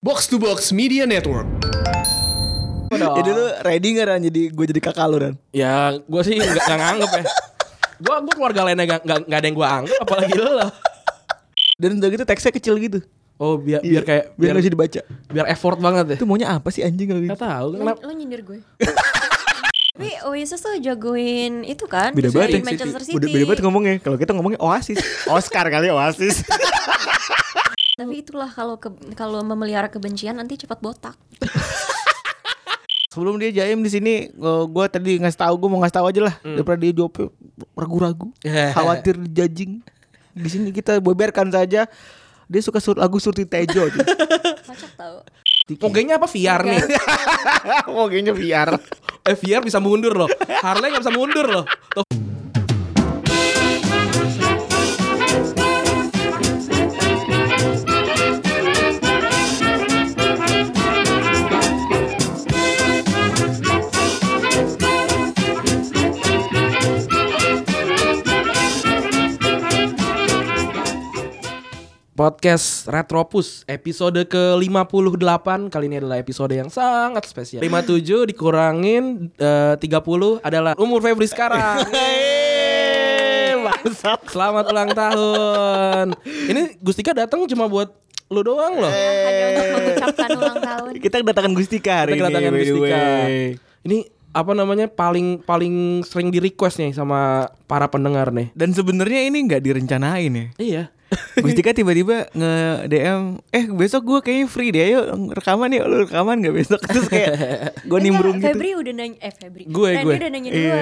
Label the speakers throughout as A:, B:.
A: Box to Box Media Network.
B: Jadi lu ready gak Ran jadi gue jadi kakak lu Ran?
C: Ya gue sih nggak nggak nganggep ya Gue gua keluarga lainnya nggak nggak nggak ada yang gue anggap Apalagi lo lah
B: Dan udah gitu teksnya kecil gitu.
C: Oh biar
B: Iya,
C: biar kayak
B: biar
C: biar,
B: gak bisa dibaca.
C: biar effort banget ya
B: Itu maunya apa sih anjing kalau gitu?
C: Gak tau
D: Lo,
C: kenapa
D: lo nyindir gue. Tapi Oasis tuh jagoin itu kan.
B: Beda
D: jagoin
B: banget. ya.
D: Manchester City.
B: Udah beda banget ngomongnya. Kalau kita ngomongnya Oasis.
E: Oscar kali Oasis.
D: Tapi itulah kalau ke- kalau memelihara kebencian nanti cepat botak.
E: Sebelum dia jaim di sini, gue tadi ngasih tahu gue mau ngasih tahu aja lah
B: Hmm.
E: daripada dia jawabnya ragu-ragu, khawatir dijajing. Di sini kita beberkan saja. Dia suka sur lagu Surti Tejo. tuh.
D: Kocak tau.
C: Mogenya apa VR nih
E: Mungkinnya biar.
C: Eh VR bisa mundur loh Harley gak bisa mundur loh Tuh, Podcast Retropus episode ke-58 Kali ini adalah episode yang sangat spesial 57 dikurangin eh, 30 adalah umur Febri sekarang
E: Bangsat.
C: Selamat ulang tahun Ini Gustika datang cuma buat lu doang loh
D: Hanya untuk mengucapkan ulang tahun.
E: Kita kedatangan Gustika hari
C: Kita kedatangan
E: ini. by the
C: Gustika.
E: way.
C: Ini apa namanya paling paling sering di request nih sama para pendengar nih.
E: Dan sebenarnya ini nggak direncanain ya.
C: Iya.
E: Gustika tiba-tiba nge DM, eh besok gue kayaknya free deh, ayo rekaman yuk, lu rekaman gak besok? Terus kayak gue
D: Enggak,
E: nimbrung gitu.
D: Febri udah nanya eh Febri.
C: Gue,
D: Randy
C: gue.
D: udah nanya
E: Iya.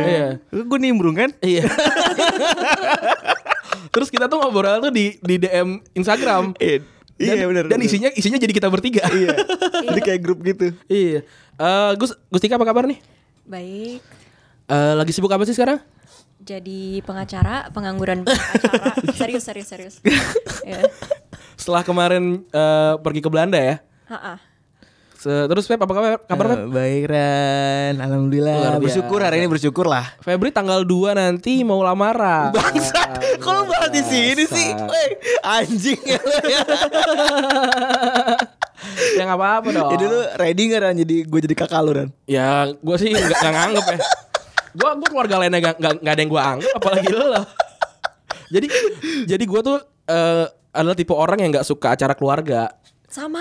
D: gue.
E: Gue nimbrung kan?
C: Iya. Terus kita tuh ngobrol tuh di di DM Instagram.
E: Eh,
C: Dan,
E: iya benar.
C: Dan
E: benar.
C: isinya isinya jadi kita bertiga.
E: iya. Jadi kayak grup gitu.
C: iya. Eh, Gus Gustika apa kabar nih?
D: Baik.
C: Eh, lagi sibuk apa sih sekarang?
D: Jadi pengacara, pengangguran pengacara. serius, serius, serius. ya.
C: Setelah kemarin eh, pergi ke Belanda ya.
D: Ha-ah.
C: Se- Terus Feb apa kabar? Kabar Feb?
E: Eh, baik Ran,
C: Luar
E: alhamdulillah.
C: biasa.
E: Bersyukur hari ini bersyukur lah.
C: Febri tanggal 2 nanti mau lamaran.
E: Bangsat, kok lu malah di sini sih? Woi, anjing ya lu ya.
C: ya nggak apa-apa dong.
B: Jadi lu ready gak Ran jadi gue jadi kakak lu Ran?
C: Ya gue sih gak, gak nganggep ya Gue gua keluarga lainnya gak, gak, gak ada yang gue anggap Apalagi lo lah Jadi jadi gue tuh eh, adalah tipe orang yang gak suka acara keluarga
D: Sama.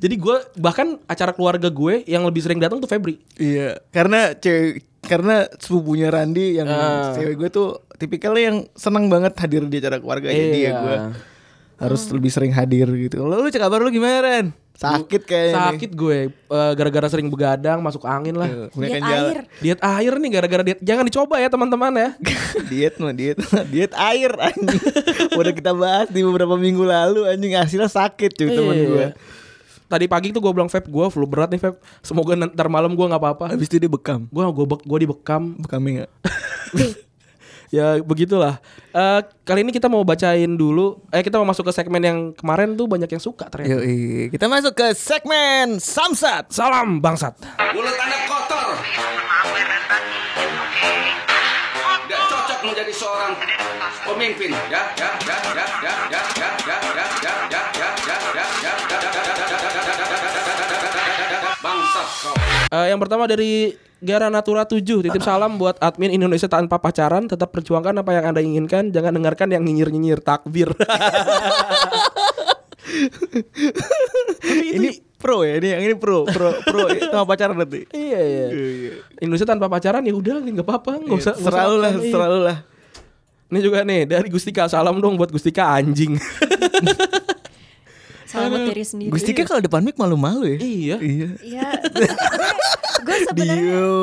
C: Jadi gue bahkan acara keluarga gue yang lebih sering datang tuh Febri
B: Iya.
E: Karena cewek karena sepupunya Randi yang
C: Ah.
E: cewek gue tuh tipikalnya yang senang banget hadir di acara keluarga jadi ya
C: Iya.
E: gue harus lebih sering hadir gitu. Lo lu cek kabar lu gimana Ren? Sakit
B: Iya,
E: kayaknya. nih.
C: Sakit gue eh, gara-gara sering begadang masuk angin
B: Iya.
C: lah
E: Gue
D: Diet
E: kan jalan-
D: air.
C: Diet air nih gara-gara diet Jangan dicoba ya teman-teman ya
E: diet mah diet diet air anjing. Udah kita bahas di beberapa minggu lalu anjing hasilnya sakit cuy teman
C: Iya.
E: gue.
C: Tadi pagi tuh gue bilang Feb gue flu berat nih Feb Semoga ntar malam gue gak apa-apa
B: Habis itu dia bekam.
C: Gue gue gue dibekam
B: Bekamnya gak?
C: Ya begitulah. Eh kali ini kita mau bacain dulu. Eh kita mau masuk ke segmen yang kemarin tuh banyak yang suka
E: Iya.
C: ternyata.
E: Yoi, kita masuk ke segmen Samsat.
C: Salam bangsat.
F: Mulut Anda kotor. Tidak cocok menjadi seorang pemimpin, ya, ya, ya, ya, ya, ya, ya, ya, ya, ya, ya, ya, ya, ya, ya, ya, ya, ya. Bangsat kau.
C: Eh yang pertama dari Gara Natura 7 titip salam buat admin Indonesia tanpa pacaran tetap perjuangkan apa yang Anda inginkan jangan dengarkan yang nyinyir-nyinyir takbir. Tapi itu-
E: Ini pro ya, ini yang ini pro, pro, pro. Itu sama pacaran nanti.
C: iya iya. Indonesia tanpa pacaran ya udah nggak apa-apa nggak usah. nggak usah
E: Selalu lah,
C: pacaran, iya.
E: selalu lah.
C: Ini juga nih dari Gustika salam dong buat Gustika anjing.
D: Salam buat diri sendiri.
E: Gustika kalau depan mic malu-malu ya.
C: iya.
E: Iya.
D: Iya. Gue sebenarnya
E: Dio.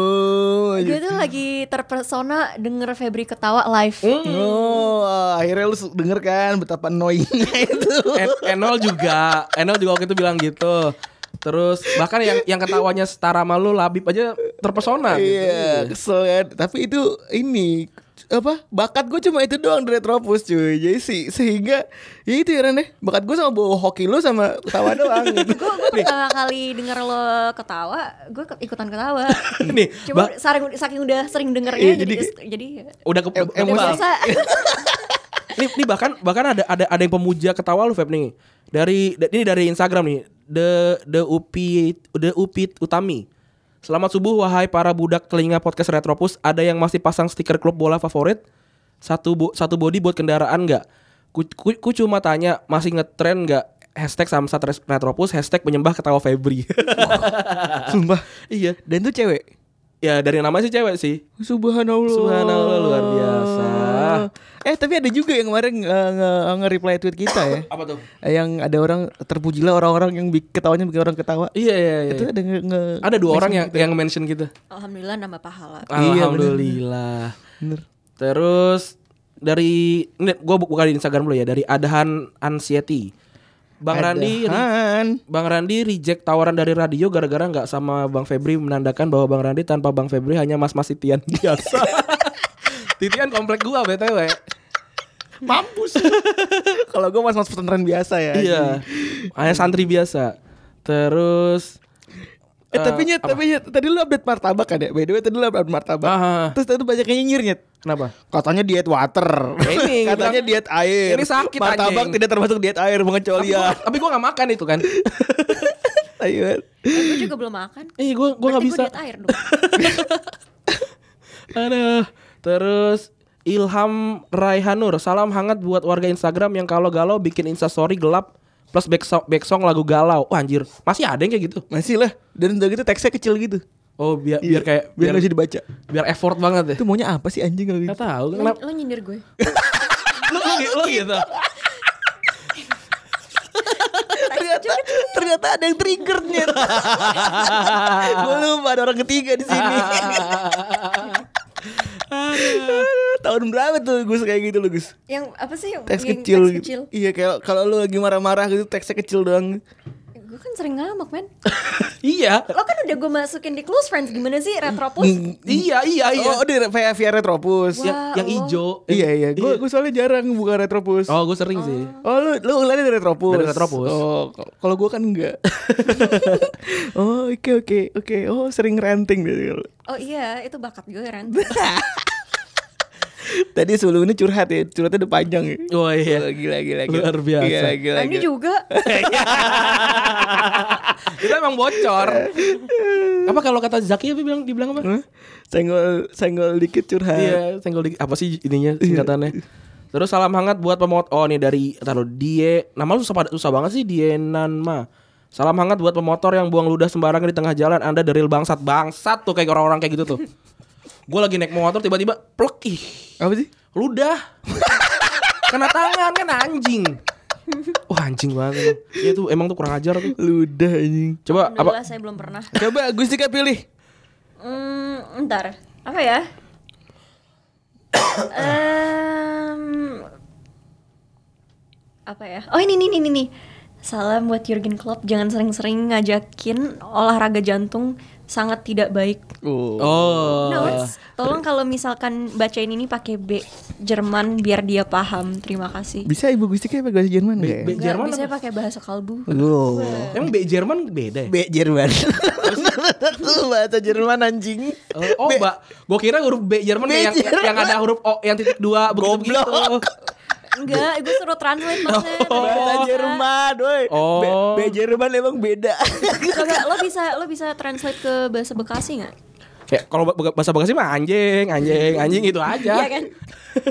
D: gue tuh lagi terpesona denger Febri ketawa live.
E: Oh, akhirnya lu denger kan betapa annoyingnya itu.
C: En- Enol juga, Enol juga waktu itu bilang gitu. Terus bahkan yang yang ketawanya setara sama lu Labib aja terpesona
E: Iya,
C: gitu.
E: kesel kan. Tapi itu ini apa bakat gue cuma itu doang dari Retropus cuy jadi sih sehingga ya itu ya Ren ya bakat gue sama bawa hoki lu sama ketawa doang gitu.
D: Gue pertama kali denger lo ketawa, gue ke- ikutan ketawa.
C: Nih,
D: Cuma
C: ba-
D: saking, saking udah sering dengernya
E: Iya,
D: jadi
E: jadi-
D: jadi
C: Udah ke
E: Em-
D: udah
E: emosi.
D: biasa.
C: Ini, ini bahkan bahkan ada ada ada yang pemuja ketawa lu Feb nih. Dari da- ini dari Instagram nih. The the Upi the Upit Utami. Selamat subuh wahai para budak telinga podcast Retropus. Ada yang masih pasang stiker klub bola favorit? Satu bo- satu body buat kendaraan nggak? Ku, ku, ku cuma tanya masih ngetren nggak? Hashtag Samsat Res- Retropus, hashtag menyembah ketawa Febri.
E: Sumpah.
C: iya.
E: Dan tuh cewek.
C: Ya dari nama sih cewek sih.
E: Subhanallah.
C: Subhanallah, luar biasa.
E: Eh tapi ada juga yang kemarin eh, nge- nge-reply tweet kita ya.
C: Apa tuh?
E: Eh, yang ada orang terpujilah orang-orang yang bikin ketawanya bikin orang ketawa.
C: Iya iya iya.
E: Itu ada nge, nge-
C: ada dua orang yang yang mention gitu. Iya,
D: Alhamdulillah nambah pahala.
C: Alhamdulillah.
E: Bener.
C: Terus dari ini gua bu- buka di Instagram dulu ya dari Adhan Ansiety. Bang Randi
E: Adahan.
C: Bang Randi reject tawaran dari radio gara-gara nggak sama Bang Febri menandakan bahwa Bang Randi tanpa Bang Febri hanya mas-mas titian biasa. titian komplek gua BTW.
E: Mampus. Kalau gue mas-mas pesantren biasa ya.
C: iya. Hanya santri biasa. Terus
E: Eh tapi nyet, tapi nyet, tadi lu update martabak kan ya? By the way tadi lu update martabak.
C: Ah, ah.
E: Terus tadi banyak yang nyinyir nyet.
C: kenapa?
E: Katanya diet water.
C: Ya ini,
E: Katanya
C: kita-
E: diet air.
C: Ini sakit,
E: Martabak
C: anjing.
E: tidak termasuk diet air
C: Tapi
E: mengecuali
C: gua,
E: ya.
C: tapi gua nggak makan itu kan.
E: Ayo.
D: Gue juga belum makan.
C: Ih, gua gua nggak
D: Berarti
C: bisa.
D: Gue diet air dong.
C: Aduh. Terus Ilham Raihanur, salam hangat buat warga Instagram yang kalau galau bikin instastory gelap plus back so- back song lagu galau. Wah anjir, masih ada yang kayak gitu.
E: Masih lah. Dan udah gitu teksnya kecil gitu. Iya.
C: Oh, biar biar kayak
E: biar
C: biar
E: nggak bisa dibaca.
C: biar effort banget ya.
E: Itu maunya apa sih anjing kalau gitu?
C: Gak tahu
D: lo,
C: kenapa.
D: lo nyindir gue.
C: lu, lu, gi- lu gitu.
E: ternyata ternyata ada yang triggernya. gue lupa ada orang ketiga di sini. Tahun berapa tuh Gus kayak gitu lu Gus?
D: Yang apa sih?
E: Teks
D: yang
E: kecil,
D: Teks
E: gitu.
D: kecil.
E: Iya kayak kalau lu lagi marah-marah gitu teksnya kecil doang.
D: Gue kan sering ngamuk men.
C: iya.
D: Lo kan udah gue masukin di close friends. Gimana sih
E: Hmm.
D: Retropus?
C: Iya, iya, iya.
E: Oh, di via, via Retropus.
C: yang,
D: Wah,
C: yang
D: lo.
C: ijo.
E: Iya iya, gue gue soalnya jarang buka Retropus.
C: Oh, gue sering sih.
E: Oh lu lu ulannya dari Retropus.
C: Dari Retropus.
E: Oh, k- kalau gua kan enggak. oh, oke oke oke. Oh, sering ranting gitu.
D: Oh iya, itu bakat gue Ren.
E: Tadi sebelumnya curhat ya, curhatnya udah panjang ya.
C: Oh iya.
E: Gila gila gila.
C: Luar biasa.
E: Gila gila.
D: Randy
E: gila.
D: juga.
C: Itu emang bocor. apa kalau kata Zaki apa bilang dibilang apa?
E: Hah? Senggol senggol dikit curhat.
C: Iya, senggol dikit. Apa sih ininya singkatannya? Terus salam hangat buat pemot. Oh, nih dari taruh Die. Nama lu susah pada- susah banget sih Dienanma. Salam hangat buat pemotor yang buang ludah sembarangan di tengah jalan. Anda deril bangsat bangsat tuh kayak orang-orang kayak gitu tuh. Gue lagi naik motor tiba-tiba plek ih
E: Apa sih?
C: ludah kena tangan kan anjing. Wah anjing banget. emang. Iya tuh emang tuh kurang ajar tuh.
E: Ludah anjing.
C: Coba apa
D: Alhamdulillah saya belum pernah.
E: Coba Gus Dika pilih.
D: Hmm, ntar. Apa ya? Em, apa ya? Oh ini, ini, ini, ini. Salam buat Jurgen Klopp. Jangan sering-sering ngajakin olahraga jantung sangat tidak baik.
E: Oh.
C: Oh.
D: Notes, tolong kalau misalkan bacain ini pakai B Jerman biar dia paham. Terima kasih.
E: Bisa Ibu Gus Dika pakai bahasa Jerman enggak ya?
C: B-
D: Enggak,
C: Jerman
D: bisa pakai bahasa kalbu.
E: Oh.
C: Emang B Jerman beda ya?
E: B Jerman. Lu bahasa Jerman anjing.
C: Oh, oh mbak, gue kira huruf B Jerman
E: B
C: yang,
E: Jerman.
C: yang ada huruf O yang titik dua begitu gitu. begitu.
E: Goblok.
D: Enggak, gue suruh translate maksudnya.
E: Bahasa Jerman, woi.
C: Oh.
E: B, B Jerman emang beda.
D: Kagak, lo bisa lo bisa translate ke bahasa Bekasi nggak?
C: Ya, kalau ba- bahasa Bekasi mah anjing, anjing, anjing itu aja.
D: Iya kan?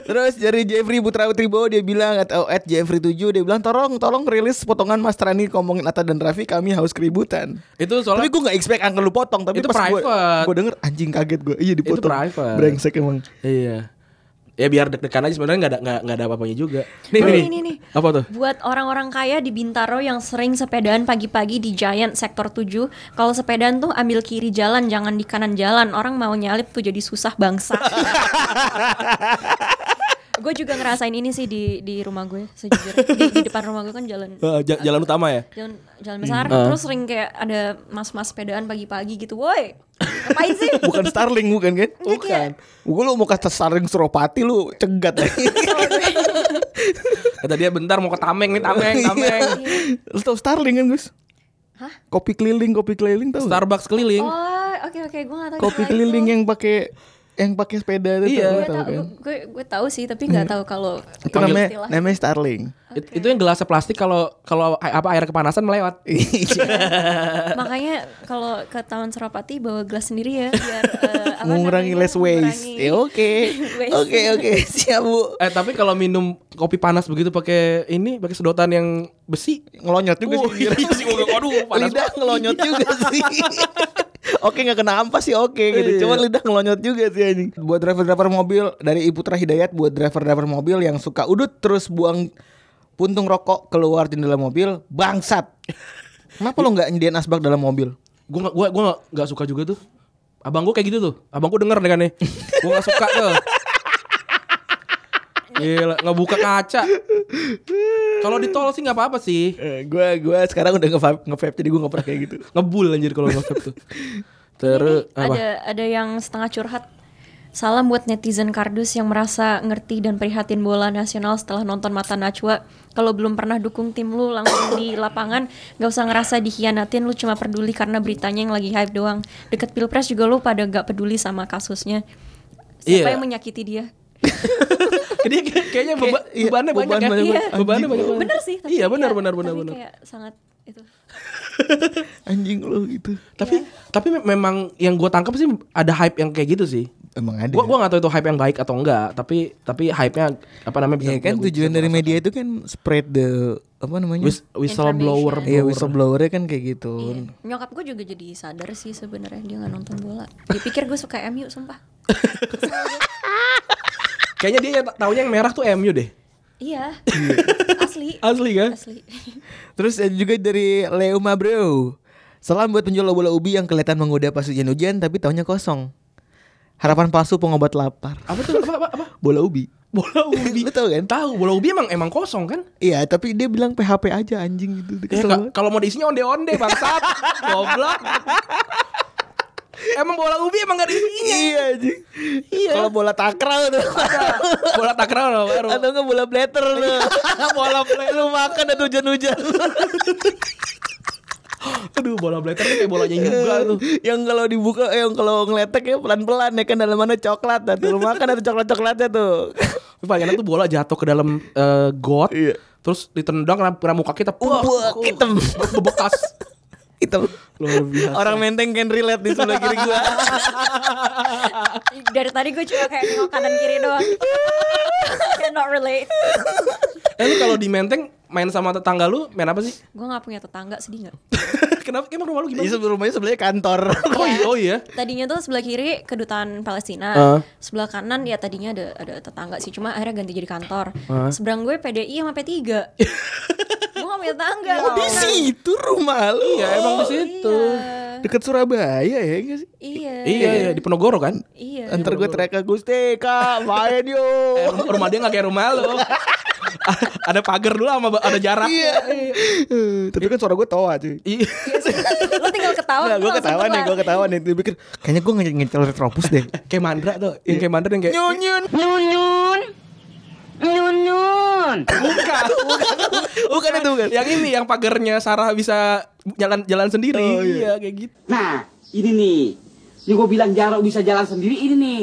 E: Terus dari Jeffrey Putra Tribo dia bilang atau at Jeffrey 7 dia bilang tolong tolong rilis potongan Mas Trani ngomongin Atta dan Raffi kami haus keributan.
C: Itu soalnya
E: tapi gue gak expect angkel lu potong tapi
C: Itu
E: pas gue
C: private.
E: gue denger anjing kaget gue iya dipotong
C: private.
E: brengsek emang
C: iya. Ya biar deg-degan aja sebenarnya nggak ada nggak nggak ada apa-apanya juga. Nih,
D: Oh,
C: nih,
D: ini,
C: nih.
D: nih.
C: Apa tuh?
D: Buat orang-orang kaya di Bintaro yang sering sepedaan pagi-pagi di Giant Sektor 7 Kalau sepedaan tuh ambil kiri jalan, jangan di kanan jalan Orang mau nyalip tuh jadi susah bangsa Gue juga ngerasain ini sih di, di rumah gue sejujurnya di, di depan rumah gue kan jalan
C: Eh, ja- jalan utama ya.
D: jalan jalan besar
C: Hmm.
D: terus sering kayak ada mas-mas sepedaan pagi-pagi gitu woi ngapain sih
E: bukan Starling bukan kan
D: Iya, kayak-
E: gue lu mau kata Starling Suropati lu cegat
C: Kata dia bentar mau ke Tameng nih, Tameng, Tameng.
E: lu tau Starling kan Gus
D: Hah?
E: kopi keliling kopi keliling tau nggak?
C: Starbucks keliling.
D: oh oke oke gue nggak tahu
E: kopi
D: itu.
E: keliling yang pakai yang pakai sepeda itu
C: Iya.
E: tuh, lu tahu
D: Gue tau,
E: kan?
D: gue gue tahu sih tapi
C: Hmm.
D: nggak tahu kalau
E: Itu
D: istilah.
E: namanya namanya Starling.
C: It- Itu yang gelasnya plastik kalau kalau a- apa air kepanasan melewat.
D: Makanya kalau ke Taman Suropati bawa gelas sendiri ya biar eh, apa
E: Mengurangi
D: namanya,
E: less waste.
D: mengurangi-
E: Ya oke.
D: Waste.
E: Oke oke, siap Bu.
C: Eh tapi kalau minum kopi panas begitu pakai ini pakai sedotan yang besi.
E: Ngelonyot juga
C: Oh,
E: sih.
C: iya sih, gue bilang, aduh, panas
E: lidah ngelonyot juga sih. Oke nggak kena ampas sih oke gitu. Cuman lidah ngelonyot juga sih anjing. Buat driver-driver mobil dari Iputra Hidayat buat driver-driver mobil yang suka udut terus buang puntung rokok keluar jendela mobil, bangsat. Kenapa lo nggak nyediain asbak dalam mobil?
C: Gue gak, gue gue gak, gak suka juga tuh. Abang gue kayak gitu tuh. Abang gue denger deh kan nih. Gue gak suka tuh. Gila, nggak buka kaca. Kalau di tol sih nggak apa-apa sih.
E: gue gue Eh, sekarang udah nge nge jadi gue nggak pernah kayak gitu.
C: Ngebul anjir kalau nge-vape tuh. Terus apa?
D: Ada ada yang setengah curhat. Salam buat netizen kardus yang merasa ngerti dan prihatin bola nasional setelah nonton mata Najwa. Kalau belum pernah dukung tim lu langsung di lapangan, gak usah ngerasa dikhianatin. Lu cuma peduli karena beritanya yang lagi hype doang. Deket pilpres juga lu pada gak peduli sama kasusnya. Siapa
C: Iya.
D: yang menyakiti dia?
C: Dia kayak- kayaknya beba-
E: iya,
C: bebannya
E: beban
C: banyak
E: banyak
C: ya.
E: banget.
C: Bebannya banyak banget.
D: Bener sih.
C: Iya benar
D: kayak-
C: benar benar
D: tapi
C: benar.
D: Kayak sangat itu.
E: Anjing lo gitu.
C: Tapi
D: iya.
C: tapi me- memang yang gue tangkap sih ada hype yang kayak gitu sih.
E: Emang ada. ya?
C: Gue gua nggak tahu itu hype yang baik atau enggak, tapi tapi hype-nya apa namanya
E: ya kan
C: gua-
E: tujuan dari media itu kan spread the apa namanya?
C: Whis- whistleblower.
E: Iya whistleblower kan kayak gitu.
D: Iya. Nyokap gue juga jadi sadar sih sebenarnya dia nggak nonton bola. Dia pikir gue suka MU sumpah.
C: Kayaknya dia yang- taunya yang merah tuh MU deh.
D: Iya. Asli.
C: Asli kan?
D: Asli.
E: Terus ada juga dari Leuma Bro. Salam buat penjual bola ubi yang kelihatan menggoda pas hujan-hujan tapi taunya kosong. Harapan palsu pengobat lapar.
C: Apa tuh apa apa, apa?
E: Bola ubi.
C: Bola ubi.
E: Lu tahu kan?
C: Tahu bola ubi emang emang kosong kan?
E: Iya, tapi dia bilang PHP aja anjing gitu. Dia
C: Ya,
E: kesel
C: ka-
E: banget.
C: kalau mau diisinya onde-onde bangsat. Goblok. Emang bola ubi emang gak diisinya.
E: Iya anjing. Iya. Kalau bola takraw tuh.
C: bola takraw loh baru.
E: Atau enggak bola blatter lu. Iya, bola blatter lu makan dan hujan-hujan.
C: Aduh bola blatter tuh kayak bolanya juga tuh.
E: yang kalau dibuka eh, yang kalau ngeletek ya pelan-pelan ya kan dalamannya coklat dah tuh. Lu makan ada coklat-coklatnya tuh.
C: Tapi Paling enak tuh bola jatuh ke dalam eh, got.
E: Iya.
C: Terus ditendang kena, kena muka kita. Wah,
E: Wah, hitam.
C: Bebekas.
E: Itu
C: Luar biasa.
E: orang menteng can relate di sebelah kiri gua.
D: Dari tadi gue cuma kayak nengok kanan kiri doang. Cannot relate.
C: Eh lu kalau di Menteng main sama tetangga lu main apa sih?
D: Gue nggak punya tetangga sedih nggak?
C: Kenapa emang rumah lu
E: Di
C: gimana? sih?
E: sebelum rumahnya sebelahnya Iya, kantor.
C: Iya, Oh iya, oh iya.
D: Tadinya tuh sebelah kiri kedutaan Palestina,
C: Ah.
D: sebelah kanan ya tadinya ada ada tetangga sih, cuma akhirnya ganti jadi kantor. Seberang gue PDI sama P3. gue gak punya tetangga.
E: Oh, di situ rumah lu.
C: Iya, emang di situ.
E: Deket Surabaya ya enggak sih?
D: Iya.
C: Iya, iya, di Penogoro kan?
D: Iya.
E: Ntar gue track ke Gusti, Kak, main
C: Rum-
E: yuk.
C: rumah dia gak kayak rumah lu. ada pagar dulu sama ba- ada jarak.
E: Iya. Eh, Tapi kan suara gue toa cuy.
C: Iya.
D: Lo tinggal ketawa.
E: Nah, gue
D: langsung
E: ketawa nih,
D: keluar.
E: gue ketawa nih. Dia pikir kayaknya gue nge- ngecel retropus deh.
C: kayak mandra tuh, yang kayak mandra yang kayak
E: Nyun.
C: bukan, bukan,
E: Bukan itu,
C: kan
E: bukan. Ya,
C: Yang ini yang pagarnya Sarah bisa jalan jalan sendiri.
E: Oh,
C: iya,
E: iya.
C: kayak gitu.
A: Nah, ini nih. Ini gue bilang jarak bisa jalan sendiri ini nih.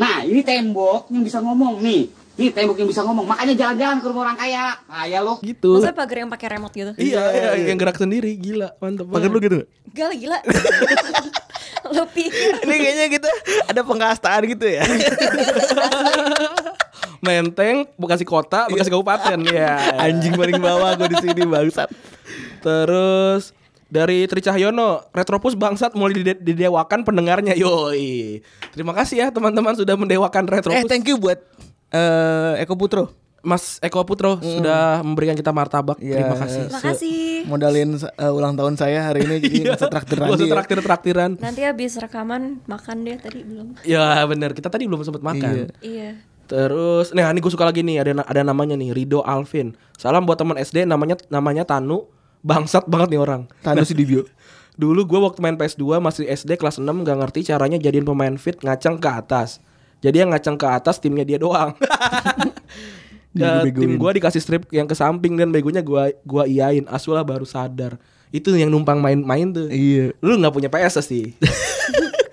A: Nah, ini tembok yang bisa ngomong nih. Ini tembok yang bisa ngomong. Makanya jalan-jalan ke rumah orang kaya. Kaya lo.
C: Gitu.
D: Maksudnya pagar yang pakai remote gitu.
C: Iya, iya, yang gerak sendiri, gila, mantep
E: Pagar lu
C: banget.
E: gitu. nggak?
D: Gila gila. Lo pikir
E: Ini kayaknya kita ada pengkastaan gitu ya.
C: Menteng, Bekasi Kota, Bekasi Kabupaten, ya.
E: Anjing paling bawah gue di sini bangsat.
C: Terus dari Tri Cahyono, Retropus bangsat mulai dide- didewakan pendengarnya. Yoi. Terima kasih ya teman-teman sudah mendewakan
E: Eh,
C: Retropus.
E: thank you buat eh, Eko Putro.
C: Mas Eko Putro sudah memberikan kita martabak.
E: Hmm. Iya,
C: Terima kasih.
E: eh,
D: Makasih.
E: Modalin eh, ulang tahun saya hari ini jadi masa traktiran
C: Iya. Gua usah
E: dia.
C: traktir-traktiran.
D: nanti habis rekaman makan deh tadi belum.
C: Ya bener, kita tadi belum sempat makan.
D: Iya.
C: Terus, nah ini gue suka lagi nih ada ada namanya nih Rido Alvin. Salam buat teman SD namanya namanya Tanu. Bangsat banget nih orang.
E: Tanu Sudibyo.
C: Dulu gue waktu main PS2 masih SD kelas 6 gak ngerti caranya jadiin pemain fit ngaceng ke atas. Jadi yang ngaceng ke atas timnya dia doang. Ya, tim gue dikasih strip yang ke samping dan begonya gue gua iain. Asulah baru sadar. Itu yang numpang main-main tuh.
E: Iya.
C: Lu nggak punya PS sih.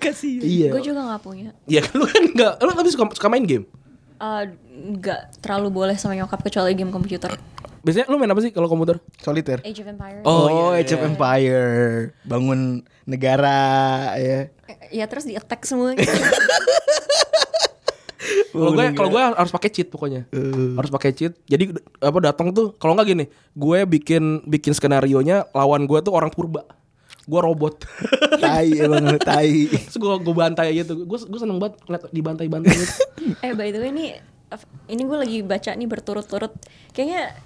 C: Kasih.
E: Iya.
D: Gue juga nggak punya.
C: Ya kan lu kan enggak lu tapi suka suka main game.
D: Eh, Nggak terlalu boleh sama nyokap kecuali game komputer.
C: Biasanya lu main apa sih kalau komputer?
E: Soliter.
D: Age of Empires.
E: Oh,
C: iya,
E: Age of Empire, bangun negara ya.
D: Eh, Ya terus di attack semua. gitu.
C: Kalau
E: Oh,
C: gue kalau gue harus pakai cheat pokoknya.
E: Eh.
C: Harus pakai cheat. Jadi apa datang tuh kalau nggak gini, gue bikin bikin skenario nya lawan gue tuh orang purba. Gue robot.
E: Tai emang lu, tai.
C: Terus gue gue bantai gitu. Gue gue seneng banget ngeliat dibantai-bantai gitu.
D: eh by the way ini ini gue lagi baca nih berturut-turut. Kayaknya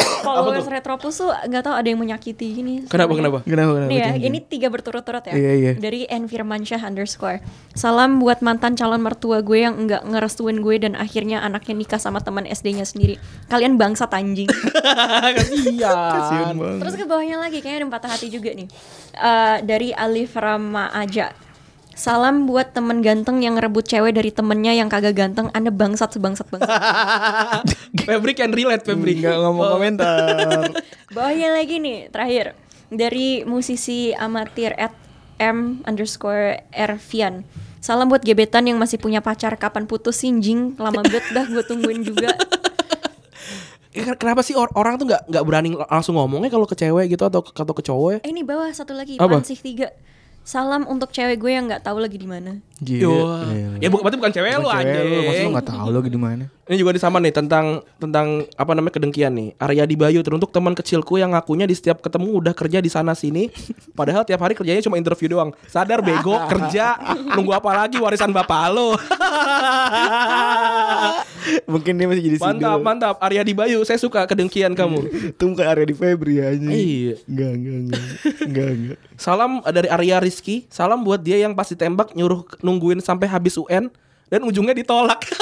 D: followers Retropus tuh nggak tahu ada yang menyakiti gini.
C: Kenapa kenapa?
E: Kenapa kenapa?
D: Nih ya,
E: Cing?
D: ini tiga berturut-turut ya.
E: Iya, iya.
D: Dari Envirmansyah underscore. Salam buat mantan calon mertua gue yang nggak ngerestuin gue dan akhirnya anaknya nikah sama teman SD-nya sendiri. Kalian bangsa anjing.
C: Kasihan.
E: Kasihan banget.
D: Terus ke bawahnya lagi kayaknya ada yang patah hati juga nih. Eh, dari Alif Rama aja. Salam buat temen ganteng yang ngerebut cewek dari temennya yang kagak ganteng. Anda bangsat sebangsat bangsat.
C: Fabric and relate Oh. Fabric.
E: Enggak ngomong komentar.
D: bawahnya lagi nih terakhir dari musisi amatir at m underscore ervian. Salam buat gebetan yang masih punya pacar. Kapan putus sinjing? Lama banget dah gue tungguin juga.
C: Eh, ken- Kenapa sih or- orang tuh nggak nggak berani lang- langsung ngomongnya kalau ke cewek gitu atau ke, atau ke cowok?
E: Iya.
C: ya?
D: Eh ini bawah satu lagi
C: Apa?
D: Pansih tiga. Salam untuk cewek gue yang nggak tahu lagi di mana.
E: Gila.
C: Yo. Ya bukan berarti bukan cewek
E: Iya. Bukan
C: lu
E: cewek lu, Maksud lu
C: anjing.
E: gak tau lu lagi di mana?
C: Ini juga ada sama nih tentang tentang apa namanya kedengkian nih. Arya di Bayu teruntuk teman kecilku yang ngakunya di setiap ketemu udah kerja di sana sini, padahal tiap hari kerjanya cuma interview doang. Sadar bego kerja nunggu apa lagi warisan bapak lo.
E: Mungkin dia masih jadi
C: mantap
E: single.
C: mantap Arya di Bayu, saya suka kedengkian kamu.
E: Itu bukan area di Febri anjing.
C: Iya.
E: Enggak, enggak, enggak. Enggak, enggak.
C: Salam dari Arya Rizky. Salam buat dia yang pas ditembak nyuruh nungguin sampai habis UN dan ujungnya ditolak.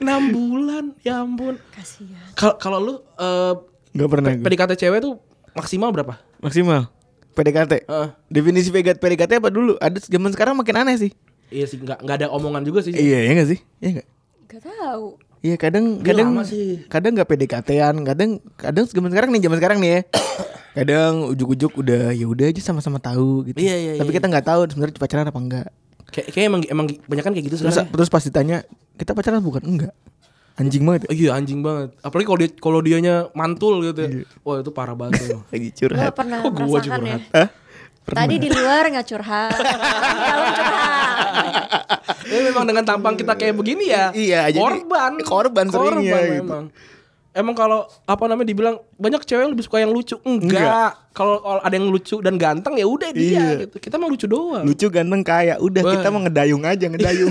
C: 6 bulan, ya ampun.
D: Kasihan.
C: Kal- Kalau lu eh,
E: Enggak pernah gue.
C: PDKT cewek tuh maksimal berapa?
E: Maksimal. PDKT.
C: Heeh.
E: Definisi PDKT PDKT apa dulu? Ada zaman sekarang makin aneh sih.
C: Iya sih, nggak nggak ada omongan juga sih.
E: Iya, iya enggak sih? Iya enggak?
D: Gak tahu.
E: Iya kadang
C: Dia
E: kadang
C: lama sih.
E: kadang nggak PDKT-an, kadang kadang zaman sekarang nih zaman sekarang nih ya. kadang ujuk-ujuk udah ya udah aja sama-sama tahu gitu.
C: Iya, iya,
E: Tapi
C: iya.
E: kita nggak tahu sebenarnya pacaran apa enggak.
C: Kayak kayak emang emang banyak kan kayak gitu
E: Terus
C: sebenarnya.
E: terus pas ditanya, kita pacaran bukan? Enggak. Anjing banget. ya.
C: Oh iya anjing banget. Apalagi kalau dia kalau dianya mantul gitu. ya. Wah, itu parah banget. emang.
E: Lagi
D: Lo
E: curhat.
D: pernah
C: Kok gua
D: merasakan ya?
C: curhat?
E: Hah?
D: Tadi di luar nggak curhat, di dalam Iya, curhat.
C: Ya memang dengan tampang kita kayak begini ya.
E: Iya, jadi
C: korban.
E: korban seringnya gitu.
C: memang. Emang kalau apa namanya dibilang banyak cewek yang lebih suka yang lucu. Enggak.
E: Enggak.
C: Kalau kalau ada yang lucu dan ganteng ya udah dia
E: Iya.
C: gitu. Kita mah lucu doang.
E: Lucu ganteng kaya. Udah
C: Wah.
E: kita mau ngedayung aja, ngedayung.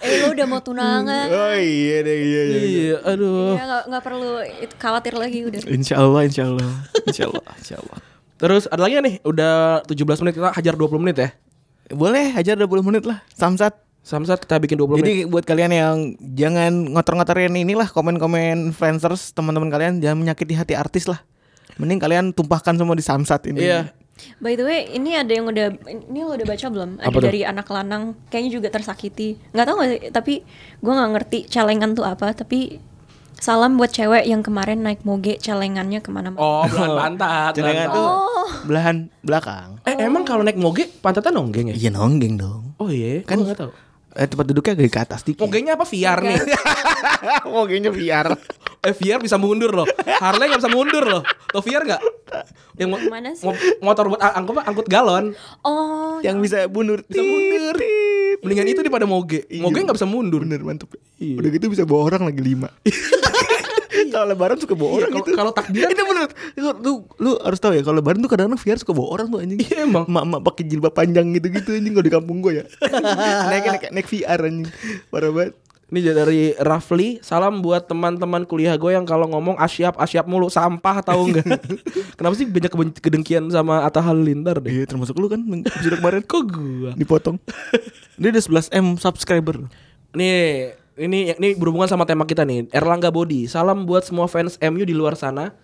D: Eh lo udah mau tunangan,
E: oh iya deh, iya iya.
C: Iya, aduh.
D: ya nggak nggak perlu it- khawatir lagi udah.
E: Insya Allah, insya Allah, insya Allah, insya Allah.
C: Terus ada lagi nggak nih, udah 17 menit kita hajar 20 menit ya.
E: Boleh aja 20 menit lah, samsat.
C: Samsat kita bikin 20 menit.
E: Jadi buat kalian yang jangan ngotor-ngotorin inilah komen-komen influencers teman-teman kalian jangan menyakiti hati artis lah. Mending kalian tumpahkan semua di samsat ini.
C: Iya.
D: By the way, ini ada yang udah ini lo udah baca belum? Ada
C: Apa tuh?
D: dari anak lanang, kayaknya juga tersakiti. Nggak tahu nggak sih, tapi gue nggak ngerti celengan tuh apa. Tapi salam buat cewek yang kemarin naik moge celengannya kemana-mana.
C: Oh, belan pantat.
E: Celengan
C: belan
E: tuh
D: Oh.
E: belahan belakang.
C: pantat. Eh, emang kalau naik moge pantatnya nonggeng ya?
E: Iya nonggeng dong.
C: Oh iya,
E: Kan-
C: kan enggak tahu.
E: Eh, tempat duduknya agak ke atas dikit.
C: Mogenya apa VR nih?
E: Mogenya VR.
C: Eh VR bisa mundur loh. Harley nggak bisa mundur loh. Tau VR nggak? Yang mo-
D: Mana sih?
C: mo- motor buat a- angkut angkut galon.
D: Oh,
E: yang bisa bundur. Bisa mundur.
C: Mendingan itu daripada moge. Moge nggak bisa mundur.
E: Bener mantep. Udah gitu bisa bawa orang lagi lima. kalau lebaran suka bawa
C: Iya,
E: orang
C: kalau-
E: gitu.
C: kalau takbiran-
E: itu bener. Lu, lu, lu harus tahu ya kalau lebaran tuh kadang-kadang VR suka bawa orang tuh anjing.
C: Iya, emang.
E: Mak-mak pakai jilbab panjang gitu-gitu anjing kalau di kampung gue ya. naik, naik naik VR anjing. Parah banget.
C: Ini dari Rafli. Salam buat teman-teman kuliah gue yang kalau ngomong asyap asyap mulu sampah tahu nggak? Kenapa sih banyak keben- kedengkian sama Atta Halilintar deh?
E: Iya termasuk lu kan yang episode kemarin
C: Kok gua?
E: dipotong. Dia udah 11 M subscriber.
C: Nih, ini ini berhubungan sama tema kita nih. Erlangga Body. Salam buat semua fans MU di luar sana.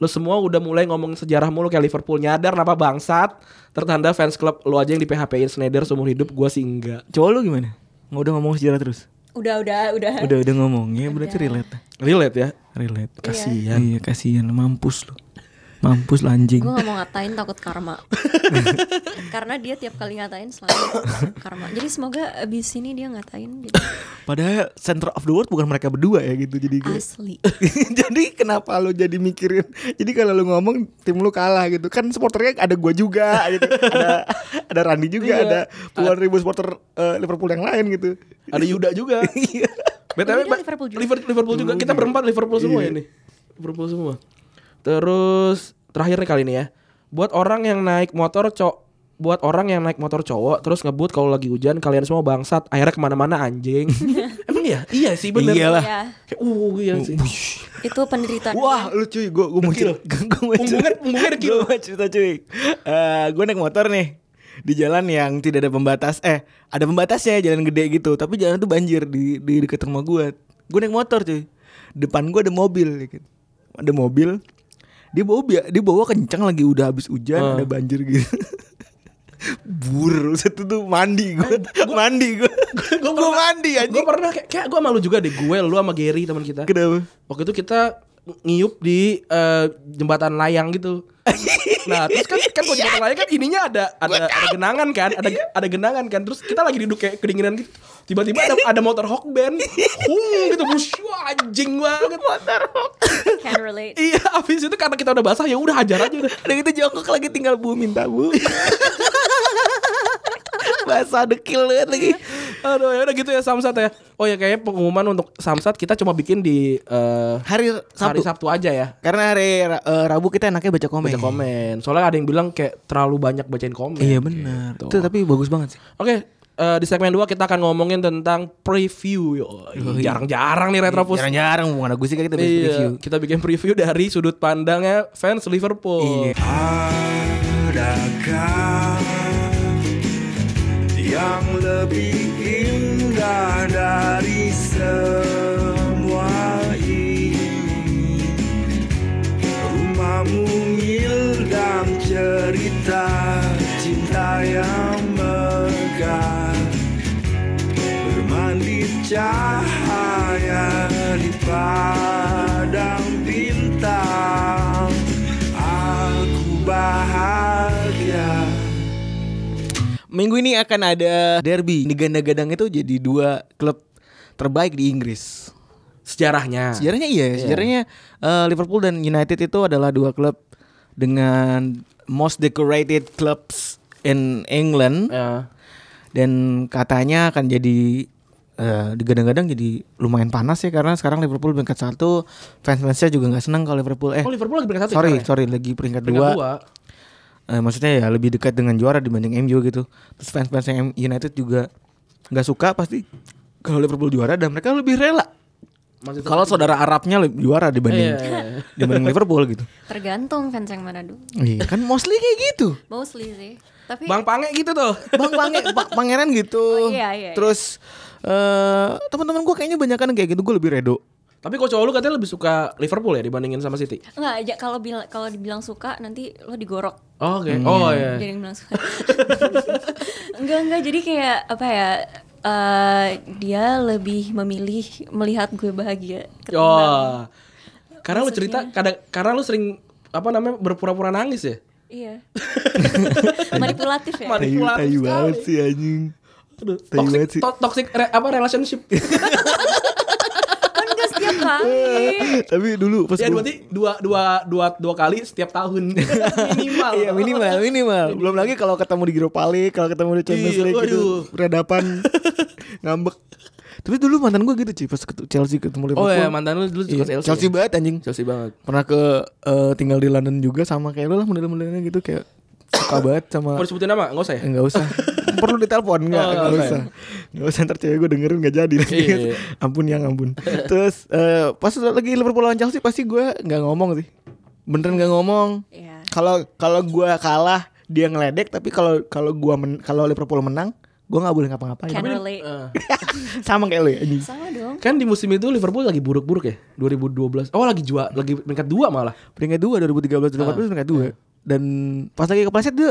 C: Lo semua udah mulai ngomongin sejarah mulu kayak Liverpool nyadar apa bangsat. Tertanda fans klub lo aja yang di PHP-in Schneider seumur hidup gua sih enggak.
E: Cowok lu gimana? Nggak udah ngomong sejarah terus.
D: udah udah udah.
E: Udah udah ngomong ya berarti relate.
C: Relate ya.
E: Relate.
C: Kasihan.
E: Iya kasihan mampus lu.
B: Mampus lah anjing.
D: Gue gak mau ngatain takut karma Karena dia tiap kali ngatain selalu karma Jadi semoga abis ini dia ngatain jadi
E: Padahal center of the world bukan mereka berdua ya gitu jadi kayak-
D: asli
E: jadi kenapa lo jadi mikirin jadi kalau lo ngomong tim lo kalah gitu kan supporternya ada gua juga gitu ada ada Randi juga
C: Iya.
E: ada puluhan ribu supporter eh, Liverpool yang lain gitu
C: Ada Yuda juga. BTW
D: Yuda
C: Pak,
D: Liverpool juga.
C: Liverpool, Liverpool juga. Kita berempat Liverpool semua ya ini. Liverpool semua. Terus terakhir nih kali ini ya. Buat orang yang naik motor cowok buat orang yang naik motor cowok terus ngebut kalau lagi hujan kalian semua bangsat akhirnya kemana-mana anjing emang ya iya sih bener
B: Iyalah.
D: Iya.
C: Kayak, uh iya sih
D: Itu penderitaan
E: wah lu cuy gua gua mau cerita gua mau
C: punggungnya
E: cerita-
C: punggungnya dikil
E: gua mau cerita cuy Eh, gua naik motor nih di jalan yang tidak ada pembatas eh ada pembatasnya jalan gede gitu tapi jalan itu banjir di di dekat rumah gua gua naik motor cuy depan gua ada mobil gitu. ada mobil dia bawa bia- dia bawa kencang lagi udah habis hujan ada banjir gitu bur itu tuh mandi gue mandi gue gue mandi
C: gue
E: anjing
C: pernah kayak, kayak gue malu juga deh gue lu sama Gary teman kita
E: kenapa
C: waktu itu kita ngiup di eh, jembatan layang gitu nah terus kan kan kalau jembatan layang kan ininya ada ada ada genangan kan ada ada genangan kan terus kita lagi duduk kayak kedinginan gitu tiba-tiba ada ada motor hawk band hung gitu bushu anjing banget motor
D: Can relate
C: iya habis itu karena kita udah basah ya udah hajar aja udah
E: Udah gitu jongkok lagi tinggal bu minta bu Basah dekil banget lagi
C: aduh ya udah gitu ya samsat ya oh ya kayaknya pengumuman untuk samsat kita cuma bikin di eh,
E: Hari
C: hari
E: Sabtu Iya.
C: Sabtu aja ya
E: Karena hari Ra- eh, Rabu kita enaknya baca komen
C: baca komen soalnya ada yang bilang kayak terlalu banyak bacain komen
E: Iya benar Itu tapi bagus banget sih
C: Oke, eh, di segmen 2 kita akan ngomongin tentang preview. Yoi, Oh, iya. Jarang-jarang nih Retropus.
E: Jarang-jarang bukan ada gue sih kan kita bikin
C: Iya,
E: review
C: kita bikin preview dari sudut pandangnya fans Liverpool.
G: Adakah yang lebih indah dari semua ini? Rumahmu dan cerita cinta yang megah Bermandi cahaya di padang bintang Aku bahagia
E: Minggu ini akan ada derby Digadang-gadang itu jadi dua klub terbaik di Inggris
C: Sejarahnya.
E: Sejarahnya iya, sejarahnya eh, Liverpool dan United itu adalah dua klub dengan most decorated clubs in England.
C: Eh,
E: Dan katanya akan jadi eh, digadang-gadang jadi lumayan panas ya karena sekarang Liverpool peringkat satu, fans-fansnya juga nggak senang kalau Liverpool eh
C: oh Liverpool lagi peringkat satu.
E: sorry
C: ya, sekarang ya?
E: sorry lagi peringkat,
C: Peringkat
E: dua.
C: dua.
E: Eh, maksudnya ya lebih dekat dengan juara dibanding MU gitu. Terus fans-fans yang United juga nggak suka pasti kalau Liverpool juara dan mereka lebih rela
C: Masih
E: kalau saudara Arabnya lebih juara dibanding
C: Iya, iya, iya.
E: dibanding Liverpool gitu.
D: Tergantung fans yang mana dulu
E: Iya kan mostly kayak gitu.
D: Mostly sih Tapi
C: Bang Pange gitu tuh.
E: Bang Pange, Pak Pangeran gitu.
D: Oh, iya, iya, iya.
E: Terus eh teman-teman gue kayaknya banyak kan kayak gitu gue lebih redo.
C: Tapi kok cowok lu katanya lebih suka Liverpool ya dibandingin sama City.
D: Enggak aja kalau bila- kalau dibilang suka nanti lo digorok.
C: Oke. Oh iya.
D: Jadi yang bilang suka. enggak enggak jadi kayak apa ya? eh, dia lebih memilih melihat gue bahagia
C: Oh.
D: ketimbang-
C: Karena lu cerita kadang karena lu sering apa namanya berpura-pura nangis ya.
D: Iya. Manipulatif ya.
C: Manipulatif
E: Tai
C: sekali.
E: banget sih anjing.
C: Aduh,
E: Tai banget
C: toxic,
E: sih.
C: to- toxic re- apa relationship.
D: kan enggak setiap kali.
E: Tapi eh, dulu pas
C: Ya
E: gua-
C: berarti dua dua dua dua kali setiap tahun minimal.
E: Iya minimal minimal. Belum lagi kalau ketemu di Giropali, kalau ketemu di Champions
C: Iya,
E: League gitu,
C: waduh.
E: berhadapan ngambek. Tapi dulu mantan gue gitu cuy pas ketu- Chelsea ketemu
C: Oh
E: Liverpool.
C: ya mantan lu dulu
E: Iya,
C: suka Chelsea.
E: Chelsea
C: ya?
E: banget anjing.
C: Chelsea banget.
E: Pernah ke eh, tinggal di London juga sama kayak lu lah model-modelnya gitu kayak suka banget sama
C: Mau disebutin nama? Enggak usah ya?
E: Enggak Eh, usah. Perlu ditelepon enggak?
C: Oh,
E: Enggak
C: oke.
E: usah. Enggak usah ntar cewek gue dengerin enggak jadi. nanti.
C: Iya, iya.
E: ampun yang ampun. Terus eh, pas lagi Liverpool lawan Chelsea pasti gue nggak ngomong sih. Beneran nggak ngomong.
D: Iya.
E: Kalau kalau gue kalah dia ngeledek tapi kalau kalau gua men- kalau Liverpool menang gue nggak boleh ngapa-ngapain.
D: Can relate.
C: Eh,
E: Sama kayak lu ya. anjing.
D: Sama dong.
C: kan di musim itu Liverpool lagi buruk-buruk ya 2012 oh lagi jua lagi peringkat dua malah
E: Peringkat 2 2013 2014 peringkat 2. Dan pas lagi kepleset dia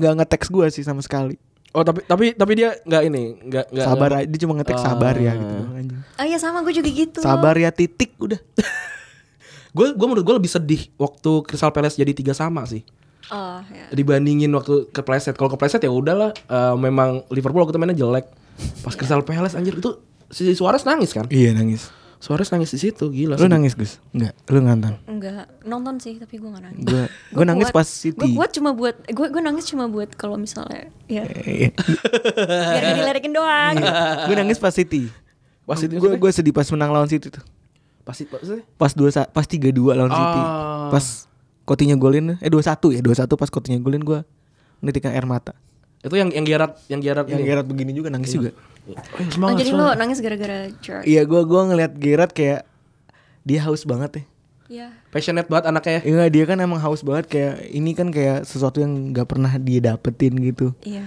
E: nggak nge-text gue sih sama sekali.
C: oh tapi tapi tapi dia nggak ini nggak nggak
E: Sabar aja dia cuma nge-text sabar ya gitu
C: Ah.
E: doang, anjing.
D: Oh iya sama gue juga gitu.
E: Sabar ya titik udah.
C: Gue gue menurut gue lebih sedih waktu Crystal Palace jadi tiga sama sih
D: Oh, ya.
C: dibandingin waktu ke pleset. Kalau ke pleset ya udahlah eh, memang Liverpool waktu itu mainnya jelek. Pas Crystal Palace anjir itu si si Suarez nangis kan?
E: Iya nangis.
C: Suarez nangis di situ gila.
E: Lu
C: sedih.
E: nangis Gus? Enggak, lu ngantan.
D: Enggak nonton sih tapi gue gak nangis.
E: Gue gue nangis pas City.
D: Gue kuat cuma buat gue gue nangis cuma buat kalau misalnya ya
E: Iya.
D: biar gak dilerikin doang.
E: Gue nangis pas City.
C: Pas City
E: gue
C: maksudnya?
E: gue sedih pas menang lawan City tuh.
C: Pasti pasti.
E: Pas dua sa- pas 3-2 lawan City.
C: Ah.
E: Pas Coutinho golin eh 2-1 ya, 2-1 pas Coutinho golin gue menitikkan air mata. Iya.
C: Itu yang yang Gerard yang Gerard
E: Yang
C: ini.
E: Gerard begini juga nangis juga.
C: Eh,
D: Oh,
C: semangat,
D: jadi lo
C: semangat.
D: nangis gara-gara jerk.
E: Iya, gue gua ngelihat Gerard kayak dia haus banget ya.
D: Iya.
C: passionate banget anaknya. ya.
E: Iya, dia kan emang haus banget kayak ini kan kayak sesuatu yang nggak pernah dia dapetin gitu.
D: Iya.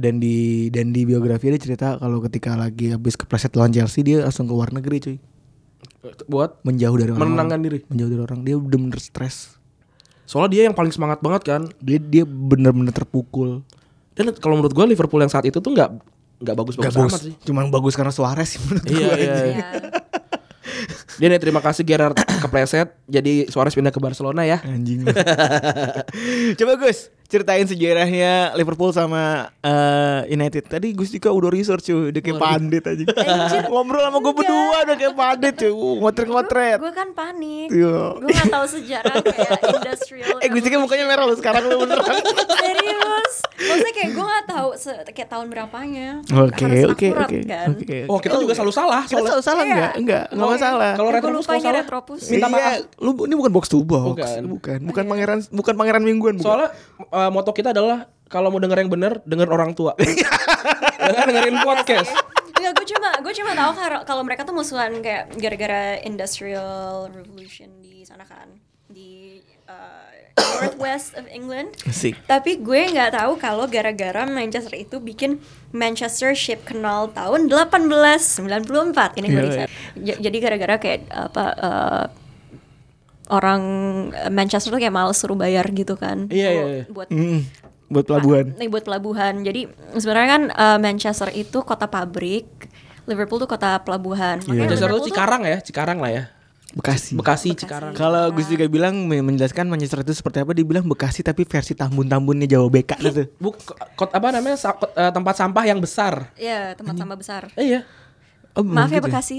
E: Dan di dan di biografi dia cerita kalau ketika lagi habis kepleset lawan Chelsea dia langsung ke luar negeri cuy.
C: Buat
E: Menjauh dari orang.
C: menenangkan diri.
E: Menjauh dari orang. Dia bener-bener stres.
C: Soalnya dia yang paling semangat banget kan.
E: Dia dia bener-bener terpukul.
C: Dan kalau menurut gue Liverpool yang saat itu tuh nggak nggak bagus-bagus
E: Gak
C: amat sih.
E: bagus. Cuman bagus karena Suarez sih menurut
C: Iya,
E: gua.
C: iya, iya.
D: Iya.
C: Dia nih terima kasih Gerard kepleset jadi Suarez pindah ke Barcelona ya.
E: Anjing. lu. Coba Gus ceritain sejarahnya Liverpool sama eh, United. Tadi Gus Dika udah research cuy, udah kayak pandit aja. Ngobrol sama gue berdua udah kayak pandit cuy, Uh, ngotret-ngotret.
D: Gue kan panik.
E: Iya.
D: Gue gak tahu sejarah kayak industrial.
E: Eh Gus Dika mukanya merah lu sekarang lu beneran.
D: Serius. Maksudnya kayak gue gak tahu se- kayak tahun berapanya.
E: Oke,
D: Harus
E: oke,
D: akurat,
E: oke.
D: kan?
E: Oke.
C: Oh kita juga selalu salah.
E: Kita
C: soalnya.
E: selalu salah
D: Iya.
E: enggak? Enggak, enggak masalah.
C: Kalau
D: Eh, gua
C: retropus
D: lupa
C: kalau
D: ini
C: salah.
D: retropus.
E: Minta maaf. Iya. Lu ini bukan box to box.
C: Bukan.
E: bukan. Bukan pangeran bukan pangeran mingguan bukan.
C: Soalnya eh, moto kita adalah kalau mau denger yang bener denger orang tua. Jangan dengerin podcast.
D: Iya. Enggak, gue cuma gue cuma tahu karo- kalau mereka tuh musuhan kayak gara-gara industrial revolution di sana kan di uh, northwest of England.
E: Asik.
D: Tapi gue nggak tahu kalau gara-gara Manchester itu bikin Manchester Ship Canal tahun 1894. Ini gue riset. Ja- Jadi gara-gara kayak apa uh, orang Manchester tuh kayak males suruh bayar gitu kan.
C: Iya, iya, iya.
D: Buat
E: Mm, buat pelabuhan.
D: Nah, buat pelabuhan. Jadi sebenarnya kan eh, Manchester itu kota pabrik, Liverpool tuh kota pelabuhan. Makanya
C: Manchester
D: Liverpool
C: tuh Cikarang ya, Cikarang lah ya.
E: Bekasi.
C: Bekasi, Cikarang.
E: Kalau Gus juga bilang men- menjelaskan Manchester itu seperti apa, dibilang Bekasi tapi versi Tambun-Tambunnya Jawa BK gitu.
C: Buk, kot apa namanya sa- kot- eh, tempat sampah yang besar.
D: Iya, tempat tambah besar.
C: Eh, iya.
E: Oh,
D: Maaf ya
E: gitu
D: Bekasi.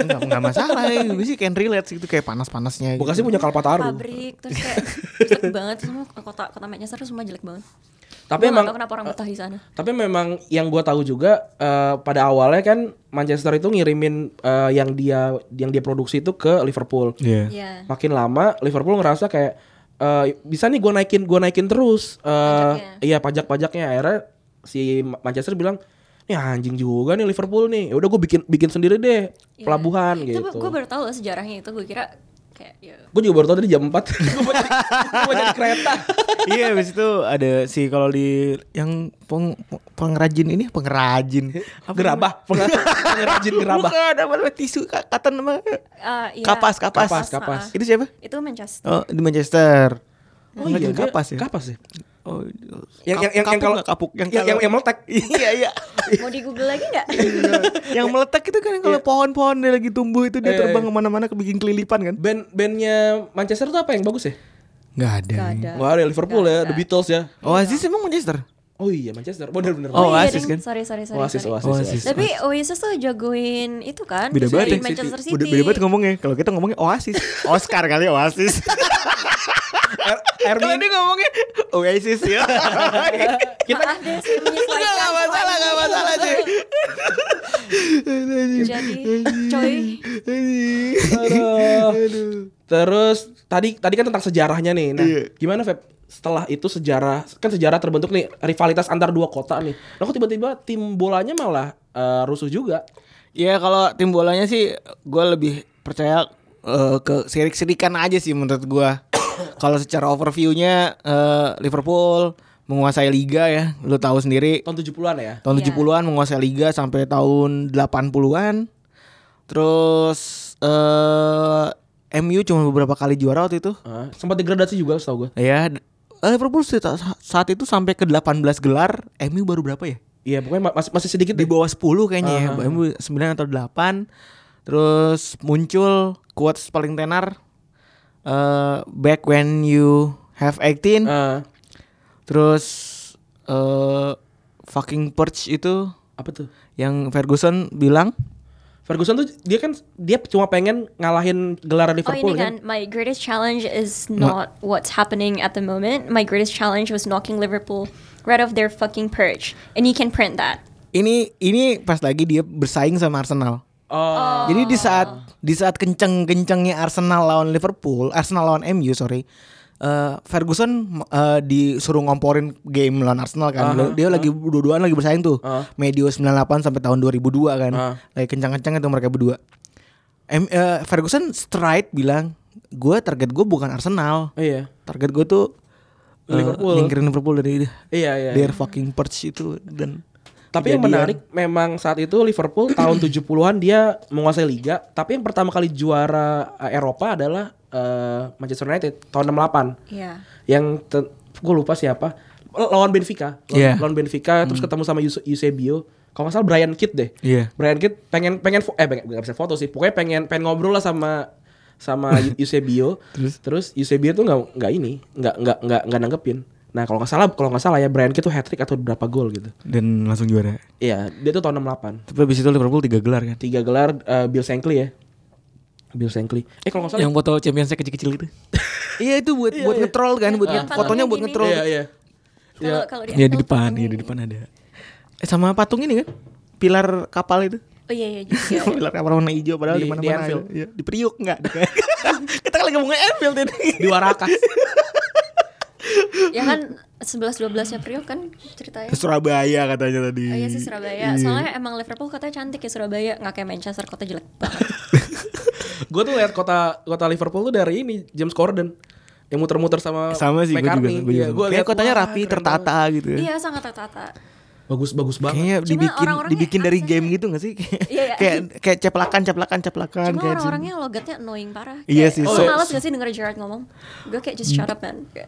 E: Enggak, enggak masalah ya. Gue sih can relate gitu kayak panas-panasnya. gitu.
C: Bekasi punya Kalpataru.
D: pabrik terus kayak rusak banget semua kota kota Manchester tuh semua jelek banget.
C: Tapi
D: Gua nggak
C: emang
D: tahu kenapa orang
E: eh,
D: betah di sana.
C: tapi memang yang gue tahu juga eh, pada awalnya kan Manchester itu ngirimin eh, yang dia yang dia produksi itu ke Liverpool.
E: Iya.
D: Iya.
C: Makin lama Liverpool ngerasa kayak eh, bisa nih gue naikin gue naikin terus eh,
D: Pajaknya.
C: iya pajak-pajaknya akhirnya si Ma- Manchester bilang nih anjing juga nih Liverpool nih. Ya udah gue bikin bikin sendiri deh
E: Iya.
D: Iya.
C: pelabuhan
D: Itu
C: gitu.
D: gue baru tahu loh sejarahnya itu gue kira kayak ya
C: Gue juga baru tau tadi jam 4 Gue baca, gua baca di kereta
E: Iya, habis itu ada si kalau di yang peng- pengrajin ini pengrajin.
C: Gerabah pengen- Pengrajin gerabah Oh iya,
E: Bukan, apa namanya tisu ka- katan nama
D: ah, iya.
E: kapas, kapas.
C: Kapas, kapas.
E: Itu siapa?
D: ah. Itu Manchester.
E: Oh, di Manchester. Pengrajin
C: dia-
E: kapas ya.
C: Kapas ya
E: Oh,
C: Yang yang yang yang
E: kapuk
C: kalau
E: nggak kapuk
C: yang yang yang, yang meletak.
E: Iya, iya.
D: Mau di Google lagi nggak?
E: yang meletak itu kan kalau pohon-pohon dia lagi tumbuh itu dia
C: Iya,
E: terbang
C: iya.
E: kemana-mana kebikin kelilipan kan?
C: Band bandnya Manchester tuh apa yang bagus ya?
E: Nggak ada.
D: Gak ada.
C: Wah ada Liverpool ya, The Beatles ya.
E: Oasis emang Manchester.
C: Oh iya Manchester, bener bener.
E: Oh,
D: iya,
E: Oasis
D: ding.
E: kan?
D: Sorry sorry sorry.
C: Oasis,
D: sorry.
C: Oasis,
E: Oasis.
C: Oasis.
D: Tapi Oasis tuh jagoin itu kan
E: Beda banget
D: jagoin
E: ya.
D: Manchester City.
E: Udah beda banget ngomongnya. Kalau kita ngomongnya Oasis, Oscar kali Oasis. Kalau
C: Ermin,
E: dia ngomongnya Oasis ya.
D: kita Maaf ya, deh, saya menyesuaikan.
E: Nggak masalah, nggak masalah, cuy.
D: Jadi, coy,
C: aduh. Terus tadi tadi kan tentang sejarahnya nih. Nah,
E: Iya.
C: gimana Feb? Setelah itu sejarah kan sejarah terbentuk nih rivalitas antar dua kota nih. Nah, kok tiba-tiba tim bolanya malah eh, rusuh juga?
E: Ya kalau tim bolanya sih gue lebih percaya eh, ke sirik-sirikan aja sih menurut gue. kalau secara overview-nya eh, Liverpool menguasai liga ya, lu tahu sendiri.
C: Tahun 70-an ya.
E: Tahun
D: Iya.
E: 70-an menguasai liga sampai tahun 80-an. Terus eh MU cuma beberapa kali juara waktu itu.
C: Ah, sempat degradasi juga setahu gue.
E: Ya, d- eh, Liverpool sih ta- saat itu sampai ke 18 gelar, MU baru berapa ya?
C: Iya, pokoknya ma- masih masih sedikit deh.
E: Di bawah 10 kayaknya ya, MU 9 atau 8. Terus muncul quotes paling tenar eh, Back When You Have 18
C: Eh,
E: Terus eh Fucking Purge itu
C: apa tuh?
E: Yang Ferguson bilang
C: Ferguson tuh dia kan dia cuma pengen ngalahin gelaran
D: Oh ini
C: Liverpool kan.
D: kan, my greatest challenge is not what's happening at the moment. My greatest challenge was knocking Liverpool right off their fucking perch. And you can print that.
E: Ini ini pas lagi dia bersaing sama Arsenal
C: Oh,
E: Jadi di saat di saat kenceng-kencengnya Arsenal lawan Liverpool, Arsenal lawan MU sorry, eh, Ferguson eh, disuruh ngomporin game lawan Arsenal kan. dia lagi dua-duaan lagi bersaing tuh. Medio 98 sampai tahun 2002 kan.
C: Ah.
E: Lagi kencang-kencang itu mereka berdua. Em- eh, Ferguson straight bilang, gue target gue bukan Arsenal,
C: oh iya.
E: target gue tuh eh,
C: Liverpool."
E: nyingkirin Liverpool dari
C: Iya, iya.
E: their fucking purge itu dan
C: Tapi yang
E: kejadian.
C: menarik memang saat itu Liverpool tahun 70-an dia menguasai liga, tapi yang pertama kali juara eh, Eropa adalah eh, Manchester United tahun 68.
D: Yeah.
C: yang te- gue lupa siapa lawan Benfica lawan,
E: Iya.
C: lawan Benfica terus ketemu sama Yus- Eusebio kalau nggak salah Brian Kidd deh
E: Iya.
C: Brian Kidd pengen pengen fo- eh pengen nggak bisa foto sih pokoknya pengen pengen ngobrol lah sama sama Eu- Eusebio terus terus Eusebio tuh nggak nggak ini nggak nggak nggak nggak nanggepin nah kalau nggak salah kalau nggak salah ya Brian Kidd tuh hat trick atau berapa gol gitu
E: dan langsung juara.
C: iya dia tuh tahun 68
E: Tapi abis itu Liverpool tiga gelar kan.
C: tiga gelar eh, Bill Shankly ya Bill Shankly eh kalau nggak salah
B: Yang foto championsnya kecil-kecil itu.
E: Iya itu buat buat ngetrol kan, buat
D: Iya,
E: nge-
D: patungnya
E: fotonya buat
D: gini.
E: ngetrol.
C: iya iya
D: Kalau kalau di
E: Ya,
B: Iya di
D: Apple
B: depan,
D: tuh-
B: iya di depan ada.
E: Eh, sama patung ini kan, pilar kapal itu,
D: Oh iya iya juga.
E: pilar kapal warna hijau padahal
C: Di-
E: di
C: di
E: mana-mana.
C: Anfield.
E: ada. Iya, di Priuk enggak? Kita kan lagi ngomongin Anfield ini.
C: di Warakas
D: ya kan 11 12 nya Priok kan ceritanya.
E: Surabaya katanya tadi.
D: Oh iya sih Surabaya. Soalnya emang Liverpool kotanya cantik ya Surabaya, nggak kayak Manchester kota jelek banget.
C: gue tuh lihat kota kota Liverpool tuh dari ini James Corden yang muter-muter sama
E: Sama sih gue juga.
C: McCartney.
E: Gue
C: Iya,
E: juga.
C: gua
E: Kayak
C: lihat,
E: kotanya
C: wah,
E: rapi,
C: keren
E: tertata
C: banget.
E: gitu.
D: iya, sangat tertata.
C: bagus bagus banget
E: Kayaknya
D: Cuma
E: dibikin
D: orang-orangnya
E: dibikin dari
D: aksesnya-
E: game gitu gak sih?
D: Iya, iya.
E: kayak kayak ceplakan ceplakan ceplakan
D: Cuma
E: Kan kayak
D: orang-orangnya logatnya annoying parah.
E: Iya
D: Kayak,
E: sih,
D: Lo
E: so-
D: males gak sih denger Gerard ngomong? Gue kayak just shut up man. Kayak,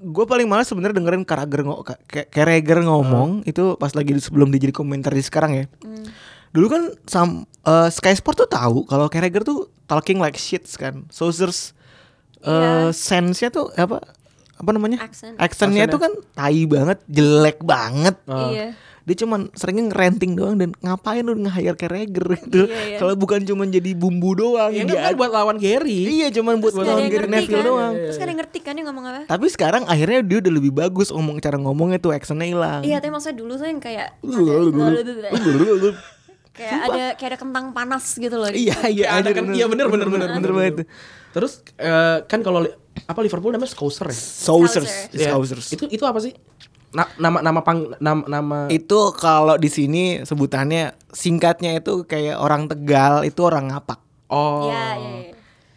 E: gue Eh, paling males sebenarnya dengerin Carragher ngo Ka- Ka- Carragher ngomong
C: Hmm.
E: itu pas lagi di- sebelum dia jadi komentaris sekarang ya.
D: Hmm.
E: Dulu kan sam eh, Sky Sport tuh tahu kalau Carragher tuh talking like shits kan. Sausers eh
D: Iya.
E: sense-nya tuh apa apa namanya?
D: Accent.
E: Accent-nya tuh kan tai banget, jelek banget.
C: Ah.
D: Iya.
E: Dia cuman seringnya ngerenting doang dan ngapain lu nge-hire Carragher gitu.
D: Iya, iya.
E: Kalau bukan cuman jadi bumbu doang.
C: ya
E: dia
C: enggak kan buat lawan Gary Iya,
E: Iya, cuman buat
D: Terus gak ada
E: lawan
D: yang
E: Gary
D: ngerti
E: Neville
D: kan?
E: doang.
D: Terus gak ada yang ngerti kan dia ngomong apa?
E: Tapi sekarang akhirnya dia udah lebih bagus ngomong cara ngomongnya tuh actionnya hilang.
D: Iya, tapi maksudnya dulu tuh yang kayak
E: Iya,
D: kayak ada kayak ada kentang panas gitu loh. di-
E: Iya, iya,
C: Iya, ada
E: anjir,
C: kan? Iya, bener, bener, bener,
E: bener banget.
C: terus eh, kan kalau li- apa Liverpool namanya Scouser ya
E: Sausers,
C: Iya.
E: sausers.
C: itu itu apa sih Na- nama nama pang nama, nama
E: Itu kalau di sini sebutannya singkatnya itu kayak orang Tegal itu orang ngapak.
C: oh
D: Iya, iya, iya.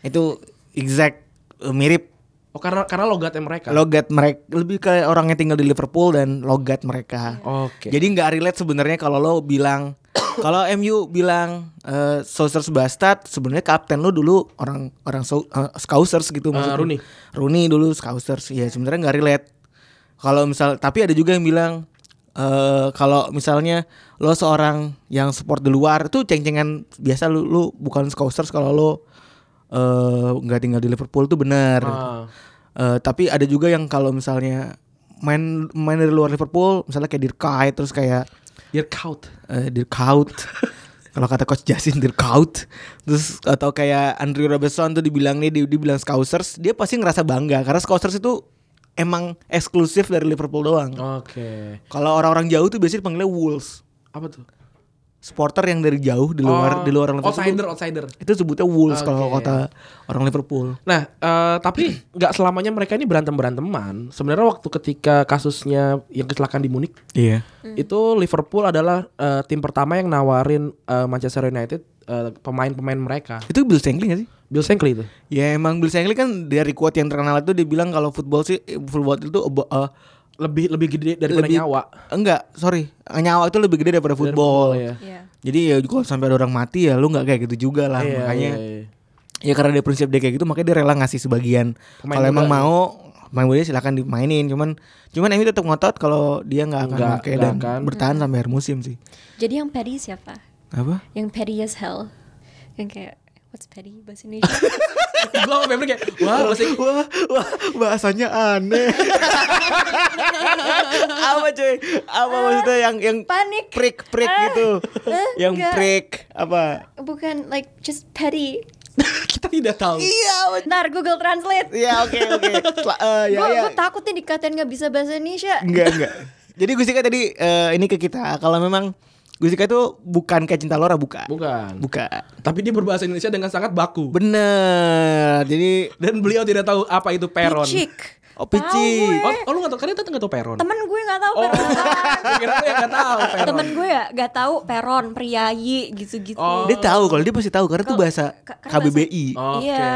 E: Itu exact eh, mirip
C: oh karena karena logatnya mereka
E: logat mereka lebih kayak orang yang tinggal di Liverpool dan logat mereka.
C: Oke.
E: Jadi nggak relate sebenarnya kalau lo bilang kalau MU bilang eh Sausers Bastard sebenarnya kapten lo dulu orang orang so, eh, Scousers gitu maksudnya.
C: Rooney.
E: Rooney dulu Scousers. Ya sebenarnya nggak relate. Kalau misal tapi ada juga yang bilang eh kalau misalnya lo seorang yang support di luar itu ceng-cengan biasa lu lu bukan Scousers kalau lo eh, nggak tinggal di Liverpool tuh benar.
C: Ah.
E: Eh, tapi ada juga yang kalau misalnya main main dari luar Liverpool, misalnya kayak Dirkai terus kayak
C: Dirkout
E: eh, Dirkaut. kalau kata coach Jasin Dirkaut. Terus atau kayak Andrew Robertson tuh dibilang nih dia dibilang Scousers, dia pasti ngerasa bangga karena Scousers itu emang eksklusif dari Liverpool doang.
C: oke
E: Kalau orang-orang jauh tuh biasanya dipanggilnya Wolves.
C: apa tuh
E: Supporter yang dari jauh di
C: Oh,
E: luar di luar Liverpool.
C: outsider outsider
E: Itu sebutnya Wolves kalau
C: Oke.
E: kata orang Liverpool.
C: Nah, eh, tapi nggak selamanya mereka ini berantem beranteman. Sebenarnya waktu ketika kasusnya yang kecelakaan di Munich,
E: Iya.
D: Hmm.
C: itu Liverpool adalah eh, tim pertama yang nawarin eh, Manchester United eh, pemain-pemain mereka.
E: Itu Bill Shankly gak sih?
C: Bill Shankly itu.
E: Ya emang Bill Shankly kan dari quote yang terkenal itu dia bilang kalau football sih football itu abo- eh,
C: Lebih lebih gede daripada
E: Lebih-
C: nyawa.
E: enggak sorry nyawa itu lebih gede daripada football.
C: Iya.
D: Iya.
E: Jadi ya kalau sampai ada orang mati ya lu nggak kayak gitu juga lah
C: Iya,
E: makanya
C: iya, iya.
E: ya karena dia prinsip dia kayak gitu makanya dia rela ngasih sebagian.
C: Pemain
E: Kalau emang
C: muda.
E: mau main muda silakan dimainin cuman cuman Emi tetap ngotot kalau dia nggak akan
C: Nggak-
E: pakai
C: nggak
E: dan
C: akan.
E: bertahan sampai akhir musim sih.
D: Jadi yang petty siapa?
E: Apa?
D: Yang petty as hell. Yang kayak What's petty bahasa Indonesia?
C: Gue sama Febri kayak Wah bahasa Inggris
B: Wah, wah, bahasanya aneh.
E: apa cuy? Apa maksudnya yang yang
D: Panik.
E: prik prik
D: Ah,
E: gitu?
D: eh,
E: yang
D: enggak.
E: prik apa?
D: Bukan like just petty.
C: Kita tidak tahu
E: Iya. apa-
D: Ntar Google Translate.
E: Iya oke oke. Sel- eh, ya,
D: Gue
E: ya.
D: takut nih dikatain nggak bisa bahasa Indonesia.
E: Enggak enggak. Jadi Gusika tadi eh, ini ke kita kalau memang Gusika itu bukan kayak cinta Lora buka.
C: Bukan
E: Buka.
C: Tapi dia berbahasa Indonesia dengan sangat baku
E: Bener. Jadi
C: Dan beliau tidak tahu apa itu peron
D: Picik.
E: Oh,
D: Tahu
E: picik.
D: gue.
C: Oh, oh lu gak tau, kalian tetep gak tau peron
D: Temen gue nggak tahu
C: Oh,
D: peron.
C: kira gue yang gak tau peron
D: Temen gue ya nggak tahu peron, priayi gitu-gitu.
C: Oh.
E: dia tahu kalau dia pasti tahu karena itu
D: Kalau-
E: bahasa
D: ka- karena bahasa-
E: KBBI.
C: Oke.
D: Iya.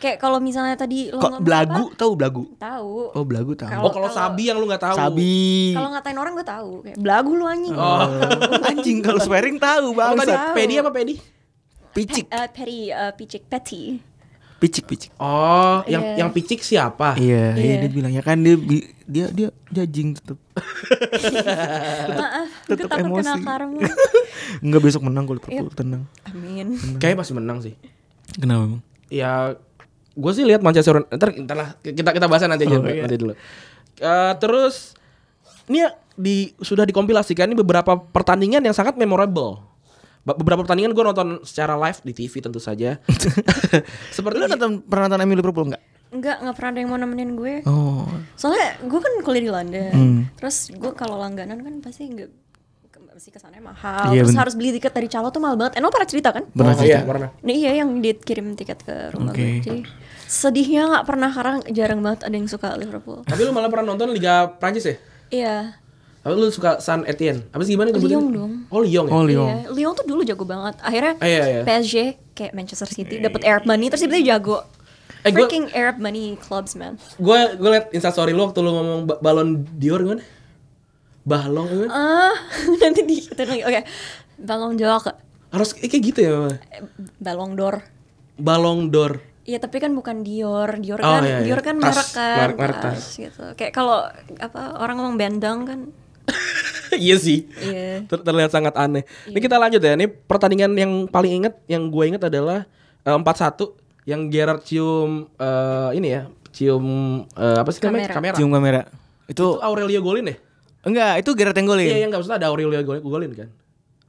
D: Kayak kalau misalnya tadi lo
E: Kok
D: ngomong
E: belagu
D: apa,
E: tahu belagu?
D: Tahu.
E: Oh belagu tahu.
D: Kalau-
C: Oh kalau sabi yang lu gak tahu
E: Sabi. Eh,
D: Kalau ngatain orang gue tahu. Kayak belagu lu anjing.
C: Oh.
E: Anjing kalau swearing tahu
C: Apa
E: bang.
C: tadi?
D: Tahu.
C: Pedi apa pedi?
E: Picik,
D: Eh, petty, eh, picik, petty.
E: picik, picik.
C: Oh, yang
D: Iya.
C: yang picik siapa?
E: Iya, iya
D: Iya.
E: dia bilang ya kan dia bi- dia dia jajing tetep
D: Maaf, gue
E: tetep
D: takut kena
E: emosi.
D: karma.
E: Enggak besok menang
D: Iya.
E: kalau Liverpool, tenang.
D: Amin.
C: Kayaknya masih menang sih.
E: Kenapa? Bang?
C: Ya, gue sih lihat Manchester United. Ntar, ntar lah, kita kita bahas nanti
E: Oh,
C: aja,
E: iya.
C: nanti dulu. Eh, terus, ini ya di sudah dikompilasikan ini beberapa pertandingan yang sangat memorable. Ba- Beberapa pertandingan gue nonton secara live di TV tentu saja. Seperti
E: Lu nonton pernah nonton MU Liverpool enggak?
D: Enggak, enggak pernah ada yang mau nemenin gue.
E: Oh. Hmm.
D: Soalnya gue kan kuliah di London. Terus gue kalau langganan kan pasti enggak pasti kesannya mahal.
E: Iya,
D: Terus
E: bener.
D: harus beli tiket dari calo tuh mahal banget. Eh, lo pernah cerita kan?
E: Pernah
C: Oh, iya,
E: cerita?
C: pernah.
D: Nah, iya yang dikirim tiket ke rumah
E: Oke.
D: gue. Jadi sedihnya nggak pernah karena jarang banget ada yang suka Liverpool.
C: Tapi lu malah pernah nonton Liga Prancis ya?
D: Iya.
C: Tapi lu suka San Etienne. Apa sih gimana? nyebutin?
D: Lyon dong.
C: Oh Lyon ya.
E: Oh, Lyon.
D: Iya, Lyon tuh dulu jago banget. Akhirnya
C: Ah, iya, iya.
D: PSG kayak Manchester City dapat Arab money terus tiba-tiba jago.
C: Eh, gua-
D: Freaking Arab money clubs man.
C: Gue gue liat instastory lu waktu lu ngomong ba- kan? balon Dior gimana? Bahlong gimana?
D: Ah, nanti di lagi. Oke. Ballon d'Or.
C: Harus eh, kayak gitu ya. Mama?
D: Eh, Ballon d'Or.
C: Balong Dor.
D: Iya tapi kan bukan Dior, Dior
C: Oh,
D: kan
C: iya, iya.
D: Dior kan
C: Tas.
D: merek kan,
C: Merek- merek tas.
D: gitu. Kayak kalau apa orang ngomong bendang kan,
C: iya sih.
D: Iya.
C: Ter- terlihat sangat aneh. Ini kita lanjut ya. Ini pertandingan yang paling inget, yang gue inget adalah eh, 4-1 yang Gerard cium eh, ini ya, cium eh, apa sih namanya? Kamera.
D: Kamera.
E: Cium kamera. Itu,
C: Itu Aurelio Golin ya?
E: enggak, itu Gerard yang golin.
C: Iya, yang enggak usah ada Aurelio Golin, Golin kan.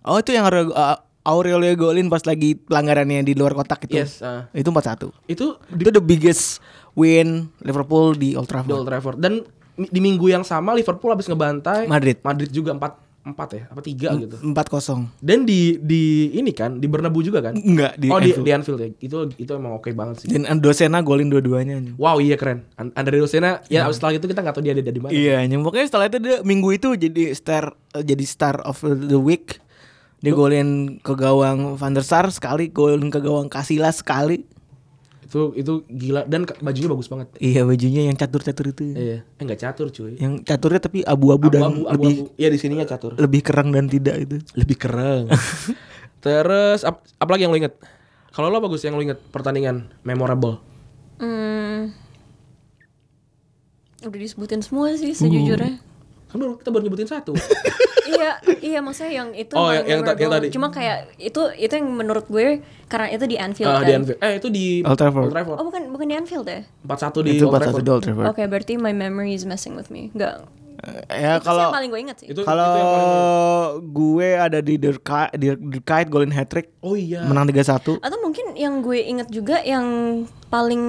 E: Oh, itu yang Aurelio, uh, Aurelio golin pas lagi pelanggarannya di luar kotak itu.
C: Yes, ah.
E: Itu 4-1.
C: Itu
E: Itu the biggest win Liverpool di Old
C: di Old
E: Trafford.
C: Trafford. Dan mi- di minggu yang sama Liverpool habis ngebantai
E: Madrid.
C: Madrid juga 4 4 ya, apa 3 gitu.
E: 4-0.
C: Dan di di ini kan di Bernabeu juga kan?
E: Enggak, di
C: oh di,
E: Anfield.
C: di Anfield ya. Itu itu emang oke banget sih.
E: Dan Dosena golin dua-duanya. anjing.
C: Wow iya keren. An- Andre Rosena ya setelah itu kita nggak tahu dia ada di mana.
E: Iya, anjing. pokoknya setelah itu dia minggu itu jadi star eh, jadi star of the week. Dia golin ke gawang Van der Sar sekali, golin ke gawang Casillas sekali.
C: Itu itu gila dan ka- bajunya bagus banget.
E: Iya, bajunya yang catur-catur itu.
C: Iya. Eh nggak catur cuy.
E: Yang caturnya tapi abu-abu dan
C: Abu-abu
E: lebih
C: abu-abu. Iya di sininya catur.
E: lebih kerang dan tidak itu.
C: Lebih keren. Terus ap- apalagi yang lo inget? Kalau lo bagus yang lo inget pertandingan memorable.
D: hmm, udah disebutin semua sih sejujurnya.
C: Kan baru kita baru nyebutin satu.
D: iya, iya maksudnya yang itu
C: Oh,
D: paling
C: yang- yang ta- yang
D: memorable.
C: tadi.
D: Cuma kayak itu itu yang menurut gue karena itu di Anfield
C: Ah,
D: kan.
C: di Anfield. Eh itu di
E: Old Trafford.
D: Oh bukan bukan di Anfield ya?
C: 4-1 di
E: Itu
C: Old
E: pas satu
C: Trafford.
E: di Old Trafford.
D: Oke, berarti my memory is messing with me. Enggak.
E: Eh, Oh, Ya
D: Itu sih
E: kalau
D: yang paling gue inget sih.
C: Itu
E: kalau
C: itu yang paling gue inget.
E: gue ada di Derkait Derkait golin hat trick.
C: Oh iya.
D: Ya.
E: Menang 3-1.
D: Atau mungkin yang gue inget juga yang paling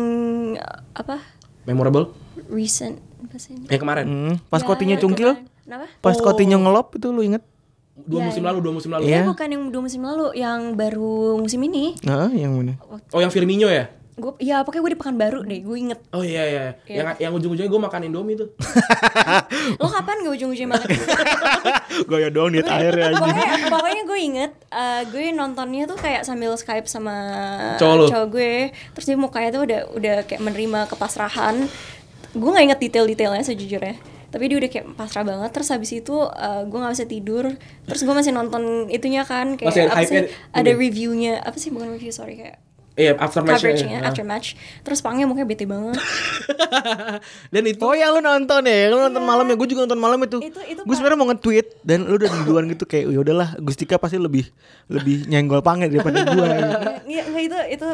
D: eh, apa?
C: Memorable.
D: recent apa sih?
C: Yang kemarin.
E: Hmm, pas
D: Ya, Oh.
E: Coutinho
D: ya,
E: cungkil,
D: kemarin. Kenapa?
E: pas Coutinho ngelop itu lu inget?
C: Dua
D: Iya,
C: musim
D: iya.
C: lalu, dua musim lalu.
E: Iya.
D: Ya, bukan yang dua musim lalu, yang baru musim ini.
E: Heeh, yang mana?
C: Oh yang Firmino ya?
D: Gue, ya pokoknya gue di Pekanbaru deh, gue inget.
C: Oh iya iya.
D: Iya.
C: Yang yang ujung-ujungnya gue makan Indomie tuh.
D: Lo kapan gak ujung-ujungnya banget?
E: Gaya doang diet air ya
C: Iya.
D: pokoknya, pokoknya gue inget, eh, gue nontonnya tuh kayak sambil Skype sama
C: Cowok lo?
D: gue. Terus dia mukanya tuh udah udah kayak menerima kepasrahan. Gue nggak inget detail-detailnya sejujurnya. Tapi dia udah kayak pasrah banget. Terus habis itu eh, gue nggak bisa tidur. Terus gue masih nonton itunya kan kayak
C: Masih ada
D: apa
C: hype-nya
D: sih?
C: gitu
D: Ada
C: ya?
D: reviewnya apa sih bukan review sorry kayak
C: Iya, after match.
D: coveragenya after match terus pangnya mukanya bete banget
C: Dan itu
E: Oh ya lu nonton ya, lu nonton malam ya, gue juga nonton malam itu.
D: Iya. Itu- kan itu
E: gue sebenarnya mau nge-tweet dan lu udah duluan gitu kayak ya udahlah, Gustika pasti lebih lebih nyenggol pange daripada gue.
D: Iya, nggak, itu itu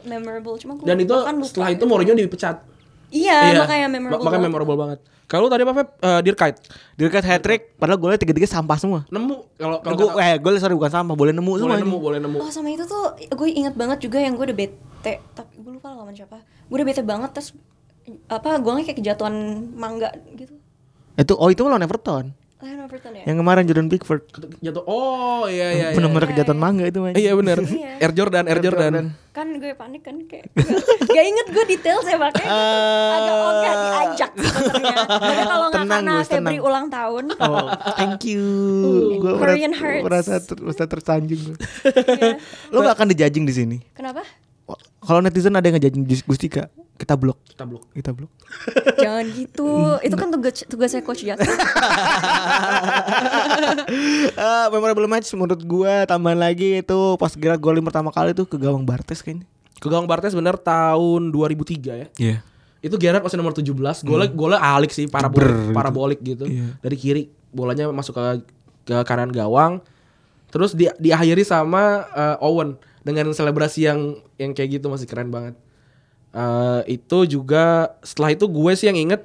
D: memorable cuma gua
C: dan itu
D: bahkan lupa.
C: setelah itu Mourinho dipecat. Iya,
D: iya, ya? makanya
C: ma-
D: memorable
C: Makanya
D: banget.
C: memorable banget. Kalau lu tadi apa Feb? Eh, Dear Kite.
E: Dirkat hat trick, padahal golnya tiga-tiga sampah semua.
C: Nemu kalau kalau
E: Gue
C: kata-
E: eh gol sorry bukan sampah, boleh nemu
C: boleh
E: semua.
C: nemu,
E: anjing.
C: boleh nemu.
D: Oh sama itu tuh gue inget banget juga yang gue udah bete tapi gue lupa lawan siapa. Gue udah bete banget terus apa golnya kayak kejatuhan mangga gitu.
E: Itu oh itu lawan Everton.
D: Lion Everton ya.
E: Yang kemarin Jordan Pickford.
C: Jatuh. Oh, iya iya. iya.
E: Benar-benar kejatuhan mangga itu man.
C: Iya benar.
D: Iya.
C: Air Jordan, Air Jordan.
D: Kan gue panik kan kayak gak, gak inget gue detail ya makanya gue tuh agak ogah diajak gitu sebenarnya. Tapi kalau nggak
E: Eh, Tenang,
D: karena
E: Gus,
D: Febri
E: tenang.
D: ulang tahun.
E: Oh, thank you. Gue
D: Korean hearts.
E: merasa ter, merasa tersanjung.
D: Iya.
E: Lo gak akan dijajing di sini.
D: Kenapa?
E: Wah, Kalau netizen ada yang ngejajing Jus- Gustika, kita blok,
C: Kita blok.
E: kita blok.
D: Jangan gitu. Itu kan tugas tugasnya coach Justin.
E: Eh, memorable match menurut gua tambahan lagi itu pas gerak golin pertama kali tuh ke gawang Bartes kayaknya.
C: Ke gawang Bartes bener tahun 2003 ya.
E: Iya.
C: Itu Gerrard masih nomor 17. Golnya golnya alik sih parabolik, parabolik gitu. Dari kiri bolanya masuk ke ke kanan gawang. Terus di diakhiri sama eh, Owen dengan selebrasi yang yang kayak gitu masih keren banget. Eh, itu juga setelah itu gue sih yang inget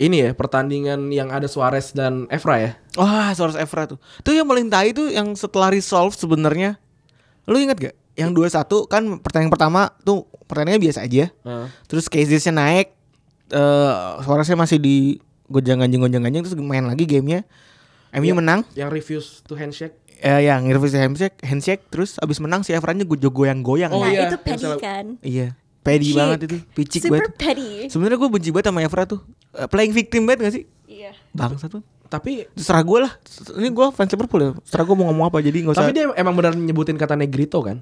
C: ini ya pertandingan yang ada Suarez dan Evra ya.
E: Wah, Soros Evra tuh. Tuh yang paling tai tuh yang setelah resolve sebenarnya. Lu inget gak? Yang 2-1 kan pertandingan pertama tuh pertandingannya biasa aja.
C: Heeh.
E: Terus casesnya naik eh Suaranya masih di gonjang-ganjing-gonjang-ganjing terus main lagi gamenya MU
C: Iya.
E: menang
C: yang refuse to handshake.
E: eh, yang Irvis handshake, handshake terus abis menang si Evranya gue goyang-goyang.
C: Oh,
D: nah,
C: iya.
D: itu petty
C: Yang salah-
D: kan.
E: Iya. Pedi
D: Picik.
E: banget itu, picik
D: Super
E: banget.
D: petty.
E: Sebenarnya gue benci banget sama Evra tuh. Eh, playing victim banget gak sih?
D: Iya.
E: Bangsat tuh.
C: Tapi
E: Terserah gue lah. Ini gue fans Liverpool ya. Terserah gue mau ngomong apa jadi gak usah.
C: tapi dia emang benar nyebutin kata Negrito kan?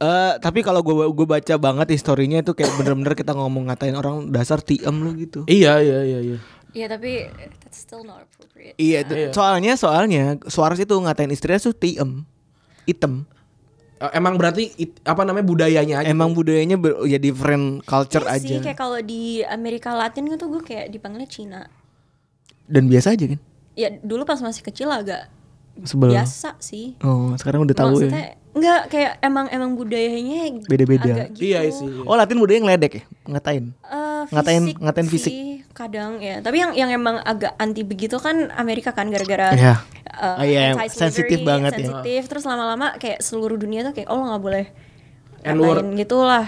E: Eh, tapi kalau gue gue baca banget historinya itu kayak bener-bener kita ngomong ngatain orang dasar tiem lu gitu.
C: Iya iya iya iya.
D: Iya tapi that's still not appropriate.
E: Iya, tuh. soalnya soalnya Suarez itu ngatain istrinya tuh tiem, item.
C: Eh, Emang berarti it- apa namanya budayanya aja.
E: Emang budayanya ber, ya different culture
D: Iya
E: aja
D: sih kayak kalau di Amerika Latin gitu gue kayak dipanggilnya Cina.
E: dan biasa aja kan.
D: Ya dulu pas masih kecil agak
E: Sebel.
D: biasa sih.
E: Oh sekarang udah tahu ya.
D: Maksudnya enggak kayak emang emang budayanya
E: Beda-beda.
D: agak gitu.
C: Iya sih. iya.
E: Oh Latin budaya ngeledek ya, ngatain.
D: Eh,
E: Ngatain-
D: fisik
E: ngatain fisik.
D: sih kadang ya tapi yang yang emang agak anti begitu kan Amerika kan gara-gara
E: Iya.
D: eh,
E: Oh, iya,
D: anti-slavery,
E: sensitif banget ya.
D: sensitif. terus lama-lama kayak seluruh dunia tuh kayak oh lo nggak boleh
C: N-word.
D: ngatain gitu lah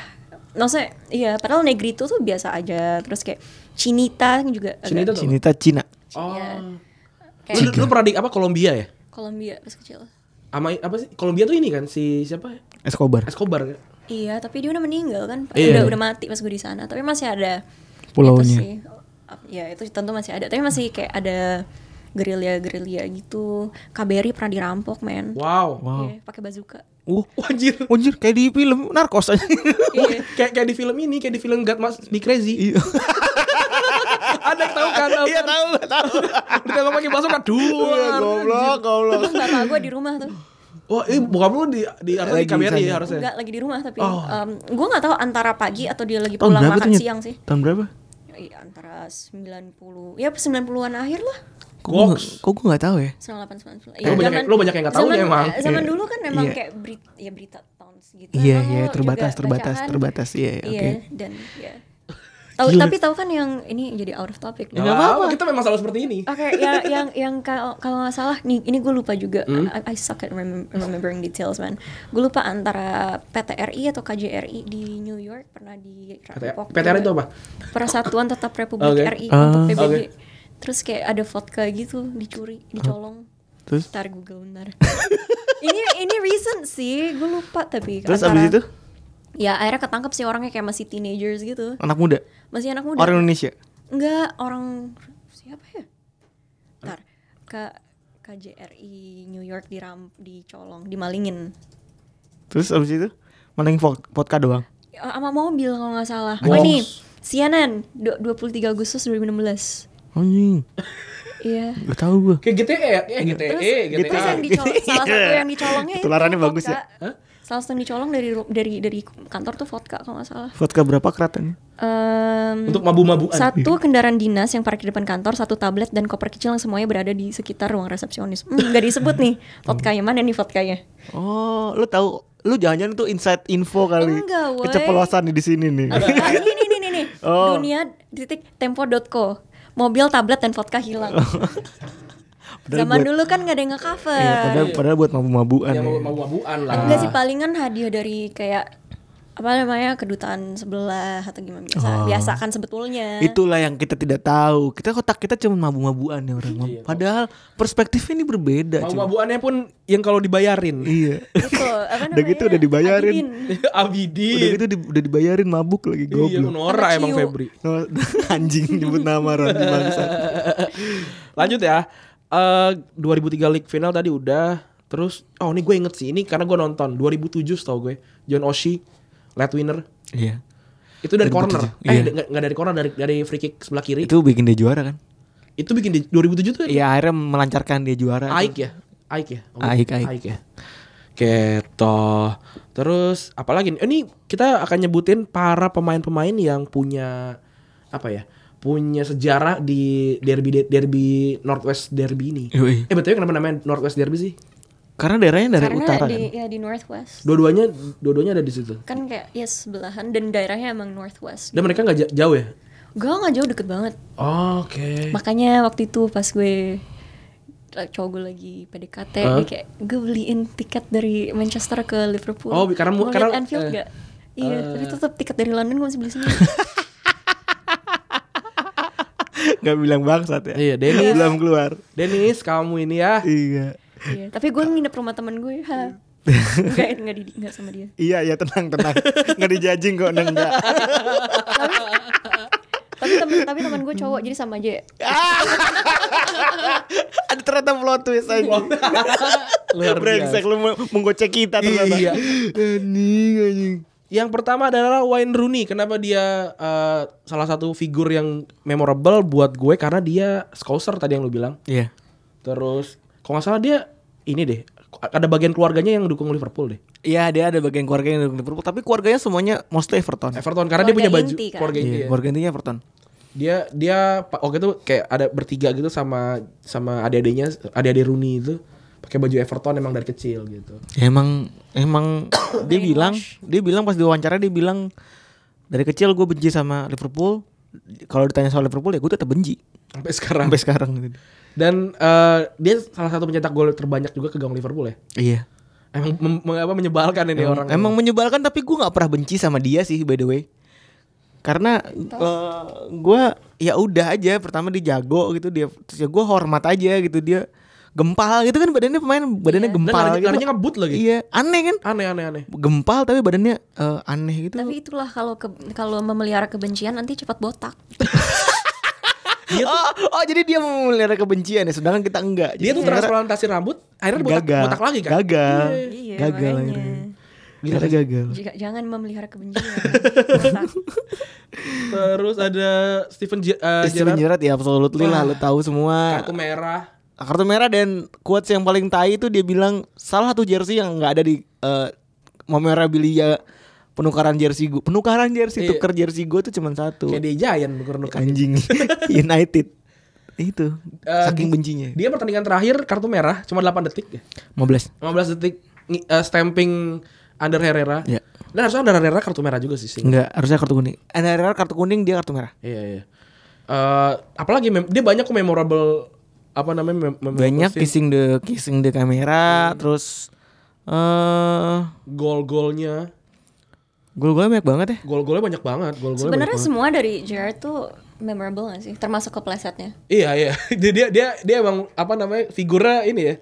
D: maksudnya iya padahal negrito tuh biasa aja terus kayak cinita juga agak-
C: Cinita tuh.
E: Cinta Cina.
C: Oh.
D: Iya.
C: Lu, lu pernah di apa Kolombia ya?
D: Kolombia pas kecil
C: Ama apa sih? Kolombia tuh ini kan si siapa? ya?
E: Escobar.
C: Escobar kan?
D: Iya, tapi dia udah meninggal kan. Pak.
C: Iya.
D: Udah udah mati pas gue di sana, tapi masih ada
E: Pulaunya.
D: itu sih. Ap- Ya, itu tentu masih ada, tapi masih kayak ada gerilya-gerilya gitu. KBRI pernah dirampok, men.
C: Wow.
E: Wow.
D: Iya, pakai bazooka.
E: Uh,
C: Wajir.
E: anjir kayak di film narkos aja.
D: Iya.
C: kayak kayak di film ini, kayak di film God Must Be
E: Iya.
C: Crazy. Ada yang tahu kan? Iya tahu, tahu. Ditembak pakai bazooka duar.
E: goblok, goblok.
D: Untung bapak gue di rumah tuh.
C: Wah, ini bokap lu di di harusnya di
E: Lagi
C: KBRI
E: sana.
C: ya harusnya.
D: Enggak lagi di rumah tapi
C: Oh.
D: em, gue nggak tahu antara pagi atau dia lagi
E: Tahun
D: pulang
E: berapa
D: makan
E: tuh? Nyet?
D: siang sih.
E: Tahun berapa?
D: Iya, antara 90. Ya 90-an akhir lah.
E: Kok
C: Goks.
E: gua nggak- Kok gue gak tahu ya?
D: 98
C: Lu banyak yang- lu banyak yang nggak tahu
D: Iya, zaman,
C: nih emang.
D: Zaman dulu kan emang
E: Iya.
D: kayak berita, ya berita tahun segitu.
E: Iya,
D: kan
E: iya,
D: lo
E: terbatas,
D: juga
E: terbatas,
D: bacaan.
E: terbatas. Iya, iya,
D: Iya,
E: oke.
D: dan ya. Tahu tapi tahu kan yang ini jadi out of topic.
C: Nggak
D: Oke,
C: apa-apa. Kita memang selalu seperti ini.
D: ya, yang yang kalau kalau nggak salah nih ini gue lupa juga. I, I suck at remem- remembering details man. Gue lupa antara PTRI atau KJRI di New York pernah di rampok
C: PTR itu apa?
D: juga. Persatuan Tetap Republik
C: Oke.
D: RI untuk
E: Ah,
D: PBB.
C: oke.
D: Terus kayak ada vodka gitu dicuri, dicolong.
E: Terus?
D: Ntar Google bentar. ini ini recent sih, gue lupa tapi.
E: Terus
D: antara-
E: abis itu
D: Ya akhirnya ketangkep sih orangnya kayak masih teenagers gitu,
E: anak muda,
D: masih anak muda.
E: orang Indonesia.
D: Enggak orang siapa ya? Ntar ke KJRI New York diram dicolong, dimalingin.
E: Terus abis itu maning vod- vodka doang.
D: Ya, Sama mobil kalau nggak salah. Oh
C: Box.
D: ini CNN du- 23 Agustus 2016.
E: Anjing,
D: Iya.
E: gak tahu gue.
C: Kayak GTE ya, eh GTE,
D: Terus, E
C: GTE.
D: kan terus yang dicolong, salah satu yang dicolongnya itu
E: Iya. Ketularannya bagus
D: vodka.
E: ya?
C: Hah?
D: salah satu yang dicolong dari ru- dari dari kantor tuh vodka kalau nggak salah.
E: Vodka berapa keratannya?
D: Em,
C: Untuk mabu-mabuan.
D: satu kendaraan dinas yang parkir depan kantor, satu tablet dan koper kecil yang semuanya berada di sekitar ruang resepsionis. Hmm, nggak disebut nih vodkanya mana nih vodkanya?
E: Oh, lu tahu lu jangan-jangan tuh inside info kali.
D: Enggak, woy.
E: Keceplosan nih di sini nih.
D: Ah, ini nih nih nih nih.
E: Oh.
D: Dunia titik tempo.co. Mobil, tablet dan vodka hilang.
E: Padahal
D: Zaman
E: buat-
D: dulu kan nggak ada yang nge-cover.
E: Iya, padahal, padahal buat mabu-mabuan.
C: Ya
E: Ya,
C: mau mabu-mabuan lah.
D: Enggak sih palingan hadiah dari kayak apa namanya kedutaan sebelah atau gimana biasa
E: Oh.
D: biasa kan sebetulnya
E: Itulah yang kita tidak tahu. Kita kotak kita cuma mabu-mabuan ya orang. Padahal perspektifnya ini berbeda. cuy.
C: Mabu-mabuannya pun yang kalau dibayarin.
E: Iya.
D: Gitu, apa namanya
E: Udah gitu udah dibayarin.
D: Adidin.
E: Udah
C: Abidin.
E: gitu di- udah dibayarin mabuk lagi
C: Iya,
E: goblok.
C: Nora
D: Sama
C: emang
D: Ciu.
C: Febri.
E: No, Oh, anjing nyebut nama Randy bangsa.
C: Lanjut ya. Eh 2003 League Final tadi udah. Terus oh ini gue inget sih ini karena gue nonton 2007 tau gue. John Oshie late winner.
E: Iya.
C: Itu dari
E: 2007,
C: corner.
E: iya.
C: Eh nggak nggak dari corner dari dari free kick sebelah kiri. Itu,
E: Itu bikin dia juara kan?
C: bikin di 2007 tuh
E: Iya, akhirnya melancarkan dia juara.
C: Aik ya? Aik ya? Oh,
E: Nah, Aik, Aik.
C: ya? Keto. Terus apalagi nih? Ini kita akan nyebutin para pemain-pemain yang punya apa ya? Punya sejarah di derby derby Northwest Derby ini.
E: Yoi.
C: Eh betulnya kenapa namanya Northwest Derby sih?
E: Karena daerahnya dari
D: karena
E: utara
D: di
E: kan.
D: ya di northwest
C: Dua-duanya dua-duanya ada di situ.
D: kan kayak ya sebelahan dan daerahnya emang northwest
C: Dan mereka nggak ja- jauh ya?
D: gue nggak jauh deket banget
C: Oke.
D: makanya waktu itu pas gue cowok gue lagi PDKT dia kayak gue beliin tiket dari Manchester ke Liverpool
C: Oh, karena mu-
D: Mau liat
C: karena-
D: Anfield
C: eh,
D: nggak iya tapi tetap tiket dari London gue masih beli sendiri
E: Gak bilang bangsat ya.
C: Iya, Dennis.
E: Belum keluar.
C: Denis, kamu ini ya.
E: Iya.
D: Iya, tapi gue nginep rumah temen gue ha
C: Iya.
D: nggak nggak di nggak sama dia
E: Iya, iya tenang, tenang. Enggak dijajing kok, neng enggak.
D: tapi temen tapi temen gue cowok jadi sama aja ya.
E: Ada ternyata plot twist aja.
C: Luar
E: Brengsek lu meng- menggocek kita ternyata.
C: Iya.
E: Anjing, anjing.
C: Yang pertama adalah Wayne Rooney. Kenapa dia eh, salah satu figur yang memorable buat gue karena dia scouser tadi yang lu bilang.
E: Iya.
C: Terus kalau nggak salah dia ini deh ada bagian keluarganya yang dukung Liverpool deh.
E: Iya, dia ada bagian keluarganya yang dukung Liverpool, tapi keluarganya semuanya mostly Everton.
C: Everton karena dia punya
D: Keluarga
C: baju
D: inti kan?
C: keluarga inti.
E: Hmm. Iya,
C: ya.
E: keluarga intinya Everton.
C: Dia dia pa- waktu itu kayak ada bertiga gitu sama sama adik-adiknya, adik-adik Rooney itu pakai baju Everton emang dari kecil gitu.
E: Ya, emang emang dia bilang, dia bilang pas diwawancara dia bilang dari kecil gue benci sama Liverpool. Kalau ditanya soal Liverpool ya gue tetap benci
C: Sampai sekarang.
E: sampai sekarang gitu.
C: Dan eh, dia salah satu pencetak gol terbanyak juga ke gawang Liverpool ya.
E: Iya.
C: Emang mem- mem- apa, menyebalkan ini
E: Emang,
C: orang.
E: emang menyebalkan tapi gue nggak pernah benci sama dia sih by the way. Karena eh, gua gue ya udah aja pertama dia jago gitu dia terus ya gue hormat aja gitu dia gempal gitu kan badannya pemain badannya
C: Dan
E: gempal
C: larinya,
E: gitu.
C: larinya ngebut lagi.
E: Iya, aneh kan?
C: Aneh aneh aneh.
E: Gempal tapi badannya eh, aneh gitu.
D: tapi itulah kalau ke, kalau memelihara kebencian nanti cepat botak
E: oh, oh, jadi dia memelihara kebencian ya sedangkan kita enggak.
C: Dia
E: Jadi
C: tuh
E: akhirnya
C: transplantasi rambut, akhirnya botak,
E: gagal.
C: botak lagi kan? Gitu
E: Gagal.
D: Iya,
E: gagal
D: makanya.
E: akhirnya. Akhirnya gagal.
C: Hmm.
D: Jika- jangan memelihara kebencian botak.
C: Terus ada Steven G- eh,
E: Steven
C: Gerrard,
E: Gerrard ya absolutely lah lu tahu semua.
C: kartu merah.
E: kartu merah dan quotes yang paling tai itu dia bilang salah satu jersey yang nggak ada di eh, memorabilia penukaran jersey gue penukaran jersey
C: Iya.
E: tuker jersey gue tuh cuma satu
C: Kayak di Giant kan? bukan
E: anjing United itu
C: Eh,
E: saking bencinya
C: Dia pertandingan terakhir kartu merah cuma 8 detik ya.
E: 15
C: 15 detik ngi- eh, stamping Under Herrera.
E: Iya. Hmm.
C: Dan harusnya Under Herrera kartu merah juga sih. sih.
E: enggak harusnya kartu kuning Ada kartu kuning dia kartu merah
C: Iya iya. Eh, apalagi mem- dia banyak kok memorable apa namanya mem- memorable
E: banyak
C: scene.
E: kissing the kissing the kamera terus eh
C: gol-golnya.
E: gol-golnya banyak banget ya
C: Gol-golnya banyak banget, gol-golnya banyak
D: sebenarnya semua dari Gerard tuh memorable gak sih termasuk keplesetnya
C: Iya iya. Dia dia dia, dia emang apa namanya figurnya ini ya.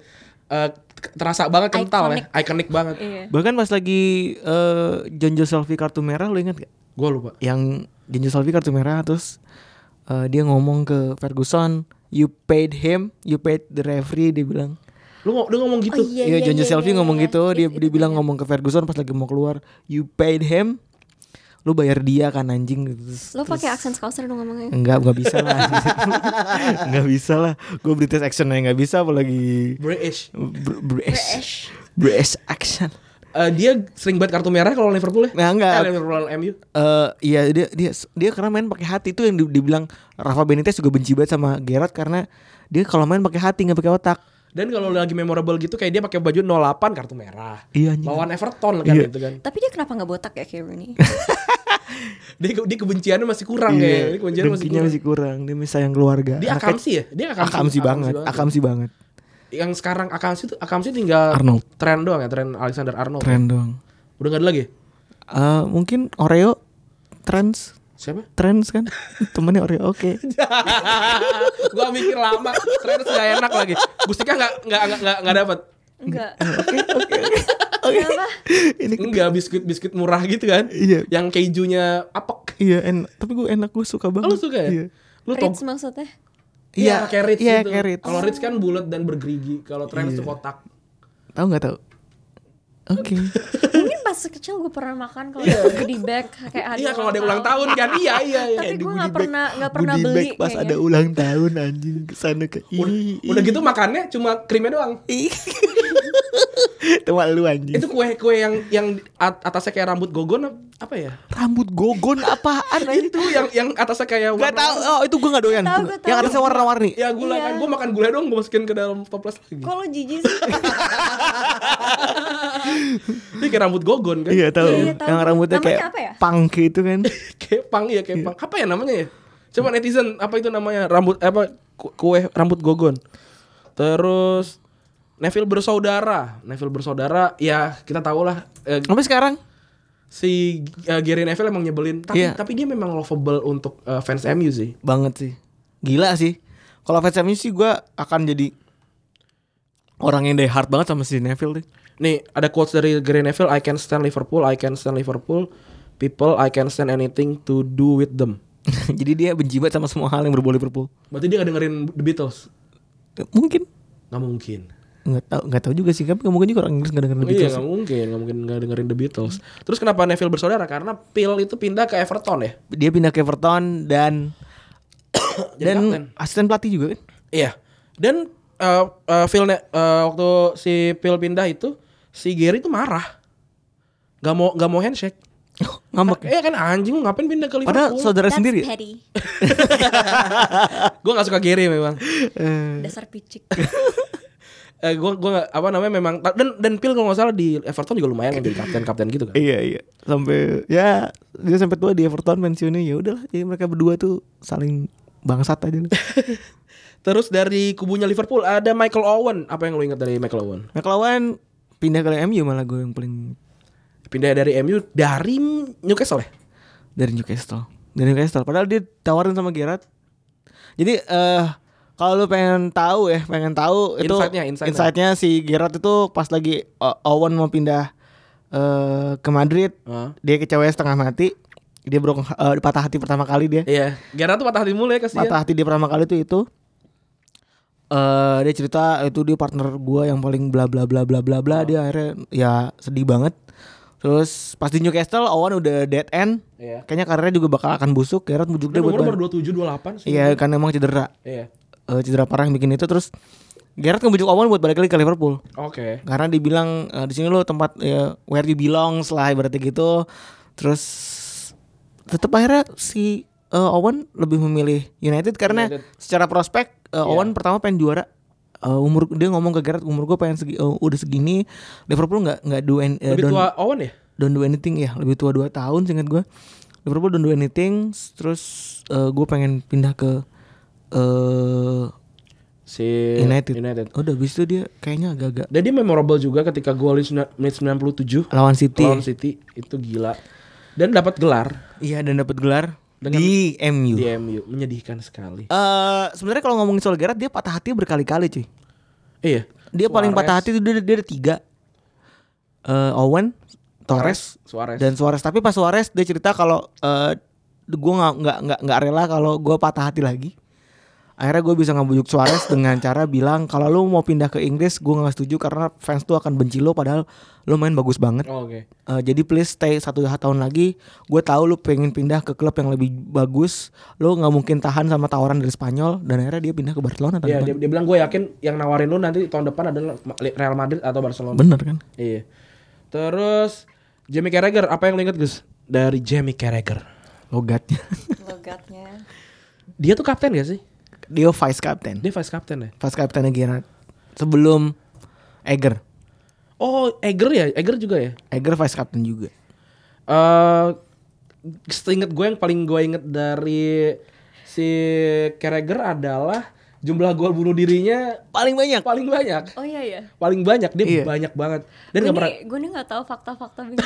C: eh, terasa banget kental ya, ikonik banget.
D: iya
E: bahkan pas lagi eh Jonjo selfie kartu merah lu ingat gak
C: Gue lupa.
E: yang Jinjo Salvi kartu merah terus eh, dia ngomong ke Ferguson you paid him you paid the referee dia bilang
C: Lu ngom- dia ngomong
D: Oh,
C: gitu.
E: iya Jonjo Salvi ngomong gitu dia dia bilang ngomong ke Ferguson pas lagi mau keluar you paid him lu bayar dia kan anjing gitu terus Hmm.
D: lo pakai aksen Scouser dong ngomongnya
E: Enggak, enggak bisa lah Enggak bisa lah Gue British action aja enggak bisa apalagi
C: British.
E: Br- British British action
C: Eh, dia sering banget kartu merah kalau lawan Liverpool ya.
E: Nah,
C: Eh,
E: enggak.
C: Liverpool lawan MU.
E: Eh, iya dia dia dia karena main pakai hati itu yang di- dibilang Rafa Benitez juga benci banget sama Gerard karena dia kalau main pakai hati nggak pakai otak.
C: Dan kalau lagi memorable gitu kayak dia pakai baju 08 kartu merah.
E: Iya, anjing. Iya.
C: Lawan Everton kan gitu kan.
D: Tapi dia kenapa nggak botak ya kayak Rooney?
C: Dia, ke- dia kebenciannya masih kurang ya. Dia kebenciannya masih
E: Dengkinya
C: kurang.
E: Iya. masih kurang. Dia masih sayang keluarga.
C: Dia
E: Anaknya-
C: akamsi ya? Dia akamsi.
E: akamsi banget, akamsi banget.
C: Yang sekarang akamsi tuh akamsi tinggal
E: Arnold.
C: Tren doang ya, tren Alexander Arnold.
E: Tren doang.
C: Udah gak ada lagi. ya?
E: Eh, mungkin Oreo trends
C: Siapa?
E: trends kan temennya Oreo oke
C: gua mikir lama, tren sudah enak lagi. Gustika nggak nggak nggak nggak nggak dapat.
D: Enggak.
E: oke ini
C: Enggak biskuit biskuit murah gitu kan?
E: Iya.
C: Yang kejunya apek.
E: iya enak tapi gue enak gue
C: Oh,
E: suka banget
C: lu suka ya?
E: iya
C: Lu top
D: Ritz maksudnya?
E: iya
C: Iya, kayak Ritz
E: iya,
C: gitu.
E: kayak Ritz. Iya.
C: Kalau Ritz kan bulat dan bergerigi, kalau Trends itu kotak.
E: tahu nggak tahu oke
D: Mungkin pas kecil gue pernah makan kalau
E: Iya.
D: ada goodie bag kayak ada
C: Iya, kalau ada ulang tahun kan. Iya, iya, iya.
D: Tapi
E: Ada
D: gue
E: goodie
D: nggak
E: bag.
D: pernah nggak pernah
E: Goodie
D: beli.
E: bag pas ada ulang tahun anjing kesana ke ih
C: Udah gitu makannya cuma krimnya doang.
E: Iya. teman lu anjing
C: Itu kue-kue yang yang at- atasnya kayak rambut gogon ap- apa ya?
E: rambut gogon apaan anjing
C: Itu yang yang atasnya kayak
E: Gak tau, oh itu gue gak doyan
D: Gak tahu, gak tahu.
E: Yang atasnya warna-warni
C: Ya gula
D: Iya.
C: kan gua makan gula doang gua masukin ke dalam toples lagi.
D: Kalau jijik sih.
C: Itu kayak rambut gogon kan.
E: Iya tahu.
D: Iya, iya, tahu.
E: Yang rambutnya
D: Namanya
E: kayak
D: apa ya?
E: punk gitu kan
C: kayak pang ya kayak pang. Apa ya namanya ya? Coba netizen apa itu namanya? Rambut apa ku- kue rambut gogon. Terus Neville bersaudara. Neville bersaudara ya kita tahu lah eh,
E: Sampai sekarang
C: si eh, Gary Neville emang nyebelin tapi
E: Iya.
C: tapi dia memang lovable untuk eh, fans MU sih.
E: banget sih gila sih kalau fans MU sih gue akan jadi orang yang die hard banget sama si Neville deh
C: Nih, ada quotes dari Gary Neville, I can stand Liverpool, I can stand Liverpool. People, I can stand anything to do with them.
E: jadi dia benci banget sama semua hal yang berbau Liverpool
C: Berarti dia gak dengerin The Beatles?
E: Eh, mungkin
C: Gak mungkin.
E: nggak tahu nggak tahu juga sih tapi nggak mungkin juga orang Inggris nggak dengerin The Beatles
C: Iya, gak mungkin. Gak mungkin gak dengerin The Beatles. Terus kenapa Neville bersaudara? Karena Phil itu pindah ke Everton ya?
E: dia pindah ke Everton dan
C: Jadi kapten.
E: dan asisten pelatih juga kan
C: Iya. Dan eh, eh, Phil ne- eh, waktu si Phil pindah itu, si Gary tuh marah. Gak mau gak mau handshake.
E: ngambek ya?
C: Iya kan anjing lu ngapain pindah ke
E: padahal
C: Liverpool?
E: saudara
D: That's
E: sendiri ya?
D: petty.
C: Gue gak suka Gary memang.
D: Dasar picik.
C: eh gua gua nggak- apa namanya memang dan dan Pil kalau nggak salah di Everton juga lumayan kan jadi kapten kapten gitu kan.
E: iya iya sampai ya dia sampai tua di Everton pensiunnya ya udahlah jadi mereka berdua tuh saling bangsat aja lah.
C: Terus dari kubunya Liverpool ada Michael Owen. Apa yang lu ingat dari Michael Owen?
E: McLawan pindah ke MU malah gue yang paling
C: Pindah dari MU dari Newcastle ya?
E: dari Newcastle dari Newcastle padahal dia tawarin sama Gerard jadi eh kalau lu pengen tahu ya pengen tahu itu
C: Insight-nya, insight-nya.
E: insight-nya si Gerard itu pas lagi O- Owen mau pindah eh ke Madrid
C: Heeh.
E: dia kecewa setengah mati dia broken eh, patah hati pertama kali dia
C: Iya. Gerard tuh patah hati mulai kasihan.
E: patah hati dia pertama kali tuh itu eh dia cerita itu dia partner gua yang paling bla bla bla bla bla
C: Ah.
E: bla dia akhirnya ya sedih banget terus pas di Newcastle Owen udah dead end
C: Iya.
E: kayaknya karirnya juga bakal akan busuk Gerard bujuk
C: Dia
E: dia buat
C: umur
E: balik.
C: baru 27 28 sih.
E: iya kan emang cedera
C: Iya.
E: Eh, cedera parah yang bikin itu terus Gerard ngebujuk Owen buat balik lagi ke Liverpool
C: Oke.
E: karena dibilang eh, di sini lo tempat ya, where you belong lah ibaratnya gitu terus tetap akhirnya si eh, Owen lebih memilih United karena
C: United. Iya.
E: secara prospek eh, Owen pertama pengen juara Eh, umur dia ngomong ke Gerard umur gue pengen segi, eh, udah segini Liverpool nggak nggak do an- eh,
C: Lebih
E: don't-
C: tua Owen ya?
E: don't do anything ya lebih tua 2 tahun singkat gue Liverpool don't do anything terus gue pengen pindah ke eh
C: Si
E: United.
C: Iya, United.
E: udah habis itu dia kayaknya agak-agak
C: Dan dia memorable juga ketika gol di sena- menit 97
E: lawan Ah, City
C: lawan City itu gila. Dan dapat gelar
E: iya dan dapat gelar di MU
C: di MU. Menyedihkan sekali.
E: Eh, sebenarnya kalau ngomongin soal Gerard dia patah hati berkali-kali cuy
C: Iya.
E: dia paling patah hati itu dia, dia ada tiga Eh, Owen Torres
C: Suarez.
E: dan Suarez tapi pas Suarez dia cerita kalau gue nggak nggak nggak nggak rela kalau gue patah hati lagi akhirnya gue bisa ngebujuk Suarez dengan cara bilang kalau lu mau pindah ke Inggris gue nggak setuju karena fans tuh akan benci lo padahal lu main bagus banget
C: Oh, Oke.
E: Eh, jadi please stay satu tahun lagi gue tahu lu pengen pindah ke klub yang lebih bagus lu nggak mungkin tahan sama tawaran dari Spanyol dan akhirnya dia pindah ke Barcelona tahun
C: Iya,
E: depan.
C: dia, dia bilang gue yakin yang nawarin lu nanti tahun depan adalah Ma- Real Madrid atau Barcelona.
E: bener kan
C: Iya. Terus Jamie Carragher, apa yang lo inget Gus? Dari Jamie Carragher.
E: Logatnya.
D: logatnya
C: Dia tuh kapten gak sih?
E: Dia vice captain.
C: Dia vice captain ya?
E: Vice captainnya Gerard. Sebelum Eger.
C: Oh, Eger ya? Eger juga ya?
E: Eger vice captain juga.
C: Eh, seinget gue yang paling gue inget dari si Carragher adalah jumlah gol bunuh dirinya
E: Paling banyak.
C: paling banyak.
D: oh iya ya
C: Paling banyak dia
E: Iya.
C: banyak banget. Dan
D: gue
C: gak pernah
D: nih gue nih nggak tahu fakta-fakta begini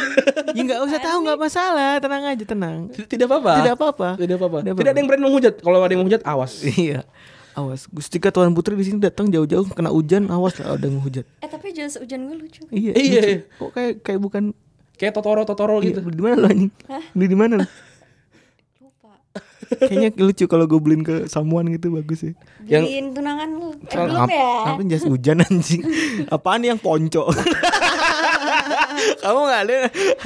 E: Ya nggak usah tahu nggak masalah, tenang aja tenang.
C: tidak apa-apa.
E: Tidak apa-apa.
C: Tidak apa-apa.
E: Tidak
C: Tidak ada yang berani menghujat. Kalau ada yang menghujat awas.
E: Iya. Awas, Gustika Tuan Putri di sini datang jauh-jauh kena hujan, awas lah ada yang hujat.
D: eh tapi jas hujan gue lucu
E: Iya.
C: Iya.
E: lucu. Kok kayak kayak bukan
C: Kayak Totoro Totoro
E: Iya,
C: gitu.
E: beli di mana lo anjing? Beli di mana lo?
D: lupa
E: Kayaknya lucu kalau gue beliin ke samuan gitu bagus ya.
C: Yang-
D: beliin tunangan lu eh,
E: Apa-
D: belum ya
E: Apa jas hujan anjing? Apaan yang ponco? Kamu nggak ada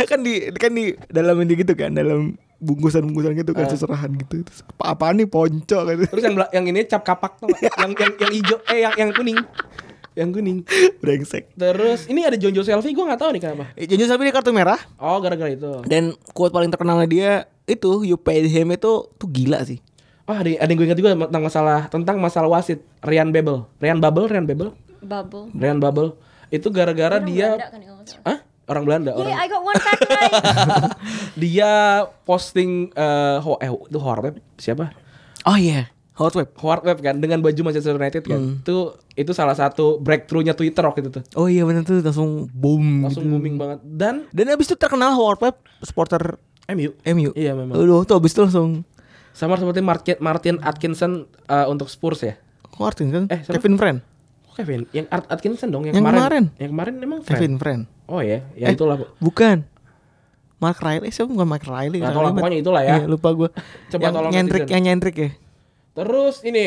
E: kan di kan di dalam ini gitu kan dalam bungkusan-bungkusan gitu kan seserahan gitu. Terus, apa apaan nih ponco gitu.
C: Terus yang bela- yang ini cap kapak tuh yang yang yang hijau eh yang yang kuning. Yang kuning.
E: Brengsek.
C: Terus ini ada Jonjo Selfie gue nggak tahu nih kenapa.
E: Janji sampai kartu merah
C: Oh gara-gara itu.
E: dan quote paling terkenalnya dia itu you pay him itu tuh gila sih.
C: Ah ada, ada yang gue ingat juga tentang masalah tentang masalah wasit Ryan Babel, Ryan Babel, Ryan Babel,
D: bubble
C: Ryan Babel. Itu gara-gara
D: Belanda
C: dia,
D: kan, kalau nggak salah.
C: ah orang Belanda,
D: Yay,
C: orang
D: Iya, I got one fact right.
C: dia posting eh ho, eh, itu Howard Webb siapa?
E: Oh iya, hot web.
C: Howard Webb kan dengan baju Manchester United kan. Itu itu salah satu breakthroughnya Twitter waktu itu tuh.
E: Oh iya benar tuh langsung boom.
C: Langsung booming banget dan
E: Dan abis itu terkenal hot web supporter
C: MU.
E: MU.
C: Iya, memang.
E: Aduh, tuh abis itu langsung
C: Sama seperti Martin, Martin Atkinson eh, untuk Spurs ya.
E: Martin kan?
C: Eh, siapa?
E: Kevin Friend.
C: Oh, Kevin, yang Art Atkinson dong yang,
E: Yang kemarin.
C: kemarin. Yang kemarin memang friend.
E: Kevin Friend. Eh,
C: Oh ya, ya itulah.
E: Bukan. Mark Riley, siapa bukan Mark
C: Nggak
E: Riley? Riley
C: tahu lah,
E: banget.
C: pokoknya itulah ya.
E: Iya, lupa gue.
C: Coba
E: yang
C: tolong
E: nyentrik,
C: netizen.
E: yang nyentrik ya.
C: Terus ini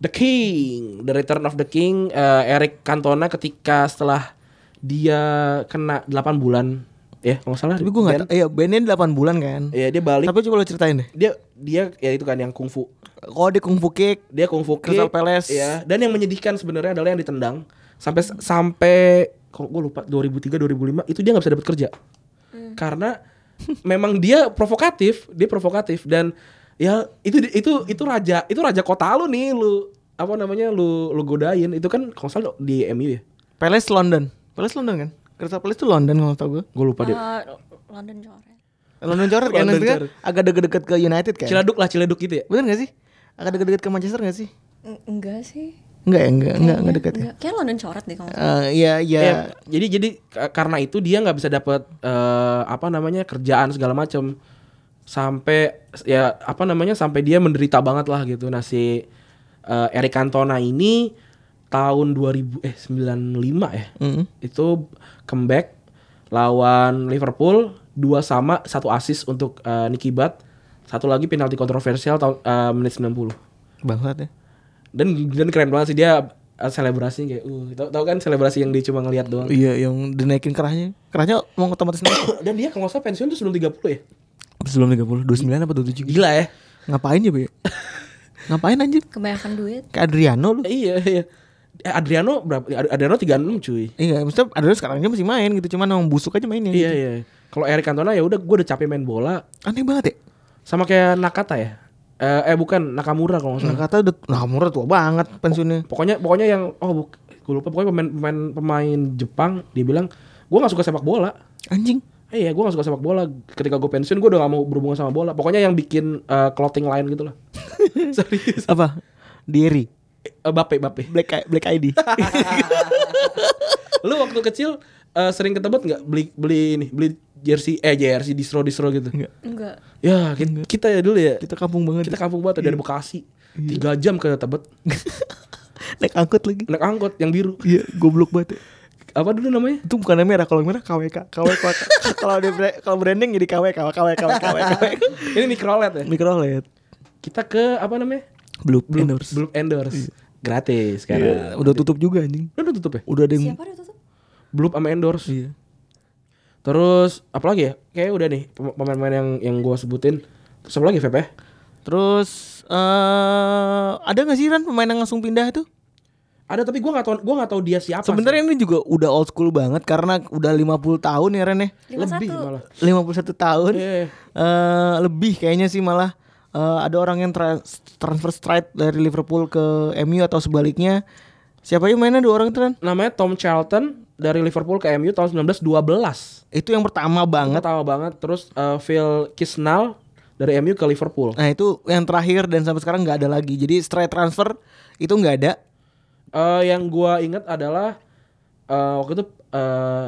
C: The King, The Return of the King, eh, Eric Cantona ketika setelah dia kena 8 bulan, ya kalau nggak salah.
E: Tapi gue nggak
C: Ben-
E: tahu. Iya, bandnya 8 bulan kan.
C: Ya dia balik.
E: Tapi coba lo ceritain deh.
C: dia dia ya itu kan yang kungfu.
E: Kalau di Kung Fu Kick,
C: Dia kungfu kick.
E: Crystal Palace.
C: Ya, dan yang menyedihkan sebenarnya adalah yang ditendang sampai sampai kalau gue lupa 2003 2005 itu dia nggak bisa dapat kerja. Karena memang dia provokatif, dia provokatif dan ya itu itu itu raja itu raja kota lu nih lu apa namanya lu lu godain itu kan kalau nggak salah di MU ya.
E: Palace London. Palace London kan? Crystal Palace tuh London kalau tau gue.
C: Gue lupa deh.
D: Eh, London coret.
E: London coret kan?
C: London
E: Nanti kan
C: coret.
E: agak deket-deket ke United kan?
C: Ciledug lah, Ciledug gitu ya.
E: Bener gak sih? Agak deket-deket ke Manchester gak sih?
D: Eng- Enggak sih.
E: Enggak ya, enggak, enggak, enggak deket ya.
D: Enggak. Kayak London coret deh kalau nggak salah.
E: Eh, Iya, iya.
C: Ya, jadi jadi ka- karena itu dia nggak bisa dapat eh, apa namanya kerjaan segala macam sampai ya apa namanya sampai dia menderita banget lah gitu. Nah si eh, Eric Cantona ini tahun 2000 eh 95 ya.
E: Mm.
C: Itu comeback lawan Liverpool dua sama satu assist untuk eh, Nicky Butt satu lagi penalti kontroversial tahun eh, menit 90
E: Bangsat ya.
C: dan dan keren banget sih dia eh, selebrasinya kayak uh tau, tau kan selebrasi yang dia cuma ngelihat doang
E: Iya, yang dinaikin kerahnya. Kerahnya mau otomatis naik.
C: Dan dia kalau nggak salah pensiun tuh sebelum 30 ya?
E: Sebelum 30, 29 apa 27 gitu.
C: Gila ya?
E: Ngapain ya, Be? Ngapain anjir?
D: Kebanyakan duit.
E: Ke Adriano lu.
C: Iya, iya. Eh, Adriano berapa? Ad- Adriano 36 cuy.
E: Iya, maksudnya Adriano sekarang aja masih main gitu, cuman emang busuk aja mainnya. gitu.
C: Iya, iya. Kalau Eric Cantona ya udah gue udah capek main bola
E: Aneh banget ya.
C: sama kayak Nakata ya. Eh, eh bukan Nakamura kalau nggak salah.
E: Nakata udah nah murah tua banget pensiunnya.
C: Pokoknya pokoknya yang oh buk, gue lupa pokoknya pemain pemain pemain Jepang dia bilang gue nggak suka sepak bola.
E: Anjing.
C: Eh, iya, gue gak suka sepak bola. Ketika gue pensiun, gue udah gak mau berhubungan sama bola. Pokoknya yang bikin eh, clothing line gitu lah. Serius.
E: Apa? Diary.
C: Eh, bape, bape.
E: Black I- Black ID.
C: Lu waktu kecil eh, sering ketebet nggak beli beli ini beli jersey eh jersey distro distro gitu?
E: Enggak.
D: Enggak.
C: Ya ki- kita, ya dulu ya
E: Kita Iya. kampung banget.
C: kita kampung banget dari Bekasi tiga jam ke Tebet
E: naik angkot lagi.
C: naik angkot yang biru
E: Iya, goblok banget. ya.
C: apa dulu namanya?
E: Itu bukan merah, kalau merah KWK, KWK. kalau di bra- kalau branding jadi KWK, KWK, KWK, KWK.
C: Ini mikrolet ya.
E: Microlet.
C: Kita ke apa namanya?
E: Blue,
C: Blue
E: Endorse.
C: Blue endorse gratis
E: Iya,
C: karena
E: udah tutup juga anjing.
C: udah tutup ya.
E: Udah ada yang
D: Siapa dia tuh?
C: Blue sama endorse.
E: Iya.
C: Terus apalagi ya? Kayaknya udah nih pem- pemain-pemain yang yang gua sebutin. Terus apa lagi Feb ya?
E: Terus eh ada gak sih Ran pemain yang langsung pindah itu?
C: Ada tapi gua nggak tahu gua nggak tahu dia siapa. sih.
E: Sebenarnya ini juga udah old school banget karena udah 50 tahun ya Ren ya.
C: lebih
D: 51.
C: malah.
E: 51 tahun.
C: Iya.
E: Eh, lebih kayaknya sih malah Eh, ada orang yang tra- transfer straight dari Liverpool ke MU atau sebaliknya. Siapa yang mainnya dua orang itu Ren?
C: Namanya Tom Charlton dari Liverpool ke MU tahun 1912.
E: Itu yang pertama banget.
C: Pertama banget terus eh, Phil Kisnell dari MU ke Liverpool.
E: Nah itu yang terakhir dan sampai sekarang nggak ada lagi. Jadi straight transfer itu nggak ada.
C: Eh, yang gua ingat adalah eh, waktu itu eh,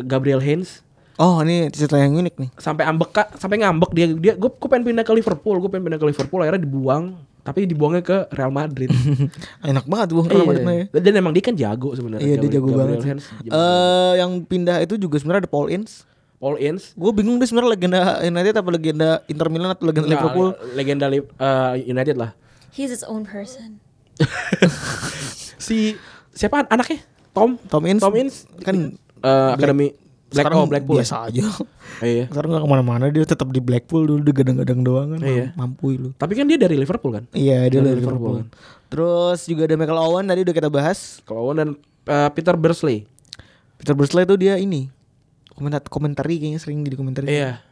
C: Gabriel Haynes
E: Oh ini cerita yang unik nih.
C: sampai ambek sampai ngambek dia dia gue pengen pindah ke Liverpool gue pengen pindah ke Liverpool akhirnya dibuang tapi dibuangnya ke Real Madrid
E: Hmm. Enak banget buang
C: Iya.
E: kalau Madrid ya.
C: dan emang dia kan jago sebenarnya
E: Iya dia
C: Gabriel-
E: jago
C: Gabriel
E: banget. sih.
C: Hens, jago banget.
E: Eh yang pindah itu juga sebenarnya ada Paul Ince.
C: Paul Ince
E: Gue bingung dia sebenarnya legenda United apa legenda Inter Milan atau legenda
C: Nah,
E: Liverpool.
C: legenda Li- eh, United lah
D: He's his own person.
C: si siapa anaknya Tom
E: Tom Ince.
C: Tom Ince
E: kan
C: eh, Academy Black
E: sekarang
C: oh, Blackpool
E: biasa aja.
C: Eh, iya
E: sekarang nggak kemana-mana dia tetap di Blackpool dulu dia gadang-gadang doang kan.
C: Iya.
E: Mampu lu.
C: tapi kan dia dari Liverpool kan
E: Iya dia
C: Dari
E: dari
C: Liverpool. kan.
E: Liverpool. Terus juga ada Michael Owen tadi udah kita bahas.
C: kalau Owen dan eh, Peter Bursley
E: Peter Bursley tuh dia ini komentar komentari kayaknya sering jadi komentari.
C: Iya.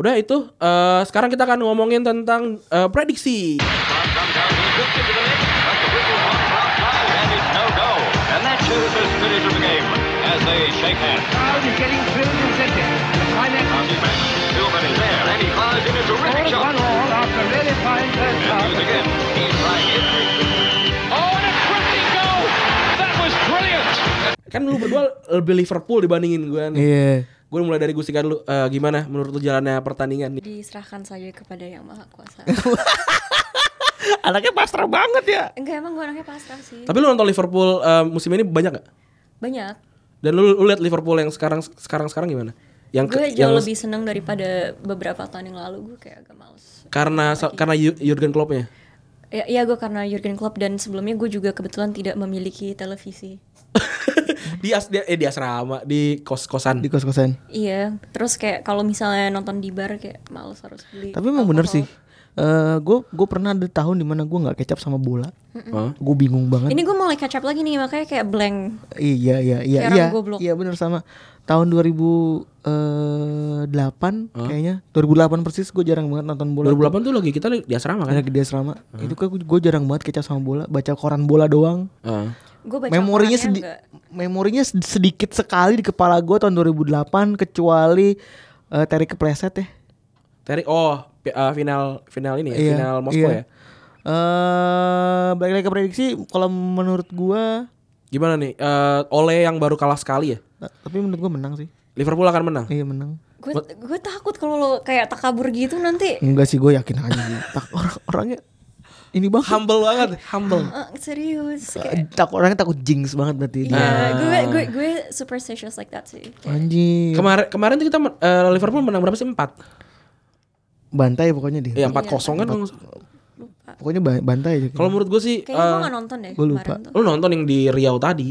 C: Udah itu eh, sekarang kita akan ngomongin tentang eh, prediksi. Kan lu berdua lebih Liverpool dibandingin gue nih.
E: Iya.
C: Gue mulai dari Gusika dulu Eh, gimana menurut lu jalannya pertandingan nih?
D: Diserahkan saja kepada yang maha kuasa.
E: Anaknya pasrah banget ya.
D: Enggak emang gue anaknya pasrah sih.
C: Tapi lu nonton Liverpool eh, musim ini banyak gak?
D: Banyak.
C: Dan lu, lu lihat Liverpool yang sekarang sekarang sekarang gimana? Yang
D: Gue
C: ke-
D: jauh
C: yang-
D: lebih seneng daripada beberapa tahun yang lalu. Gue kayak agak males.
C: karena sa- karena Ju- Jurgen Kloppnya.
D: Ya, iya gue karena Jurgen Klopp dan sebelumnya gue juga kebetulan tidak memiliki televisi.
C: di as dia, eh, di asrama di kos kosan.
E: Di kos-kosan.
D: Iya, terus kayak kalau misalnya nonton di bar kayak males harus beli.
E: Tapi emang bener sih.
D: alkohol.
E: Eh, gue gue pernah ada tahun dimana gue nggak kecap sama bola.
C: Hah?
E: Gue bingung banget.
D: Ini gue mulai catch up lagi nih makanya kayak blank.
E: Iya iya iya
D: Kayak
E: iya.
D: orang goblok.
E: Iya bener sama. Tahun 2008 kayaknya 2008 persis gue jarang banget nonton bola.
C: 2008 tuh lagi kita di di asrama kan?
E: Karena gede asrama Itu kan gue jarang banget kecap sama bola Baca koran bola doang
C: Heeh.
D: Gue baca
E: Memorinya
D: korannya
E: sedi-
D: enggak.
E: memorinya sed- sedikit sekali di kepala gue tahun 2008 Kecuali eh, Terry kepleset ya
C: Terry oh pi- eh, final final ini ya,
E: Iya,
C: final Moskow ya.
E: iya. Eh, balik lagi ke prediksi, kalau menurut gua,
C: Gimana nih? Eh, Oleh yang baru kalah sekali ya.
E: eh, tapi menurut gua menang sih.
C: Liverpool akan menang.
E: Iya menang.
D: Gue gue takut kalau lo kayak takabur gitu nanti.
E: Enggak sih, gua yakin aja. sih. tak orang orangnya ini bang.
C: Humble banget, humble.
D: Eh, serius. Kayak,
E: Eh, Tak orangnya takut jinx banget berarti. dia.
D: Iya, gue gue gue superstitious like that sih.
E: Anjing.
C: Kemarin kemarin tuh kita men- eh, Liverpool menang berapa sih? 4.
E: Bantai pokoknya deh.
C: Ya 4-0 kan. kalau nggak salah.
E: Pokoknya ba- bantai aja.
C: Kalau menurut gue sih
D: Kayaknya gue
C: eh,
D: gak nonton deh
E: gue lupa.
D: kemarin tuh.
C: lu nonton yang di Riau tadi.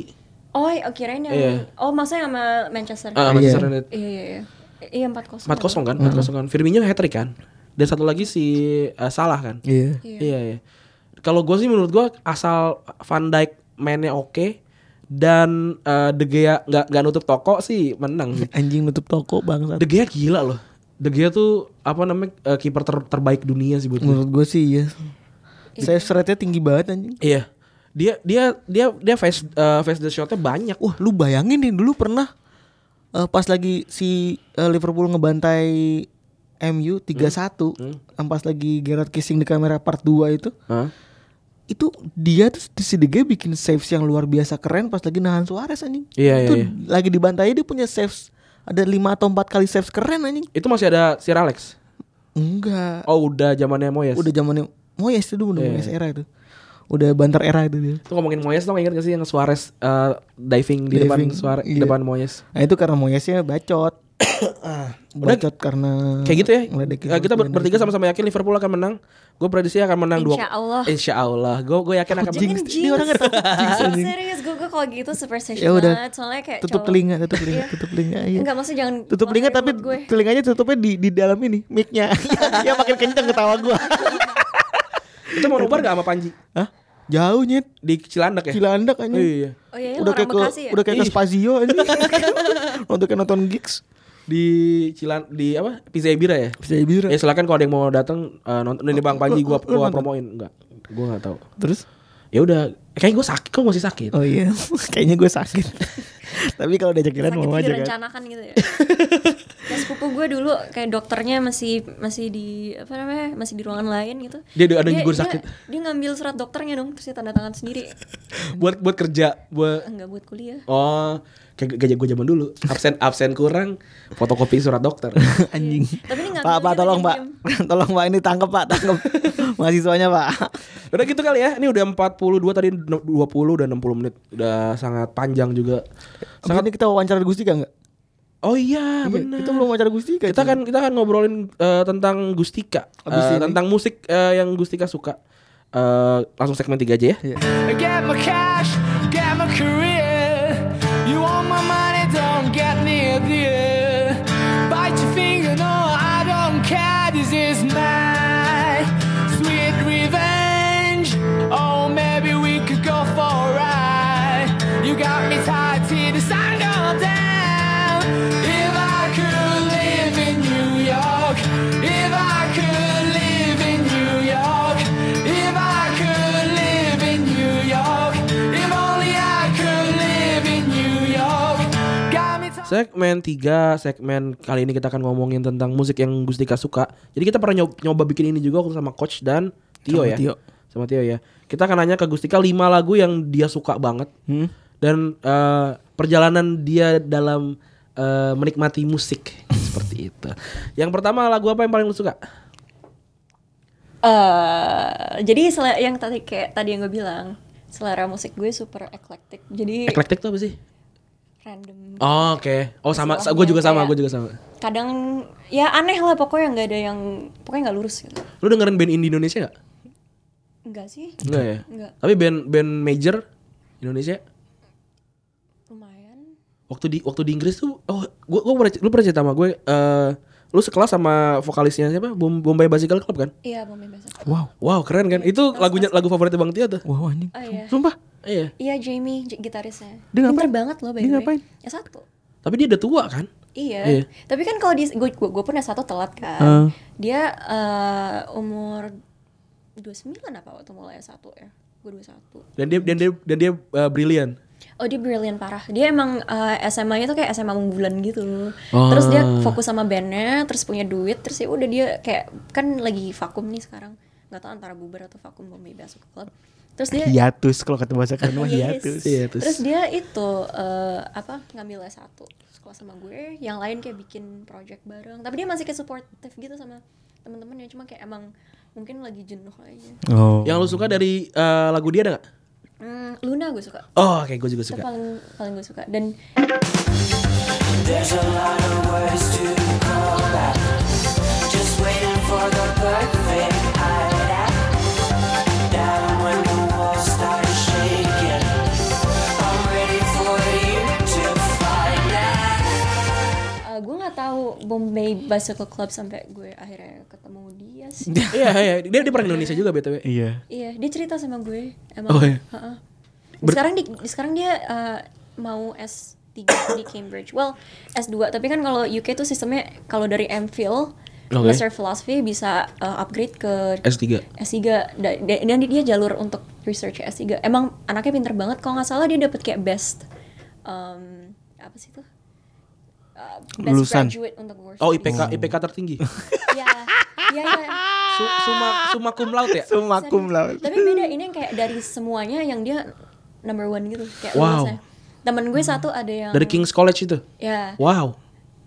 D: Oh, iya, oh, kirain yang
C: Iya.
D: Oh, maksudnya sama Manchester.
C: Eh,
E: Ah.
C: Manchester United.
D: Iya, iya, iya. Iya, 4-0.
C: 4-0 kan? 4-0 kan. Firmino hat trick kan. Dan satu lagi si eh, Salah kan.
E: Iya.
D: Iya.
C: Iya, iya. Kalau gue sih menurut gue asal Van Dijk mainnya oke dan eh, De Gea nggak nggak nutup toko sih menang. sih.
E: Anjing nutup toko bangsa.
C: De Gea gila loh. De Gea tuh apa namanya eh, kiper ter- terbaik dunia sih buat gue.
E: Menurut gua sih iya. Saya seretnya tinggi banget anjing.
C: Iya. Dia dia dia dia face eh, face the shotnya banyak.
E: Wah, lu bayangin nih dulu pernah eh, pas lagi si eh, Liverpool ngebantai MU 3-1,
C: Hmm.
E: yang pas lagi Gerard kissing di kamera part 2 itu,
C: Hah?
E: itu dia tuh di si De Gea bikin saves yang luar biasa keren pas lagi nahan Suarez anjing.
C: Iya,
E: itu
C: iya, iya.
E: lagi dibantai dia punya saves ada 5 atau 4 kali saves keren anjing.
C: Itu masih ada Sir Alex.
E: Enggak.
C: Oh, Iya, udah zamannya Moyes.
E: Udah zamannya Moyes itu udah Moyes era itu. Udah banter era itu dia.
C: Tuh ngomongin Moyes tuh inget gak sih yang Suarez eh, diving di depan
E: Diving,
C: Suarez
E: iya.
C: depan Moyes.
E: Nah itu karena Moyesnya bacot. bacot karena
C: Kayak gitu ya.
E: ngeledekin
C: Eh, kita ber-
E: pemain
C: bertiga sama-sama yakin Liverpool akan menang. Gue prediksi akan menang dua.
D: Insya Allah.
C: Insya Allah. Gue gue yakin akan
D: Jangan
C: menang.
D: jinx. Serius, gue gue kalau gitu superstitious
E: Ya udah.
D: banget. Soalnya kayak
E: tutup
D: cowok-
E: telinga tutup telinga
D: Iya.
E: tutup telinga iya.
D: Enggak, maksudnya jangan
E: tutup telinga
D: masukin
E: tapi
D: mulut gue.
E: telinganya tutupnya di di dalam ini micnya ya makin kenceng ketawa gua
C: Itu mau nobar gak sama Panji?
E: Hah? Jauh nyet.
C: di Cilandak ya?
E: Cilandak
C: Iya,
E: aja.
C: iya.
D: Oh iya, iya,
E: udah
D: orang
E: kayak ke
D: Bekasi ya?
E: udah kayak ke Spazio aja. Untuk kayak nonton gigs.
C: Di Cilan di apa? Pizza Ibira ya?
E: Bisa bira.
C: Ya silakan kalau ada yang mau datang eh, nonton ini Bang Panji gua
E: Lu
C: gua
E: nonton?
C: promoin enggak. Gua enggak tahu.
E: Terus?
C: Ya udah, kayaknya gua sakit, kok masih sakit.
E: Oh iya, kayaknya gue sakit. Tapi kalau diajak jalan
D: sakit
E: mau
D: itu
E: aja kan.
D: direncanakan gitu ya ya sepupu gue dulu kayak dokternya masih masih di apa namanya masih di ruangan lain gitu
C: Dia ada- ada gugur sakit.
D: dia, dia ngambil surat dokternya dong terus dia tanda tangan sendiri
C: buat buat kerja, buat
D: enggak buat kuliah
C: oh kayak gajah gue zaman dulu absen absen kurang fotokopi surat dokter
E: Anjing.
D: Iya. Tapi ini ngambil
E: Pak, Pak
D: dia
E: tolong Pak.
D: diam-diam.
E: tolong Pak ini tangkep Pak, tangkep. Mahasiswanya Pak.
C: udah gitu kali ya ini udah 42 tadi 20 udah 60 menit udah sangat panjang juga
E: Sangat ini kita wawancara Gustika enggak?
C: oh iya benar
E: Kita belum wawancara Gustika.
C: kita
E: cuy.
C: kan kita kan ngobrolin eh, tentang Gustika
E: Abis
C: Eh,
E: ini.
C: tentang musik eh, yang Gustika suka Eh, langsung segmen 3 aja ya
E: Iya.
G: Get my cash, get my career. You want my money, don't get near dear. Bite your finger, no, I don't care. This is my sweet revenge. Oh, maybe we could go for a ride. You got me tied to the sun go down. If I could live in New York, if I could live in New York, if I could live in New York, if only I could live in New York. Got me tied-
C: Segmen 3 Segmen kali ini kita akan ngomongin tentang musik yang Gustika suka Jadi kita pernah nyob- nyoba bikin ini juga waktu sama Coach dan Tio
E: Sama
C: ya
E: Tio.
C: Sama Tio ya Kita akan nanya ke Gustika 5 lagu yang dia suka banget Dan eh, perjalanan dia dalam eh, menikmati musik Seperti itu Yang pertama lagu apa yang paling lu suka?
D: Eh, jadi sele- yang tadi kayak tadi yang gue bilang selera musik gue super eklektik jadi
C: Eclectic tuh apa sih?
D: random
C: Oh, oke Oh sama,
D: Istilahnya
C: gue juga sama,
D: kayak-
C: gue juga sama
D: kadang ya aneh lah pokoknya nggak ada yang pokoknya nggak lurus gitu
C: Lu dengerin band indie Indonesia gak?
D: enggak sih
C: Enggak ya?
D: Nggak.
C: Tapi band, band major Indonesia
D: lumayan
C: waktu di waktu di Inggris tuh oh gua gua pernah lu pernah cerita sama gue eh lu sekelas sama vokalisnya siapa Bom- Bombay Bicycle Club kan
D: iya Bombay Besar
E: Wow,
C: wow keren kan itu lagunya lagu favoritnya Bang Tia tuh
E: wow anjing.
D: oh iya
C: sumpah iya
D: Iya Jamie j- gitarisnya.
E: Dia
D: Pinter
E: ngapain?
D: banget loh by
E: Dia
D: the way.
E: ngapain?
D: Ya satu.
C: tapi dia udah tua kan
D: Iya.
C: Iya.
D: Tapi kan kalau di gue gue pun ya satu telat kan.
E: Ah.
D: Dia eh, umur 29 apa waktu mulai satu ya? Gue 21.
C: dan dia dan dia dan dia eh, brilian
D: Oh dia brilliant parah. Dia emang eh, SMA-nya tuh kayak SMA unggulan gitu. Terus dia fokus sama bandnya, terus punya duit, terus ya udah dia kayak kan lagi vakum nih sekarang. Nggak tahu antara bubar atau vakum Bombay Basket Club. Terus dia
E: Hiatus kalau kata bahasa keren mah
D: Yes.
E: hiatus.
C: Hiatus.
D: Iya, Terus dia itu eh, apa ngambil S1 sekolah sama gue, yang lain kayak bikin project bareng. Tapi dia masih kayak supportive gitu sama temen-temennya, cuma kayak emang mungkin lagi jenuh aja.
E: Oh.
C: yang lu suka dari eh, lagu dia ada gak?
D: Hmm, Luna gue suka.
C: oh oke gue juga
D: Itu
C: suka
D: paling paling gue suka dan eh, gue nggak tahu Bombay Bicycle Club sampai gue akhirnya ketemu dia sih.
C: iya iya dia dia pernah Indonesia juga btw
E: Iya.
D: Iya, dia cerita sama gue emang.
C: Oh, iya.
D: Heeh. Sekarang di sekarang dia eh, mau S3 di Cambridge. Well, S2, tapi kan kalau UK tuh sistemnya kalau dari MPhil
C: Oke.
D: Master Philosophy bisa eh, upgrade ke
C: S3
D: S3 Da- da- dan dia jalur untuk research S3. Emang anaknya pinter banget kalau nggak salah dia dapet kayak best em, apa sih tuh? Eh, best
E: Lulusan.
D: graduate untuk worship.
C: oh IPK IPK tertinggi
D: Iya. Iya, iya.
C: Su, suma suma cum laude ya
E: Sumakum lah.
D: Serius. Tapi beda ini yang kayak dari semuanya yang dia number one gitu kayak
C: Wow.
D: lulusnya. Temen gue satu ada yang
C: dari Kings College itu
D: Ya,
C: wow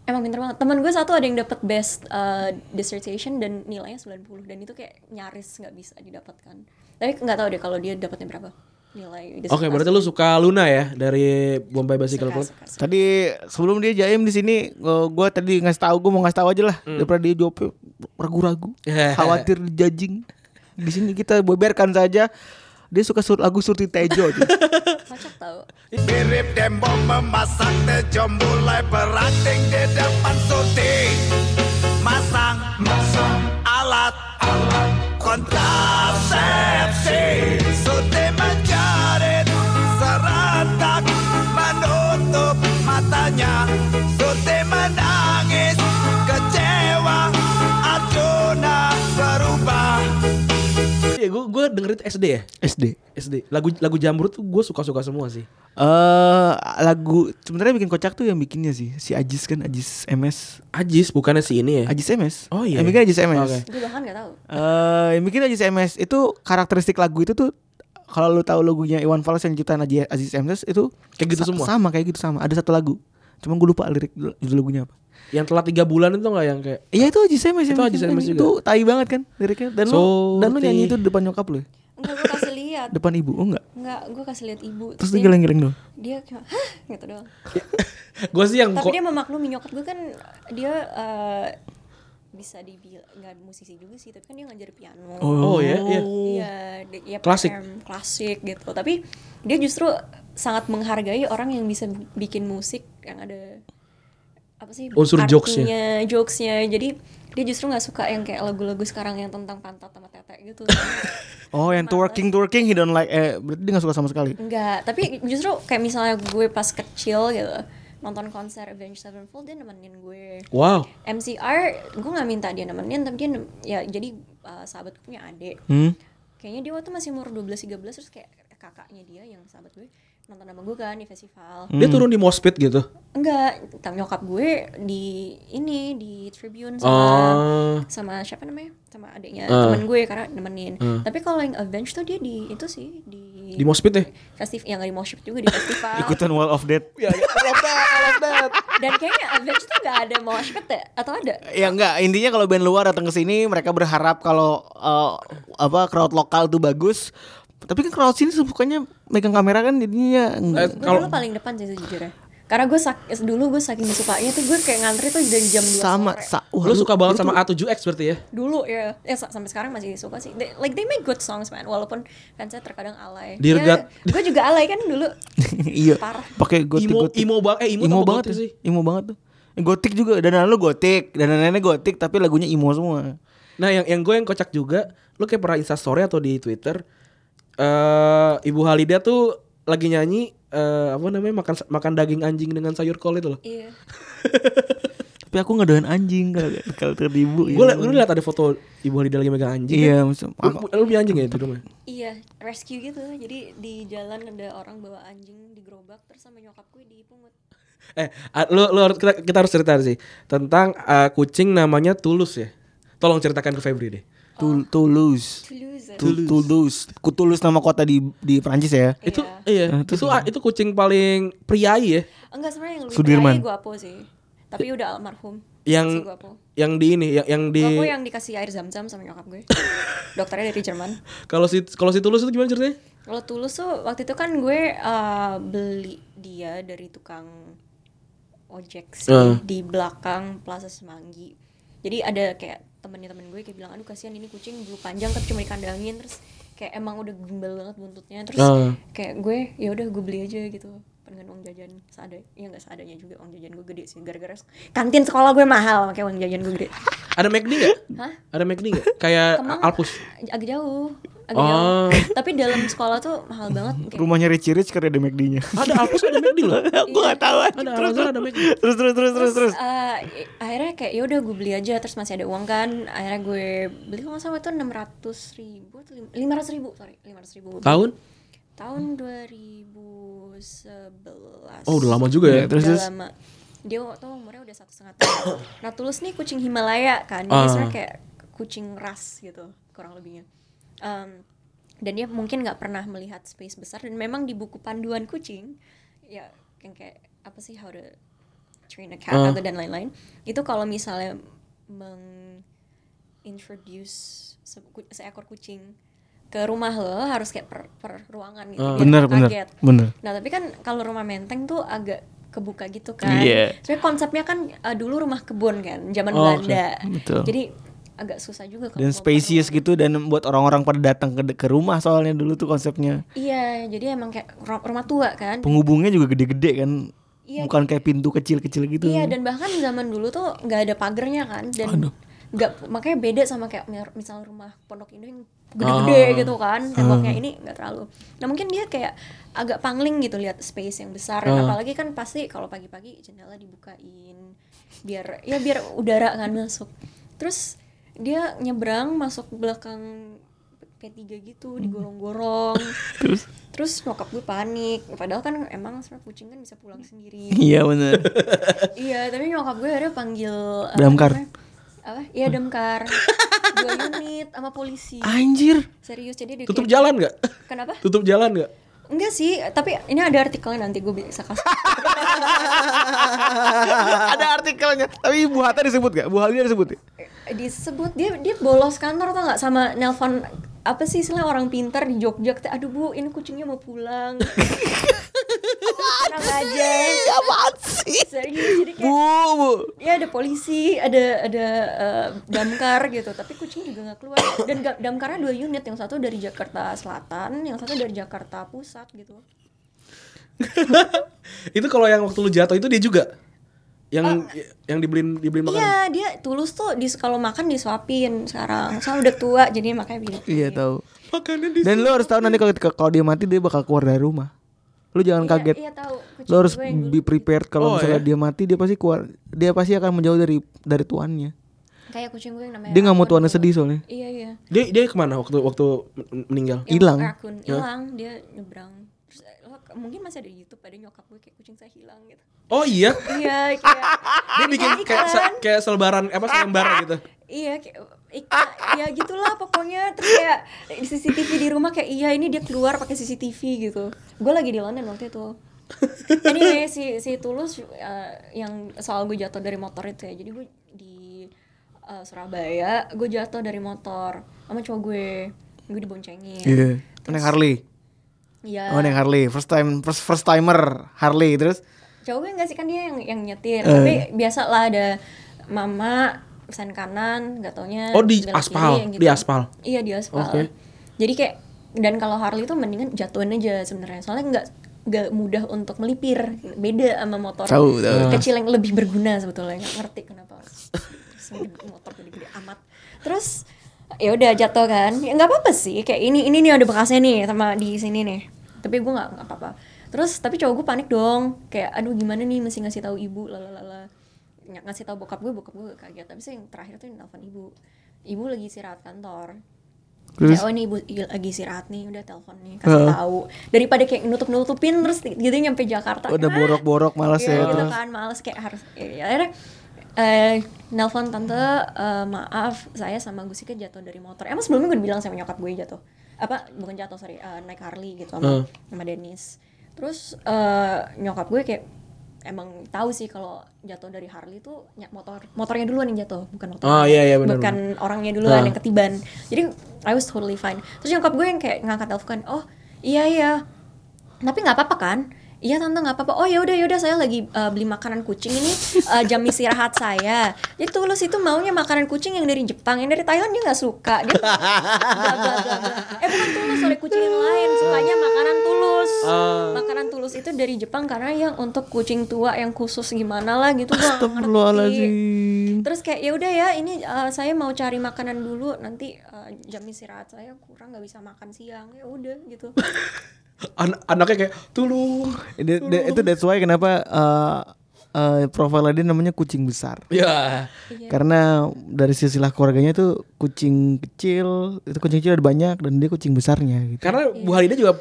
D: emang pinter banget. Temen gue satu ada yang dapet best uh, dissertation dan nilainya 90 dan itu kayak nyaris nggak bisa didapatkan. Tapi nggak tahu deh kalau dia dapatnya berapa nilai
C: oke berarti lu suka Luna ya dari Bombay Bicycle Club
E: Tadi sebelum dia jaim di sini, eh, gua tadi ngasih tahu gua mau ngasih tahu aja lah
C: Hmm.
E: daripada dia jawab ragu-ragu, khawatir dijajing. Di sini kita beberkan saja. Dia suka sur lagu Surti Tejo. aja.
D: Kocak tau.
H: Mirip tembok memasak tejo mulai berating di depan suti Masang masang alat alat kontrasepsi Suti
C: deh, gue gue Iya, dengerin tuh SD ya.
E: SD.
C: SD. Lagu lagu Jamrut tuh gue suka-suka semua sih.
E: Eh lagu sebenarnya bikin kocak tuh yang bikinnya sih si Ajis kan Ajis MS
C: Ajis bukannya si ini ya.
E: Ajis MS
C: Oh, iya.
E: yang bikin Ajis MS
C: Oke.
D: Gue bahkan gak tahu.
E: Eh, yang bikin Aziz MS itu karakteristik lagu itu tuh kalau lu tahu lagunya Iwan Fals yang jutaan Aziz Aziz MS itu
C: Kayak gitu semua?
E: Sama kayak gitu sama. Ada satu lagu. Cuma gue lupa lirik judul lagunya apa.
C: Yang telat 3 bulan itu nggak yang kayak
E: Iya itu Aziz MS yang
C: Itu
E: bikin
C: Aziz
E: kan.
C: MS juga.
E: Itu tai banget kan liriknya dan lu
C: So
E: dan lu nyanyi
C: ti-
E: itu di depan nyokap lu. ya?
D: Enggak gue kasih lihat.
E: Depan ibu. Oh enggak.
D: Enggak, gue kasih lihat ibu.
E: Terus dia geleng-geleng dong.
D: dia kayak hah gitu doang.
C: gue sih yang
D: Tapi
C: kok
D: dia memaklumi nyokap gue kan dia eh, bisa dibilang nggak musisi juga sih, tapi kan dia ngajar piano.
C: Oh ya, iya.
D: Iya, di- ya
C: Klasik.
D: PM, klasik gitu. Tapi dia justru sangat menghargai orang yang bisa bikin musik yang ada apa sih?
C: Unsur Oh, jokes-nya.
D: artinya, jokes-nya. Jadi dia justru nggak suka yang kayak lagu-lagu sekarang yang tentang pantat sama tete gitu.
E: Oh yang
D: Males.
E: twerking twerking he don't like eh berarti dia gak suka sama sekali.
D: Enggak, tapi justru kayak misalnya gue pas kecil gitu nonton konser Avenged Sevenfold dia nemenin gue.
C: Wow.
D: MCR gue nggak minta dia nemenin tapi dia nem- ya jadi uh, sahabat gue punya adik.
E: Hmm?
D: Kayaknya dia waktu masih umur 12 13 terus kayak kakaknya dia yang sahabat gue nonton sama gue kan di festival.
C: Dia turun di mospit gitu.
D: Enggak, tam- nyokap gue di ini di Tribune sama
C: Oh.
D: sama siapa namanya? Sama adiknya
C: Ah.
D: temen gue karena nemenin. Tapi kalau yang Avenged tuh dia di itu sih di
C: Di mospit ya.
D: festival yang nggak di moshpit juga di festival
E: Ikutan Wall of Death.
C: Iya,
D: dan kayaknya Avenged tuh nggak ada moshpit ya atau ada
E: Ya enggak, intinya kalau band luar datang ke sini mereka berharap kalau eh, apa crowd lokal tuh bagus. Tapi kan crowd sini sukanya megang kamera kan jadinya
C: Eh,
E: enggak.
D: gue dulu paling depan sih sejujurnya karena gue sak dulu gue saking disukainya tuh gue kayak ngantri tuh dari jam 2
E: sama
D: sore.
E: sa- wah,
C: Lu suka banget
E: lu
C: sama
E: tuh-
C: A7X berarti ya?
D: dulu ya ya sa- sampai sekarang masih suka sih They- like they make good songs man walaupun fansnya terkadang alay
C: Dear God.
D: gue juga alay kan dulu
E: Iya.
D: parah
E: Pakai gotik
C: Imo
E: gotik.
C: imo bang eh imo,
E: Imo
C: tambah
E: banget
C: gotik
E: sih. Imo banget tuh. Eh, Gotik juga dan lu gotik, dan nenek gotik tapi lagunya imo semua.
C: Nah, yang yang gue yang kocak juga, lu kayak pernah Insta story atau di Twitter eh Ibu Halida tuh lagi nyanyi eh apa namanya makan makan daging anjing dengan sayur kol itu loh.
D: iya
E: Tapi aku ngedoain anjing kalau kalau terdibu.
C: Gue li- lu lihat ada foto Ibu Halida lagi megang anjing.
E: Iya,
C: kan?
E: maksud-
C: Lu, lu punya anjing ya di rumah?
D: iya rescue gitu jadi di jalan ada orang bawa anjing digerobak terus sama nyokap gue dipungut
C: Eh, a- lu, lu harus- kita, kita harus cerita sih tentang eh, kucing namanya Tulus ya. Tolong ceritakan ke Febri deh.
E: Tul- Toulouse.
D: Toulouse
E: Tul- Toulouse. Ku- Toulouse nama kota di di Prancis ya.
C: Itu iya, itu itu, a- itu kucing paling priai ya.
D: Enggak sebenarnya yang lebih
E: Sudirman.
D: gue apo sih. Tapi udah almarhum.
C: Yang-
D: gue apo.
C: Yang di ini, yang, yang di
D: Gue yang dikasih air zam-zam sama nyokap gue. Dokternya dari Jerman.
C: kalau si kalau si Tulus itu gimana ceritanya?
D: Kalau Tulus tuh waktu itu kan gue eh, beli dia dari tukang ojek sih
C: Eh.
D: di belakang Plaza Semanggi. Jadi ada kayak temennya temen gue kayak bilang aduh kasihan ini kucing bulu panjang tapi cuma dikandangin terus kayak emang udah gembel banget buntutnya terus
C: Eh.
D: kayak gue ya udah gue beli aja gitu dengan uang jajan seadanya ya nggak seadanya juga uang jajan gue gede sih gara-gara se- kantin sekolah gue mahal makanya uang jajan gue gede
C: Ada McD enggak?
D: Hah?
C: Ada McD enggak? Kayak
D: Kemang.
C: Alpus.
D: agak jauh agak
C: Oh.
D: jauh tapi dalam sekolah tuh mahal banget kayak
E: Rumahnya Richie Rich karena ada McD-nya.
C: Ada Alpus ada McD loh.
E: Gue gak tahu.
C: Ada
E: Terus,
C: Alpus ada McD.
E: Terus terus terus terus terus.
D: eh, akhirnya kayak ya udah gue beli aja terus masih ada uang kan akhirnya gue beli kalau nggak salah itu enam ratus ribu lima ratus ribu sorry lima ratus ribu
C: Tahun?
D: tahun 2011
C: Oh, udah lama juga ya.
E: Iya, terus,
D: udah
E: terus.
D: lama dia waktu umurnya udah satu setengah tahun nah tulus nih kucing Himalaya kan dia
C: Ah.
D: sebenarnya kayak kucing ras gitu kurang lebihnya Em, dan dia mungkin nggak pernah melihat space besar dan memang di buku panduan kucing ya yang kayak apa sih how to train a cat
C: Ah.
D: atau dan lain-lain itu kalau misalnya meng introduce se- ku- seekor kucing ke rumah lo harus kayak per, per ruangan gitu biar
E: Bener,
D: lo
E: bener,
D: kaget.
E: bener.
D: Nah tapi kan kalau rumah menteng tuh agak kebuka gitu kan.
E: Iya.
D: Sebenarnya konsepnya kan eh, dulu rumah kebun kan, zaman
C: Oh, oke.
D: Belanda.
E: Betul.
D: Jadi agak susah juga kalau
E: Dan
D: mau
E: spacious
D: keluar rumah.
E: gitu dan buat orang-orang pada datang ke, ke rumah soalnya dulu tuh konsepnya.
D: Iya, jadi emang kayak ru- rumah tua kan.
E: Penghubungnya juga gede-gede kan.
D: Iya.
E: Bukan kayak pintu kecil-kecil gitu.
D: Iya dan bahkan zaman dulu tuh nggak ada pagernya kan dan nggak makanya beda sama kayak mir- misal rumah pondok Indah yang gede-gede
E: Ah.
D: gitu kan temboknya ini nggak terlalu. Nah mungkin dia kayak agak pangling gitu lihat space yang besar
E: Ah.
D: Dan apalagi kan pasti kalau pagi-pagi jendela dibukain biar ya biar udara kan masuk. Terus dia nyebrang masuk belakang pakai tiga
E: Hmm.
D: gitu digorong-gorong terus terus nyokap gue panik padahal kan emang sebenarnya kucing kan bisa pulang sendiri
E: Iya benar.
D: iya tapi nyokap gue akhirnya panggil eh, apa
E: Damkar.
D: namanya? apa iya damkar dua unit sama polisi
E: Ah. Anjir.
D: serius jadi di-
C: Tutup jalan nggak?
D: kenapa
C: Tutup jalan nggak?
D: enggak sih tapi ini ada artikelnya nanti gue bisa kasih
E: Ada artikelnya. Tapi Bu Hatta disebut gak? Bu Hatta disebut ya?
D: disebut dia dia bolos kantor tau nggak sama nelpon apa sih istilah orang pintar di Jogja kata, aduh bu ini kucingnya mau pulang tenang aja
E: Iya, Apaan sih?
D: serius jadi
E: Bu,
D: kayak
E: bu.
D: ya ada polisi ada ada eh, damkar gitu tapi kucing juga nggak keluar dan ga- damkarnya dua unit yang satu dari Jakarta Selatan yang satu dari Jakarta Pusat gitu
C: itu kalau yang waktu lu jatuh itu dia juga yang yang dibeliin dibeliin makanan.
D: Oh. iya dia tulus tuh di kalau makan disuapin sekarang soalnya udah tua jadi makanya begini
E: Iya tahu.
C: Makanan di
E: Dan lu harus tahu nanti kalau kalau dia mati dia bakal keluar dari rumah. Lu jangan kaget.
D: iya tahu
E: Lu harus
D: gue yang
E: be
D: dulu.
E: prepared kalau
C: Oh,
E: misalnya
C: ya?
E: dia mati dia pasti keluar. Dia pasti akan menjauh dari dari tuannya.
D: kayak kucing gue yang namanya
E: Dia nggak mau
D: Rakun
E: tuannya
D: gitu.
E: sedih soalnya.
D: iya iya
C: Dia dia kemana waktu waktu men- meninggal?
D: Yang
E: Hilang. Ya.
D: rakun hilang dia nyebrang terus eh, lo, mungkin masih ada di YouTube ada nyokap gue kayak kucing saya hilang gitu
C: Oh iya,
D: iya kayak
C: dia bikin kayak se- kayak selebaran apa selembar gitu.
D: iya kayak ik- ya gitulah pokoknya terus kayak di CCTV di rumah kayak iya ini dia keluar pakai CCTV gitu gue lagi di London waktu itu anyway si si Tulus eh, yang soal gue jatuh dari motor itu ya jadi gue di eh, Surabaya gue jatuh dari motor sama cowok gue gue diboncengin
E: Iya. Naik Harley.
D: Iya.
E: Oh, naik Harley. First time first first timer Harley terus.
D: cowok gue nggak sih kan dia yang yang
C: Eh.
D: nyetir tapi biasa lah ada mama sen kanan nggak taunya
C: Oh, di
D: belok
C: aspal,
D: yang
C: di aspal.
D: iya di aspal
C: Oke.
D: jadi kayak dan kalau Harley itu mendingan jatuhin aja sebenarnya soalnya nggak nggak mudah untuk melipir beda sama motor
E: Tahu, tahu.
D: kecil yang lebih berguna sebetulnya nggak ngerti kenapa Terus motor gede-gede amat terus ya udah jatuh kan ya nggak apa-apa sih kayak ini ini nih ada bekasnya nih sama di sini nih tapi gue nggak nggak apa-apa terus tapi cowok gue panik dong kayak aduh gimana nih mesti ngasih tahu ibu lalalala Ny- ngasih tahu bokap gue bokap gue kaget tapi yang terakhir tuh yang nelfon ibu ibu lagi istirahat kantor
E: Terus?
D: Kayak, oh ini ibu i- lagi istirahat nih udah telepon nih kasih tahu daripada kayak nutup nutupin terus gitu nyampe Jakarta
E: Udah
D: Ah,
E: borok-borok malas
D: Iya,
E: ya.
D: gitu
E: terus.
D: kan males kayak harus ya, akhirnya eh nelpon tante eh, maaf saya sama Gusika jatuh dari motor emang sebelumnya gue udah bilang sama nyokap gue jatuh apa bukan jatuh sorry eh, naik Harley gitu
C: Hmm.
D: sama sama Dennis terus eh, nyokap gue kayak emang tahu sih kalau jatuh dari Harley tuh ny- motor motornya duluan yang jatuh bukan motor
C: Oh, iya, iya, benar,
D: bukan orangnya duluan yang ketiban jadi I was totally fine terus nyokap gue yang kayak ngangkat telepon oh iya iya tapi nggak apa-apa kan iya tante nggak apa-apa oh ya udah ya udah saya lagi uh, beli makanan kucing ini uh, jam istirahat saya jadi tulus itu maunya makanan kucing yang dari Jepang yang dari Thailand dia nggak suka dia bla, bla, bla, bla. eh bukan tulus oleh kucing yang lain sukanya makanan tulus makanan tulus itu dari Jepang karena yang untuk kucing tua yang khusus gimana lah gitu gua nggak ngerti terus kayak ya udah ya ini uh, saya mau cari makanan dulu nanti uh, jam istirahat saya kurang nggak bisa makan siang ya udah gitu
C: An- anaknya kayak tulung.
E: Itu- Itu that's why kenapa eh eh, profile dia namanya kucing besar.
C: Ya.
D: Iya.
E: Karena dari silsilah keluarganya tuh kucing kecil, itu kucing kecil ada banyak dan dia kucing besarnya gitu.
C: Karena Bu Halida juga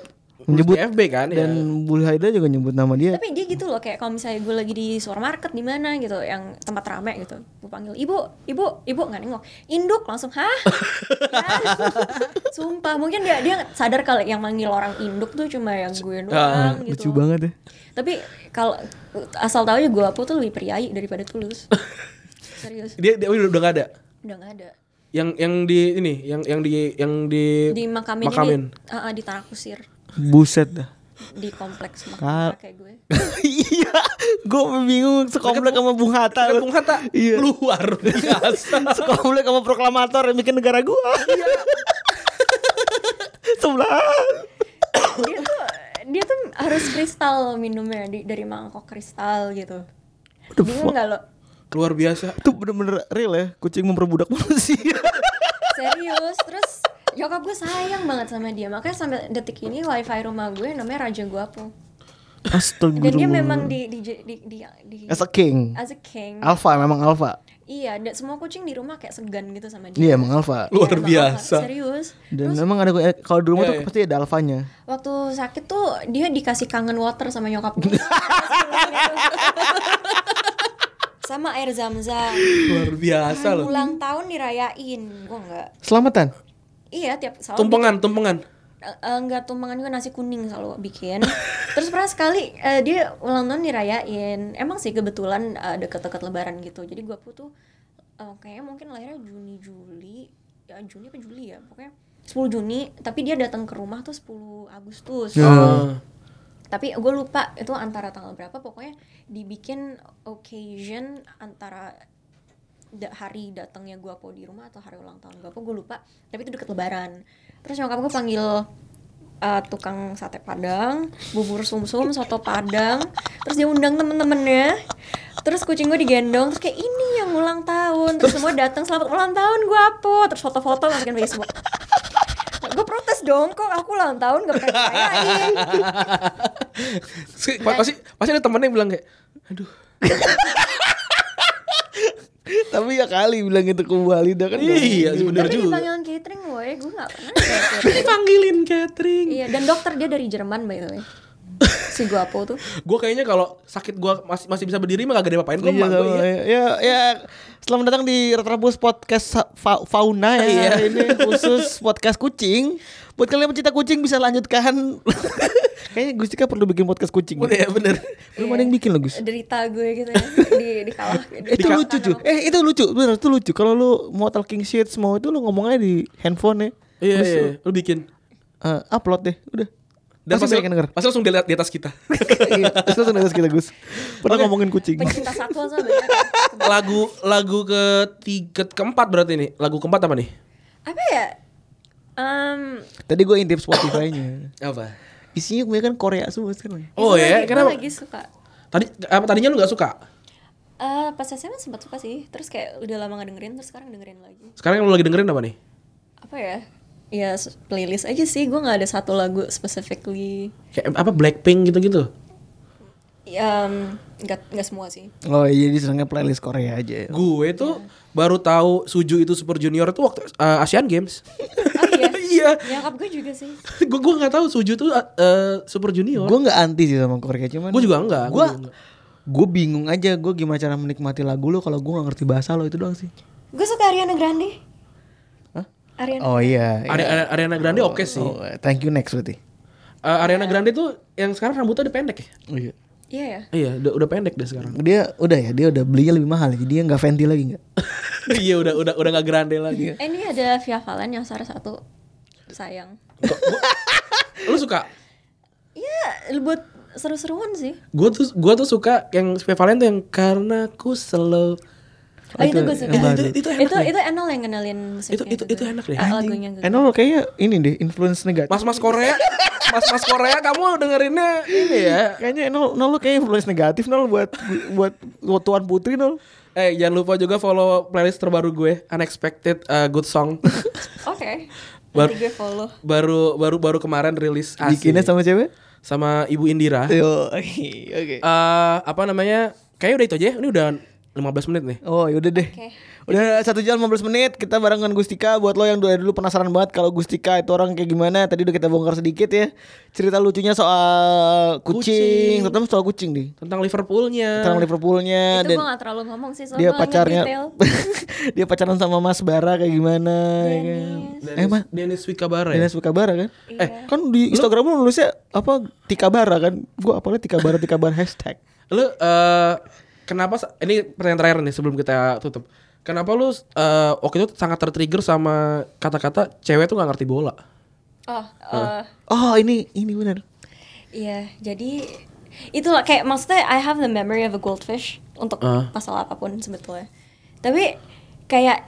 E: Menyebut
C: FB kan
E: dan
C: ya.
E: Bu Haida juga nyebut nama dia.
D: tapi dia gitu loh kayak kalau misalnya gue lagi di supermarket di mana gitu yang tempat rame gitu gue panggil ibu ibu ibu nggak nengok induk langsung hah Ya. sumpah mungkin dia dia sadar kalau yang manggil orang induk tuh cuma yang gue doang
E: Ah, Lucu
D: gitu
E: banget ya.
D: tapi kalau asal tahu aja gue aku tuh lebih priayi daripada tulus serius
C: Dia, dia udah udah nggak ada.
D: udah nggak ada
C: Yang yang di ini, yang yang di yang di,
D: di makamin
C: makamin.
D: di, ah, ah, di tanah kusir
E: Buset dah.
D: di kompleks
E: Kal-
D: makam kakek gue
E: iya, gue bingung sekomplek sama Bung Hatta.
C: Kan Bung Hatta
E: Iya.
C: luar biasa.
E: sekomplek sama proklamator yang bikin negara gua.
C: Iya.
E: Sebelah.
D: dia tuh dia tuh harus kristal minumnya di- dari mangkok kristal gitu bingung nggak lo
C: luar biasa.
E: Itu bener-bener real ya, kucing memperbudak manusia.
D: serius terus nyokap gue sayang banget sama dia makanya sampai detik ini wifi rumah gue namanya Raja Guapo dan dia
E: Astagfirullah.
D: memang di di di di, di-
E: As a king.
D: as a king
E: Alpha memang alpha.
D: Iya, dan semua kucing di rumah kayak segan gitu sama dia.
E: Iya, emang alfa.
D: Iya,
C: Luar
D: emang
C: biasa.
D: alfa, Serius.
E: Dan memang ada eh, kalau di rumah
C: Iya,
E: tuh
C: iya.
E: pasti ada alfanya.
D: Waktu sakit tuh dia dikasih kangen water sama nyokap gue. sama air zam-zam.
C: Luar biasa
D: Kan
C: loh.
D: Ulang tahun dirayain, gua enggak.
E: Selamatan.
D: Iya, tiap selalu
C: Tumpengan, tumpengan.
D: Eh, eh, nggak tumpengan juga nasi kuning selalu bikin terus pernah sekali eh, dia ulang tahun dirayain emang sih kebetulan eh, deket-deket lebaran gitu jadi gua pun tuh eh, kayaknya mungkin lahirnya Juni Juli ya Juni apa Juli ya pokoknya 10 Juni tapi dia datang ke rumah tuh 10 Agustus
C: Ah.
D: tapi gue lupa itu antara tanggal berapa pokoknya dibikin occasion antara da- hari datangnya gue apa di rumah atau hari ulang tahun gue apa gue lupa tapi itu deket lebaran terus nyokap gue panggil uh, tukang sate padang bubur sumsum soto padang terus dia undang temen-temennya terus kucing gue digendong terus kayak ini yang ulang tahun terus semua datang selamat ulang tahun gue apa terus foto-foto masukin Facebook gue protes dong kok aku ulang tahun gak pernah dirayain
C: Si- pa- pasti pasti ada temennya yang bilang kayak aduh
E: Tapi ya kali bilang itu ke Bu Halida kan.
C: iya sih, bener
D: Tapi
C: juga
D: dipanggilin catering woy, gue gak pernah kayak catering
C: panggilin catering
D: Iya, dan dokter dia dari Jerman by the way Si Guapo tuh
C: gue kayaknya kalau sakit gue masih masih bisa berdiri mah gak ada apa-apain gue
E: Iya, sama, ya. ya, ya. Selamat datang di Retrobus Podcast Sa- Fa- Fauna ya.
C: Iya.
E: Ini khusus podcast kucing. Buat kalian pencinta kucing bisa lanjutkan. Kayaknya Gustika perlu bikin podcast kucing.
C: bener ya bener
E: Belum ada yang bikin loh Gus.
D: Derita gue gitu ya Di, di kalah
E: Itu lucu cuy. Eh itu lucu, bener itu lucu. Kalau lu mau talking shit mau itu lu ngomongnya di handphone ya.
C: iya
E: Terus
C: iya
E: lu,
C: lu bikin
E: eh, upload deh, udah.
C: dan
E: Pasti
C: pasti,
E: banyak yang denger.
C: pasti langsung di, di atas kita
E: Iya, Terus langsung atas kita Gus. Pernah
C: Eh,
E: ngomongin kucing.
D: Pencinta satwa sama banyak
C: lagu lagu ketiga keempat berarti nih lagu keempat apa nih
D: Apa ya? Um,
E: Tadi gue intip Spotify-nya.
C: apa
E: Isinya kebanyakan Korea semua sekarang.
C: oh ya kenapa
D: kenapa? lagi suka
C: tadi apa tadinya lu gak suka
D: Eh, pas SMA sempat suka sih Terus kayak udah lama gak dengerin Terus sekarang dengerin lagi
C: sekarang yang lu lagi dengerin apa nih
D: Apa ya? Ya s- playlist aja sih Gue gak ada satu lagu specifically
C: kayak apa Blackpink gitu-gitu
D: Ya, um, gak, gak semua sih
E: Oh iya, jadi senangnya playlist Korea aja.
C: gue tuh baru tahu Suju itu Super Junior itu waktu eh, Asian Games
D: Oh iya
C: Iya.
D: Nyokap gue juga sih
C: gue gue nggak tahu Suju tuh eh, Super Junior
E: Gue nggak anti sih sama Korea, cuman
C: Gue juga enggak,
E: Gue
C: gua juga
E: gue bingung aja gue gimana cara menikmati lagu lo kalau gue nggak ngerti bahasa lo itu doang sih.
D: Gue suka Ariana Grande.
E: Hah?
D: Ariana.
E: Oh iya.
C: Ari- Ari- Ariana Grande oke sih.
E: Oh, thank you next berarti.
C: Eh, Ariana Grande tuh yang sekarang rambutnya udah pendek ya?
E: Oh, iya.
D: Iya ya.
C: Iya, udah, udah pendek deh sekarang.
E: Dia udah ya, dia udah belinya lebih mahal, jadi dia nggak venti lagi nggak?
C: Iya, udah udah udah nggak Grande lagi.
D: Eh, ini ada Via Valen yang Sarah satu. Sayang.
C: Lu suka?
D: Iya, buat seru-seruan sih.
C: Gue tuh gua tuh suka yang Spy Valen tuh yang karena ku slow.
D: Oh, itu, gue suka.
E: yang baru.
D: Itu, itu,
C: Itu- itu enak
D: itu,
C: deh.
D: Enel yang kenalin musiknya.
C: Itu- itu- itu enak deh.
D: Ah, lagunya gitu.
E: Enol kayaknya ini deh influence negatif.
C: Mas-mas Korea, mas-mas Korea kamu dengerinnya ini ya.
E: Kayaknya Enol, Enol lo kayak influence negatif Nol buat buat buat Tuan Putri Nol.
C: Eh, jangan lupa juga follow playlist terbaru gue, Unexpected eh, Good Song.
D: Oke.
C: Baru-
D: Nanti gue follow.
C: baru baru baru kemarin rilis asik.
E: Bikinnya sama cewek?
C: sama Ibu Indira. Eh,
E: Yo, oke.
C: apa namanya? Kayaknya udah itu aja. ya. Ini udah 15 menit nih.
E: Oh yaudah deh
D: Oke.
E: Udah satu jam 15 menit Kita bareng dengan Gustika Buat lo yang dari dulu penasaran banget Kalau Gustika itu orang kayak gimana Tadi udah kita bongkar sedikit ya Cerita lucunya soal kucing, Nah.
C: Kucing.
E: Terutama soal kucing nih
C: Tentang Liverpoolnya.
E: Tentang Liverpoolnya
D: itu
E: Dan
D: gue gak terlalu ngomong sih. soalnya
E: dia
D: gua nggak
E: pacarnya
D: detail.
E: Dia pacaran sama Mas Bara kayak gimana ya kan? Eh Mas
C: Dennis Wikabara ya?
E: Dinas Bara kan
D: Iya.
E: Eh kan di Instagram lo nulisnya Apa Tika Bara kan Gue apalnya Tika Bara Tika Bara hashtag
C: Lu eh kenapa sa- ini pertanyaan terakhir nih sebelum kita tutup. Kenapa lu eh waktu itu sangat tertrigger sama kata-kata cewek tuh nggak ngerti bola?
D: Oh, eh,
E: Oh ini ini bener
D: Iya, jadi itulah kayak maksudnya I have the memory of a goldfish untuk
C: Ah.
D: masalah apapun sebetulnya. Tapi kayak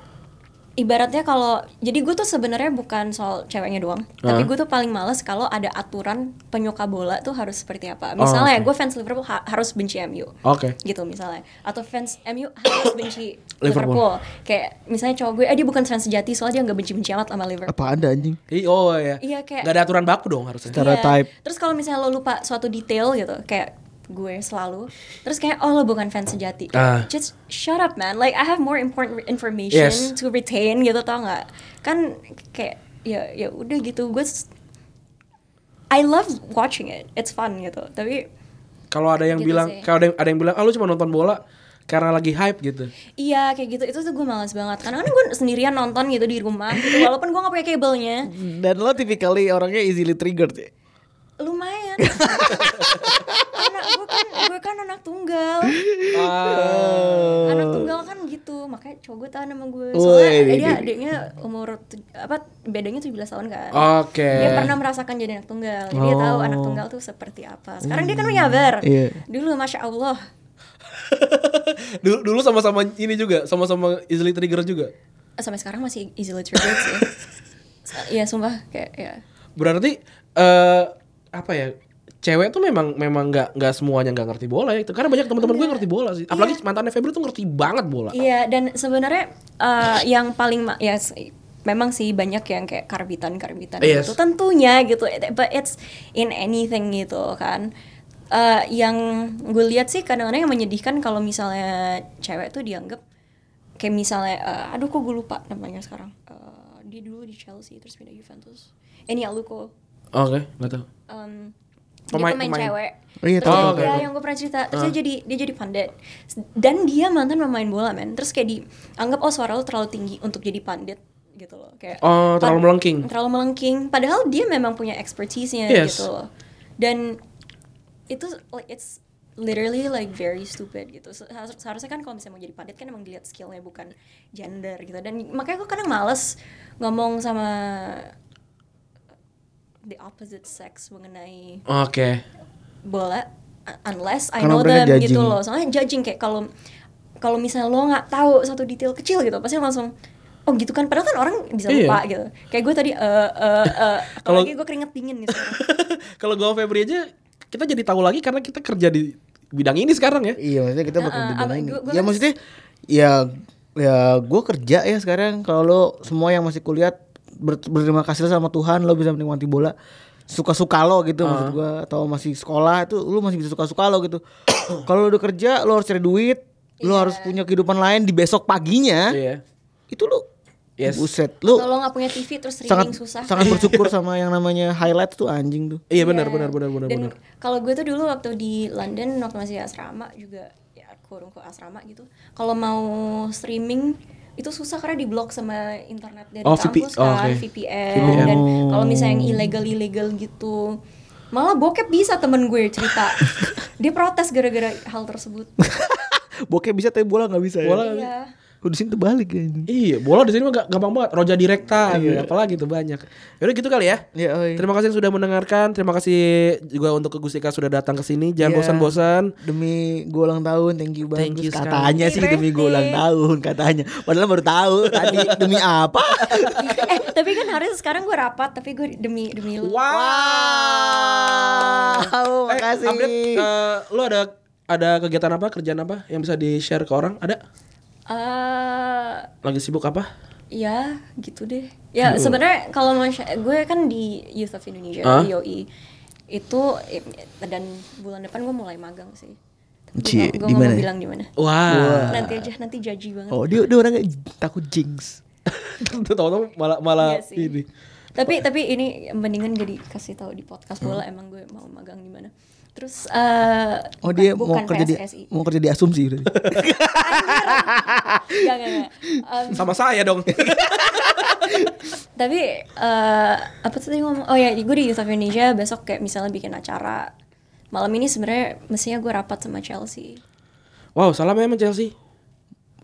D: ibaratnya kalau jadi gue tuh sebenarnya bukan soal ceweknya doang,
C: Ah.
D: tapi gue tuh paling males kalau ada aturan penyuka bola tuh harus seperti apa. Misalnya gue fans Liverpool ha- harus benci MU
C: Oke.
D: gitu misalnya atau fans MU harus benci
C: Liverpool.
D: Liverpool. kayak misalnya cowok gue eh dia bukan fans sejati soalnya dia nggak benci-benci amat sama Liverpool
E: Apa ada anjing
C: Ih, Oh ya.
D: Iya, kayak-
C: Gak ada aturan baku dong harusnya.
E: Stereotype.
D: Iya. Terus kalau misalnya lo lupa suatu detail gitu, kayak gue selalu. Terus kayak oh lo bukan fans sejati.
C: Ah.
D: Just shut up man. Like I have more important information
C: Yes.
D: to retain gitu tau nggak? Kan kayak ya ya udah gitu gue. s- I love watching it. It's fun gitu. Tapi
C: Kalau ada yang
D: Gitu
C: bilang,
D: sih.
C: kalau ada yang, ada yang bilang, ah lu cuma nonton bola karena lagi hype gitu.
D: Iya kayak gitu itu tuh gue malas banget karena kan gue sendirian nonton gitu di rumah gitu. walaupun gue nggak punya kabelnya
E: Dan lo typically orangnya easily triggered ya.
D: lumayan anak gue kan gue kan anak tunggal
C: Ah.
D: anak tunggal kan gitu makanya cowok gue tahan sama gue
E: Eh.
D: soalnya
E: Woi,
D: dia
E: ini-
D: adiknya umur tu- apa bedanya 17 tahun kan
C: Oke.
D: dia pernah merasakan jadi anak tunggal jadi dia tahu anak tunggal tuh seperti apa sekarang dia kan menyabar
E: Oh. Iya.
D: dulu masya allah
C: dulu dulu sama-sama ini juga, sama-sama easily trigger juga.
D: sampai sekarang masih easily triggered sih Iya sumpah kayak ya
C: Berarti eh apa ya? Cewek tuh memang memang nggak nggak semuanya nggak ngerti bola ya. itu. Karena banyak teman-teman gue ngerti bola sih. Apalagi mantannya Febri tuh ngerti banget bola.
D: Iya, dan sebenarnya eh, yang paling ma- ya s- memang sih banyak yang kayak karbitan-karbitan
C: Yes.
D: gitu tentunya gitu. But it's in anything gitu kan. Eh, yang gue lihat sih kadang-kadang yang menyedihkan kalau misalnya cewek tuh dianggap kayak misalnya eh, aduh kok gue lupa namanya sekarang. Eh, dia dulu di Chelsea terus pindah Juventus. Eh, Ini Aluko.
C: Oke, nggak tahu.
D: Um,
C: Pemain-
D: dia pemain,
C: pemain.
D: cewek.
E: Oh iya,
D: terus
C: tahu,
D: dia
C: tahu. Ah.
D: yang gue pernah cerita, terus dia jadi dia jadi pandit. S- Dan dia mantan pemain bola, men. Terus kayak dianggap oh suara lu terlalu tinggi untuk jadi pandit gitu loh. Kayak
C: Oh, terlalu
D: pan-
C: melengking.
D: Terlalu melengking. Padahal dia memang punya expertise-nya
C: Yes.
D: gitu loh. Dan itu like it's literally like very stupid gitu. Se- harus- Seharusnya kan kalau misalnya mau jadi pandit kan emang dilihat skillnya bukan gender gitu. Dan makanya gue kadang males ngomong sama the opposite sex mengenai
C: Oke.
D: bola uh, unless I
E: Karena
D: know
E: mereka
D: them gitu
E: judging.
D: loh soalnya judging kayak kalau kalau misalnya lo nggak tahu satu detail kecil gitu pasti langsung oh gitu kan padahal kan orang bisa
C: Iya.
D: lupa gitu kayak gue tadi eh eh eh
C: Kalau-
D: apalagi gue keringet dingin gitu." nih sekarang.
C: Kalau gue sama Febri aja kita jadi tahu lagi karena kita kerja di bidang ini sekarang ya.
E: Iya maksudnya kita bakal
D: Nah,
E: dibilang
D: apa-
E: ini.
D: gua- gua
E: Ya
D: kan-
E: maksudnya ya ya gue kerja ya sekarang. Kalau lo semua yang masih kuliah ber- berterima kasih sama Tuhan lo bisa menikmati bola suka-suka lo gitu maksud gue atau masih sekolah itu lo masih bisa suka-suka lo gitu. Kalau lo udah kerja lo harus cari duit,
D: Iya.
E: lo harus punya kehidupan lain di besok paginya.
C: Iya.
E: Itu lo
C: Yes.
E: buset lo
D: kalau lo nggak punya TV terus streaming
E: sangat
D: susah
E: sangat bersyukur sama yang namanya highlight tuh anjing tuh.
C: Iya benar benar benar benar
D: dan
C: benar.
D: kalau gue tuh dulu waktu di London waktu masih asrama juga ya kurung ke asrama gitu kalau mau streaming itu susah karena diblok sama internet dari
C: Oh, VP.
D: kampus
C: Oh,
D: kan
C: oke.
D: VPN, dan
C: Oh.
D: kalau misalnya yang ilegal ilegal gitu malah bokep bisa temen gue cerita dia protes gara-gara hal tersebut
E: Bokeh bisa tapi bola nggak bisa. ya?
C: Bola-
D: iya
E: Udah di sini terbalik ya.
C: Iya, bola di sini mah ga- gampang banget. Roja direktan, apalagi tuh banyak. Yaudah gitu kali ya.
E: Iya, oi.
C: Terima kasih yang sudah mendengarkan. Terima kasih juga untuk ke Gustika sudah datang ke sini. Jangan
E: Iya.
C: bosan-bosan.
E: demi gue ulang tahun thank you banget
C: Thank you
E: Terus katanya
D: sekali.
E: sih demi gue ulang
D: Happy
E: tahun katanya padahal baru tahu tadi demi apa
D: eh tapi kan harus sekarang gue rapat tapi gue demi demi lu
E: wow
C: Eh,
E: Oh, makasih
C: update, eh, lo ada ada kegiatan apa, kerjaan apa yang bisa di-share ke orang? Ada?
D: Eh,
C: Lagi sibuk apa?
D: ya gitu deh ya sebenarnya kalau mau sha- gue kan di Youth of Indonesia
C: Hah?
D: di YOI itu eh, dan bulan depan gue mulai magang sih Tapi
E: Cie,
D: gue
E: di
D: nggak
E: mana
D: mau
E: ya?
D: bilang di mana
C: Wah.
D: nanti aja nanti jaji banget
E: oh dia dia orangnya takut jinx
C: Tahu-tahu malah malah
D: Iya sih.
C: ini.
D: tapi tapi ini mendingan jadi kasih tahu di podcast bola emang gue mau magang di mana terus eh
E: Hmm. oh
D: bukan-
E: dia
D: bukan
E: mau kerja di
D: PSSI.
E: mau kerja di asumsi udah
D: Nggak, nggak, nggak. Em,
C: Sama saya dong.
D: tapi eh apa tuh tadi ngomong oh ya gue di Youth of Indonesia besok kayak misalnya bikin acara malam ini sebenarnya mestinya gue rapat sama Chelsea
C: wow, salam ya sama Chelsea.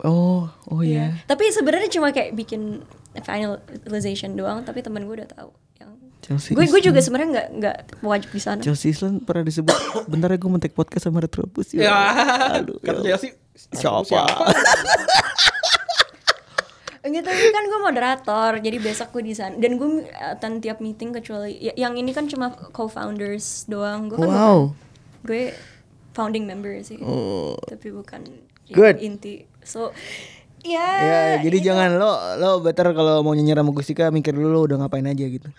E: oh oh ya
D: tapi sebenarnya cuma kayak bikin finalization doang tapi temen gue udah tahu yang
E: Chelsea
D: gue gue
E: Islan.
D: juga sebenarnya nggak nggak wajib di sana
E: Chelsea Island pernah disebut bentar ya gue mentek podcast sama Retrobus ya
C: Ya.
E: Aduh,
C: Kata
E: ya.
C: Chelsea.
E: siapa
D: gitu kan gue moderator jadi besok gue di sana dan gue attend tiap meeting kecuali ya, yang ini kan cuma co-founders doang gue kan bukan-
E: wow Oh.
D: gue founding member sih tapi bukan i-
E: Good.
D: inti so ya
E: Ya, jadi
D: gitu.
E: jangan lo lo better kalau mau nyinyir sama Gustika mikir dulu lo udah ngapain aja gitu.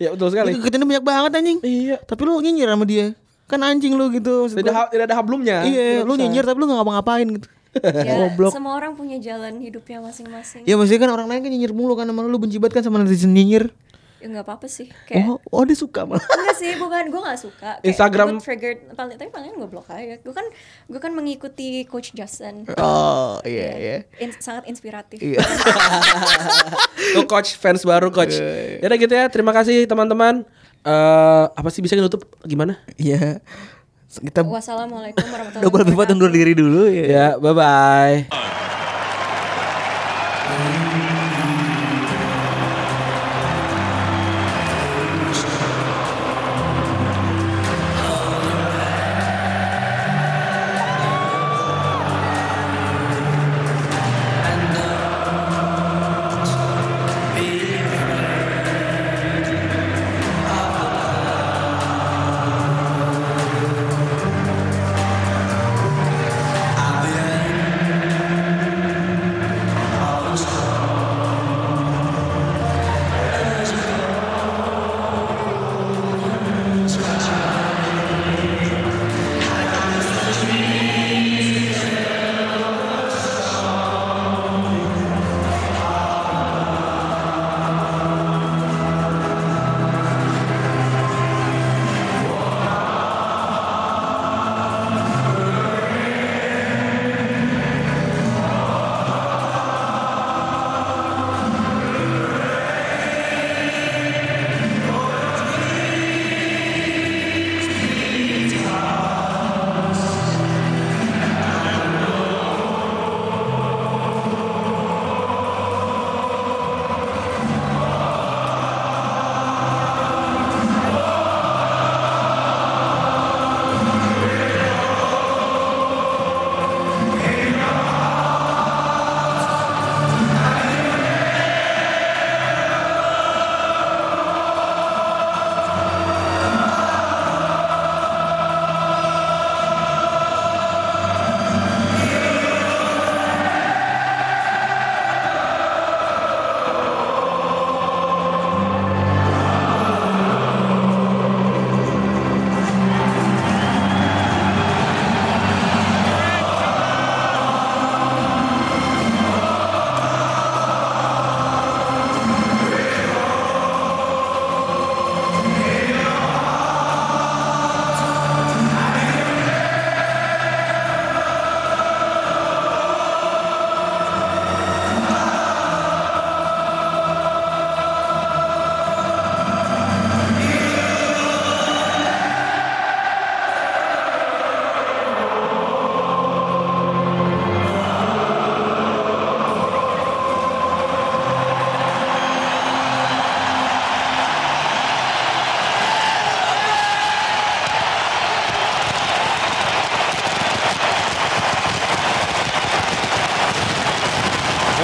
C: Ya betul sekali.
E: Ini kegiatannya banyak banget anjing.
C: Iya.
E: Tapi lo nyinyir sama dia. kan anjing lu gitu maksud
C: Tidak,
E: gua.
C: ha- tidak ada hablumnya.
E: iya lu nyinyir tapi lu nggak ngapa-ngapain gitu
D: Ya,
E: Goblok.
D: semua orang punya jalan hidupnya masing-masing.
E: ya maksudnya kan orang lain kan nyinyir mulu kan sama lu, lu benci banget kan sama netizen nyinyir
D: Ya nggak apa-apa sih. Kayak
E: oh oh dia suka malah
D: enggak sih, bukan gue nggak suka. Kayak
C: Instagram-
D: gua triggered paling tapi paling gue blok aja. Gue kan gue kan mengikuti Coach Justin.
E: oh iya iya
D: Iya. In- sangat inspiratif.
C: Tuh coach fans baru coach. Ya udah gitu ya. Terima kasih teman-teman. Eh apa sih bisa nutup gimana?
E: iya kita
D: Wassalamualaikum warahmatullahi
E: double pivot
D: wabarakatuh.
E: undur diri dulu ya
C: Ya, bye bye.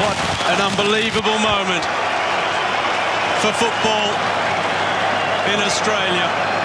I: What an unbelievable moment for football in Australia.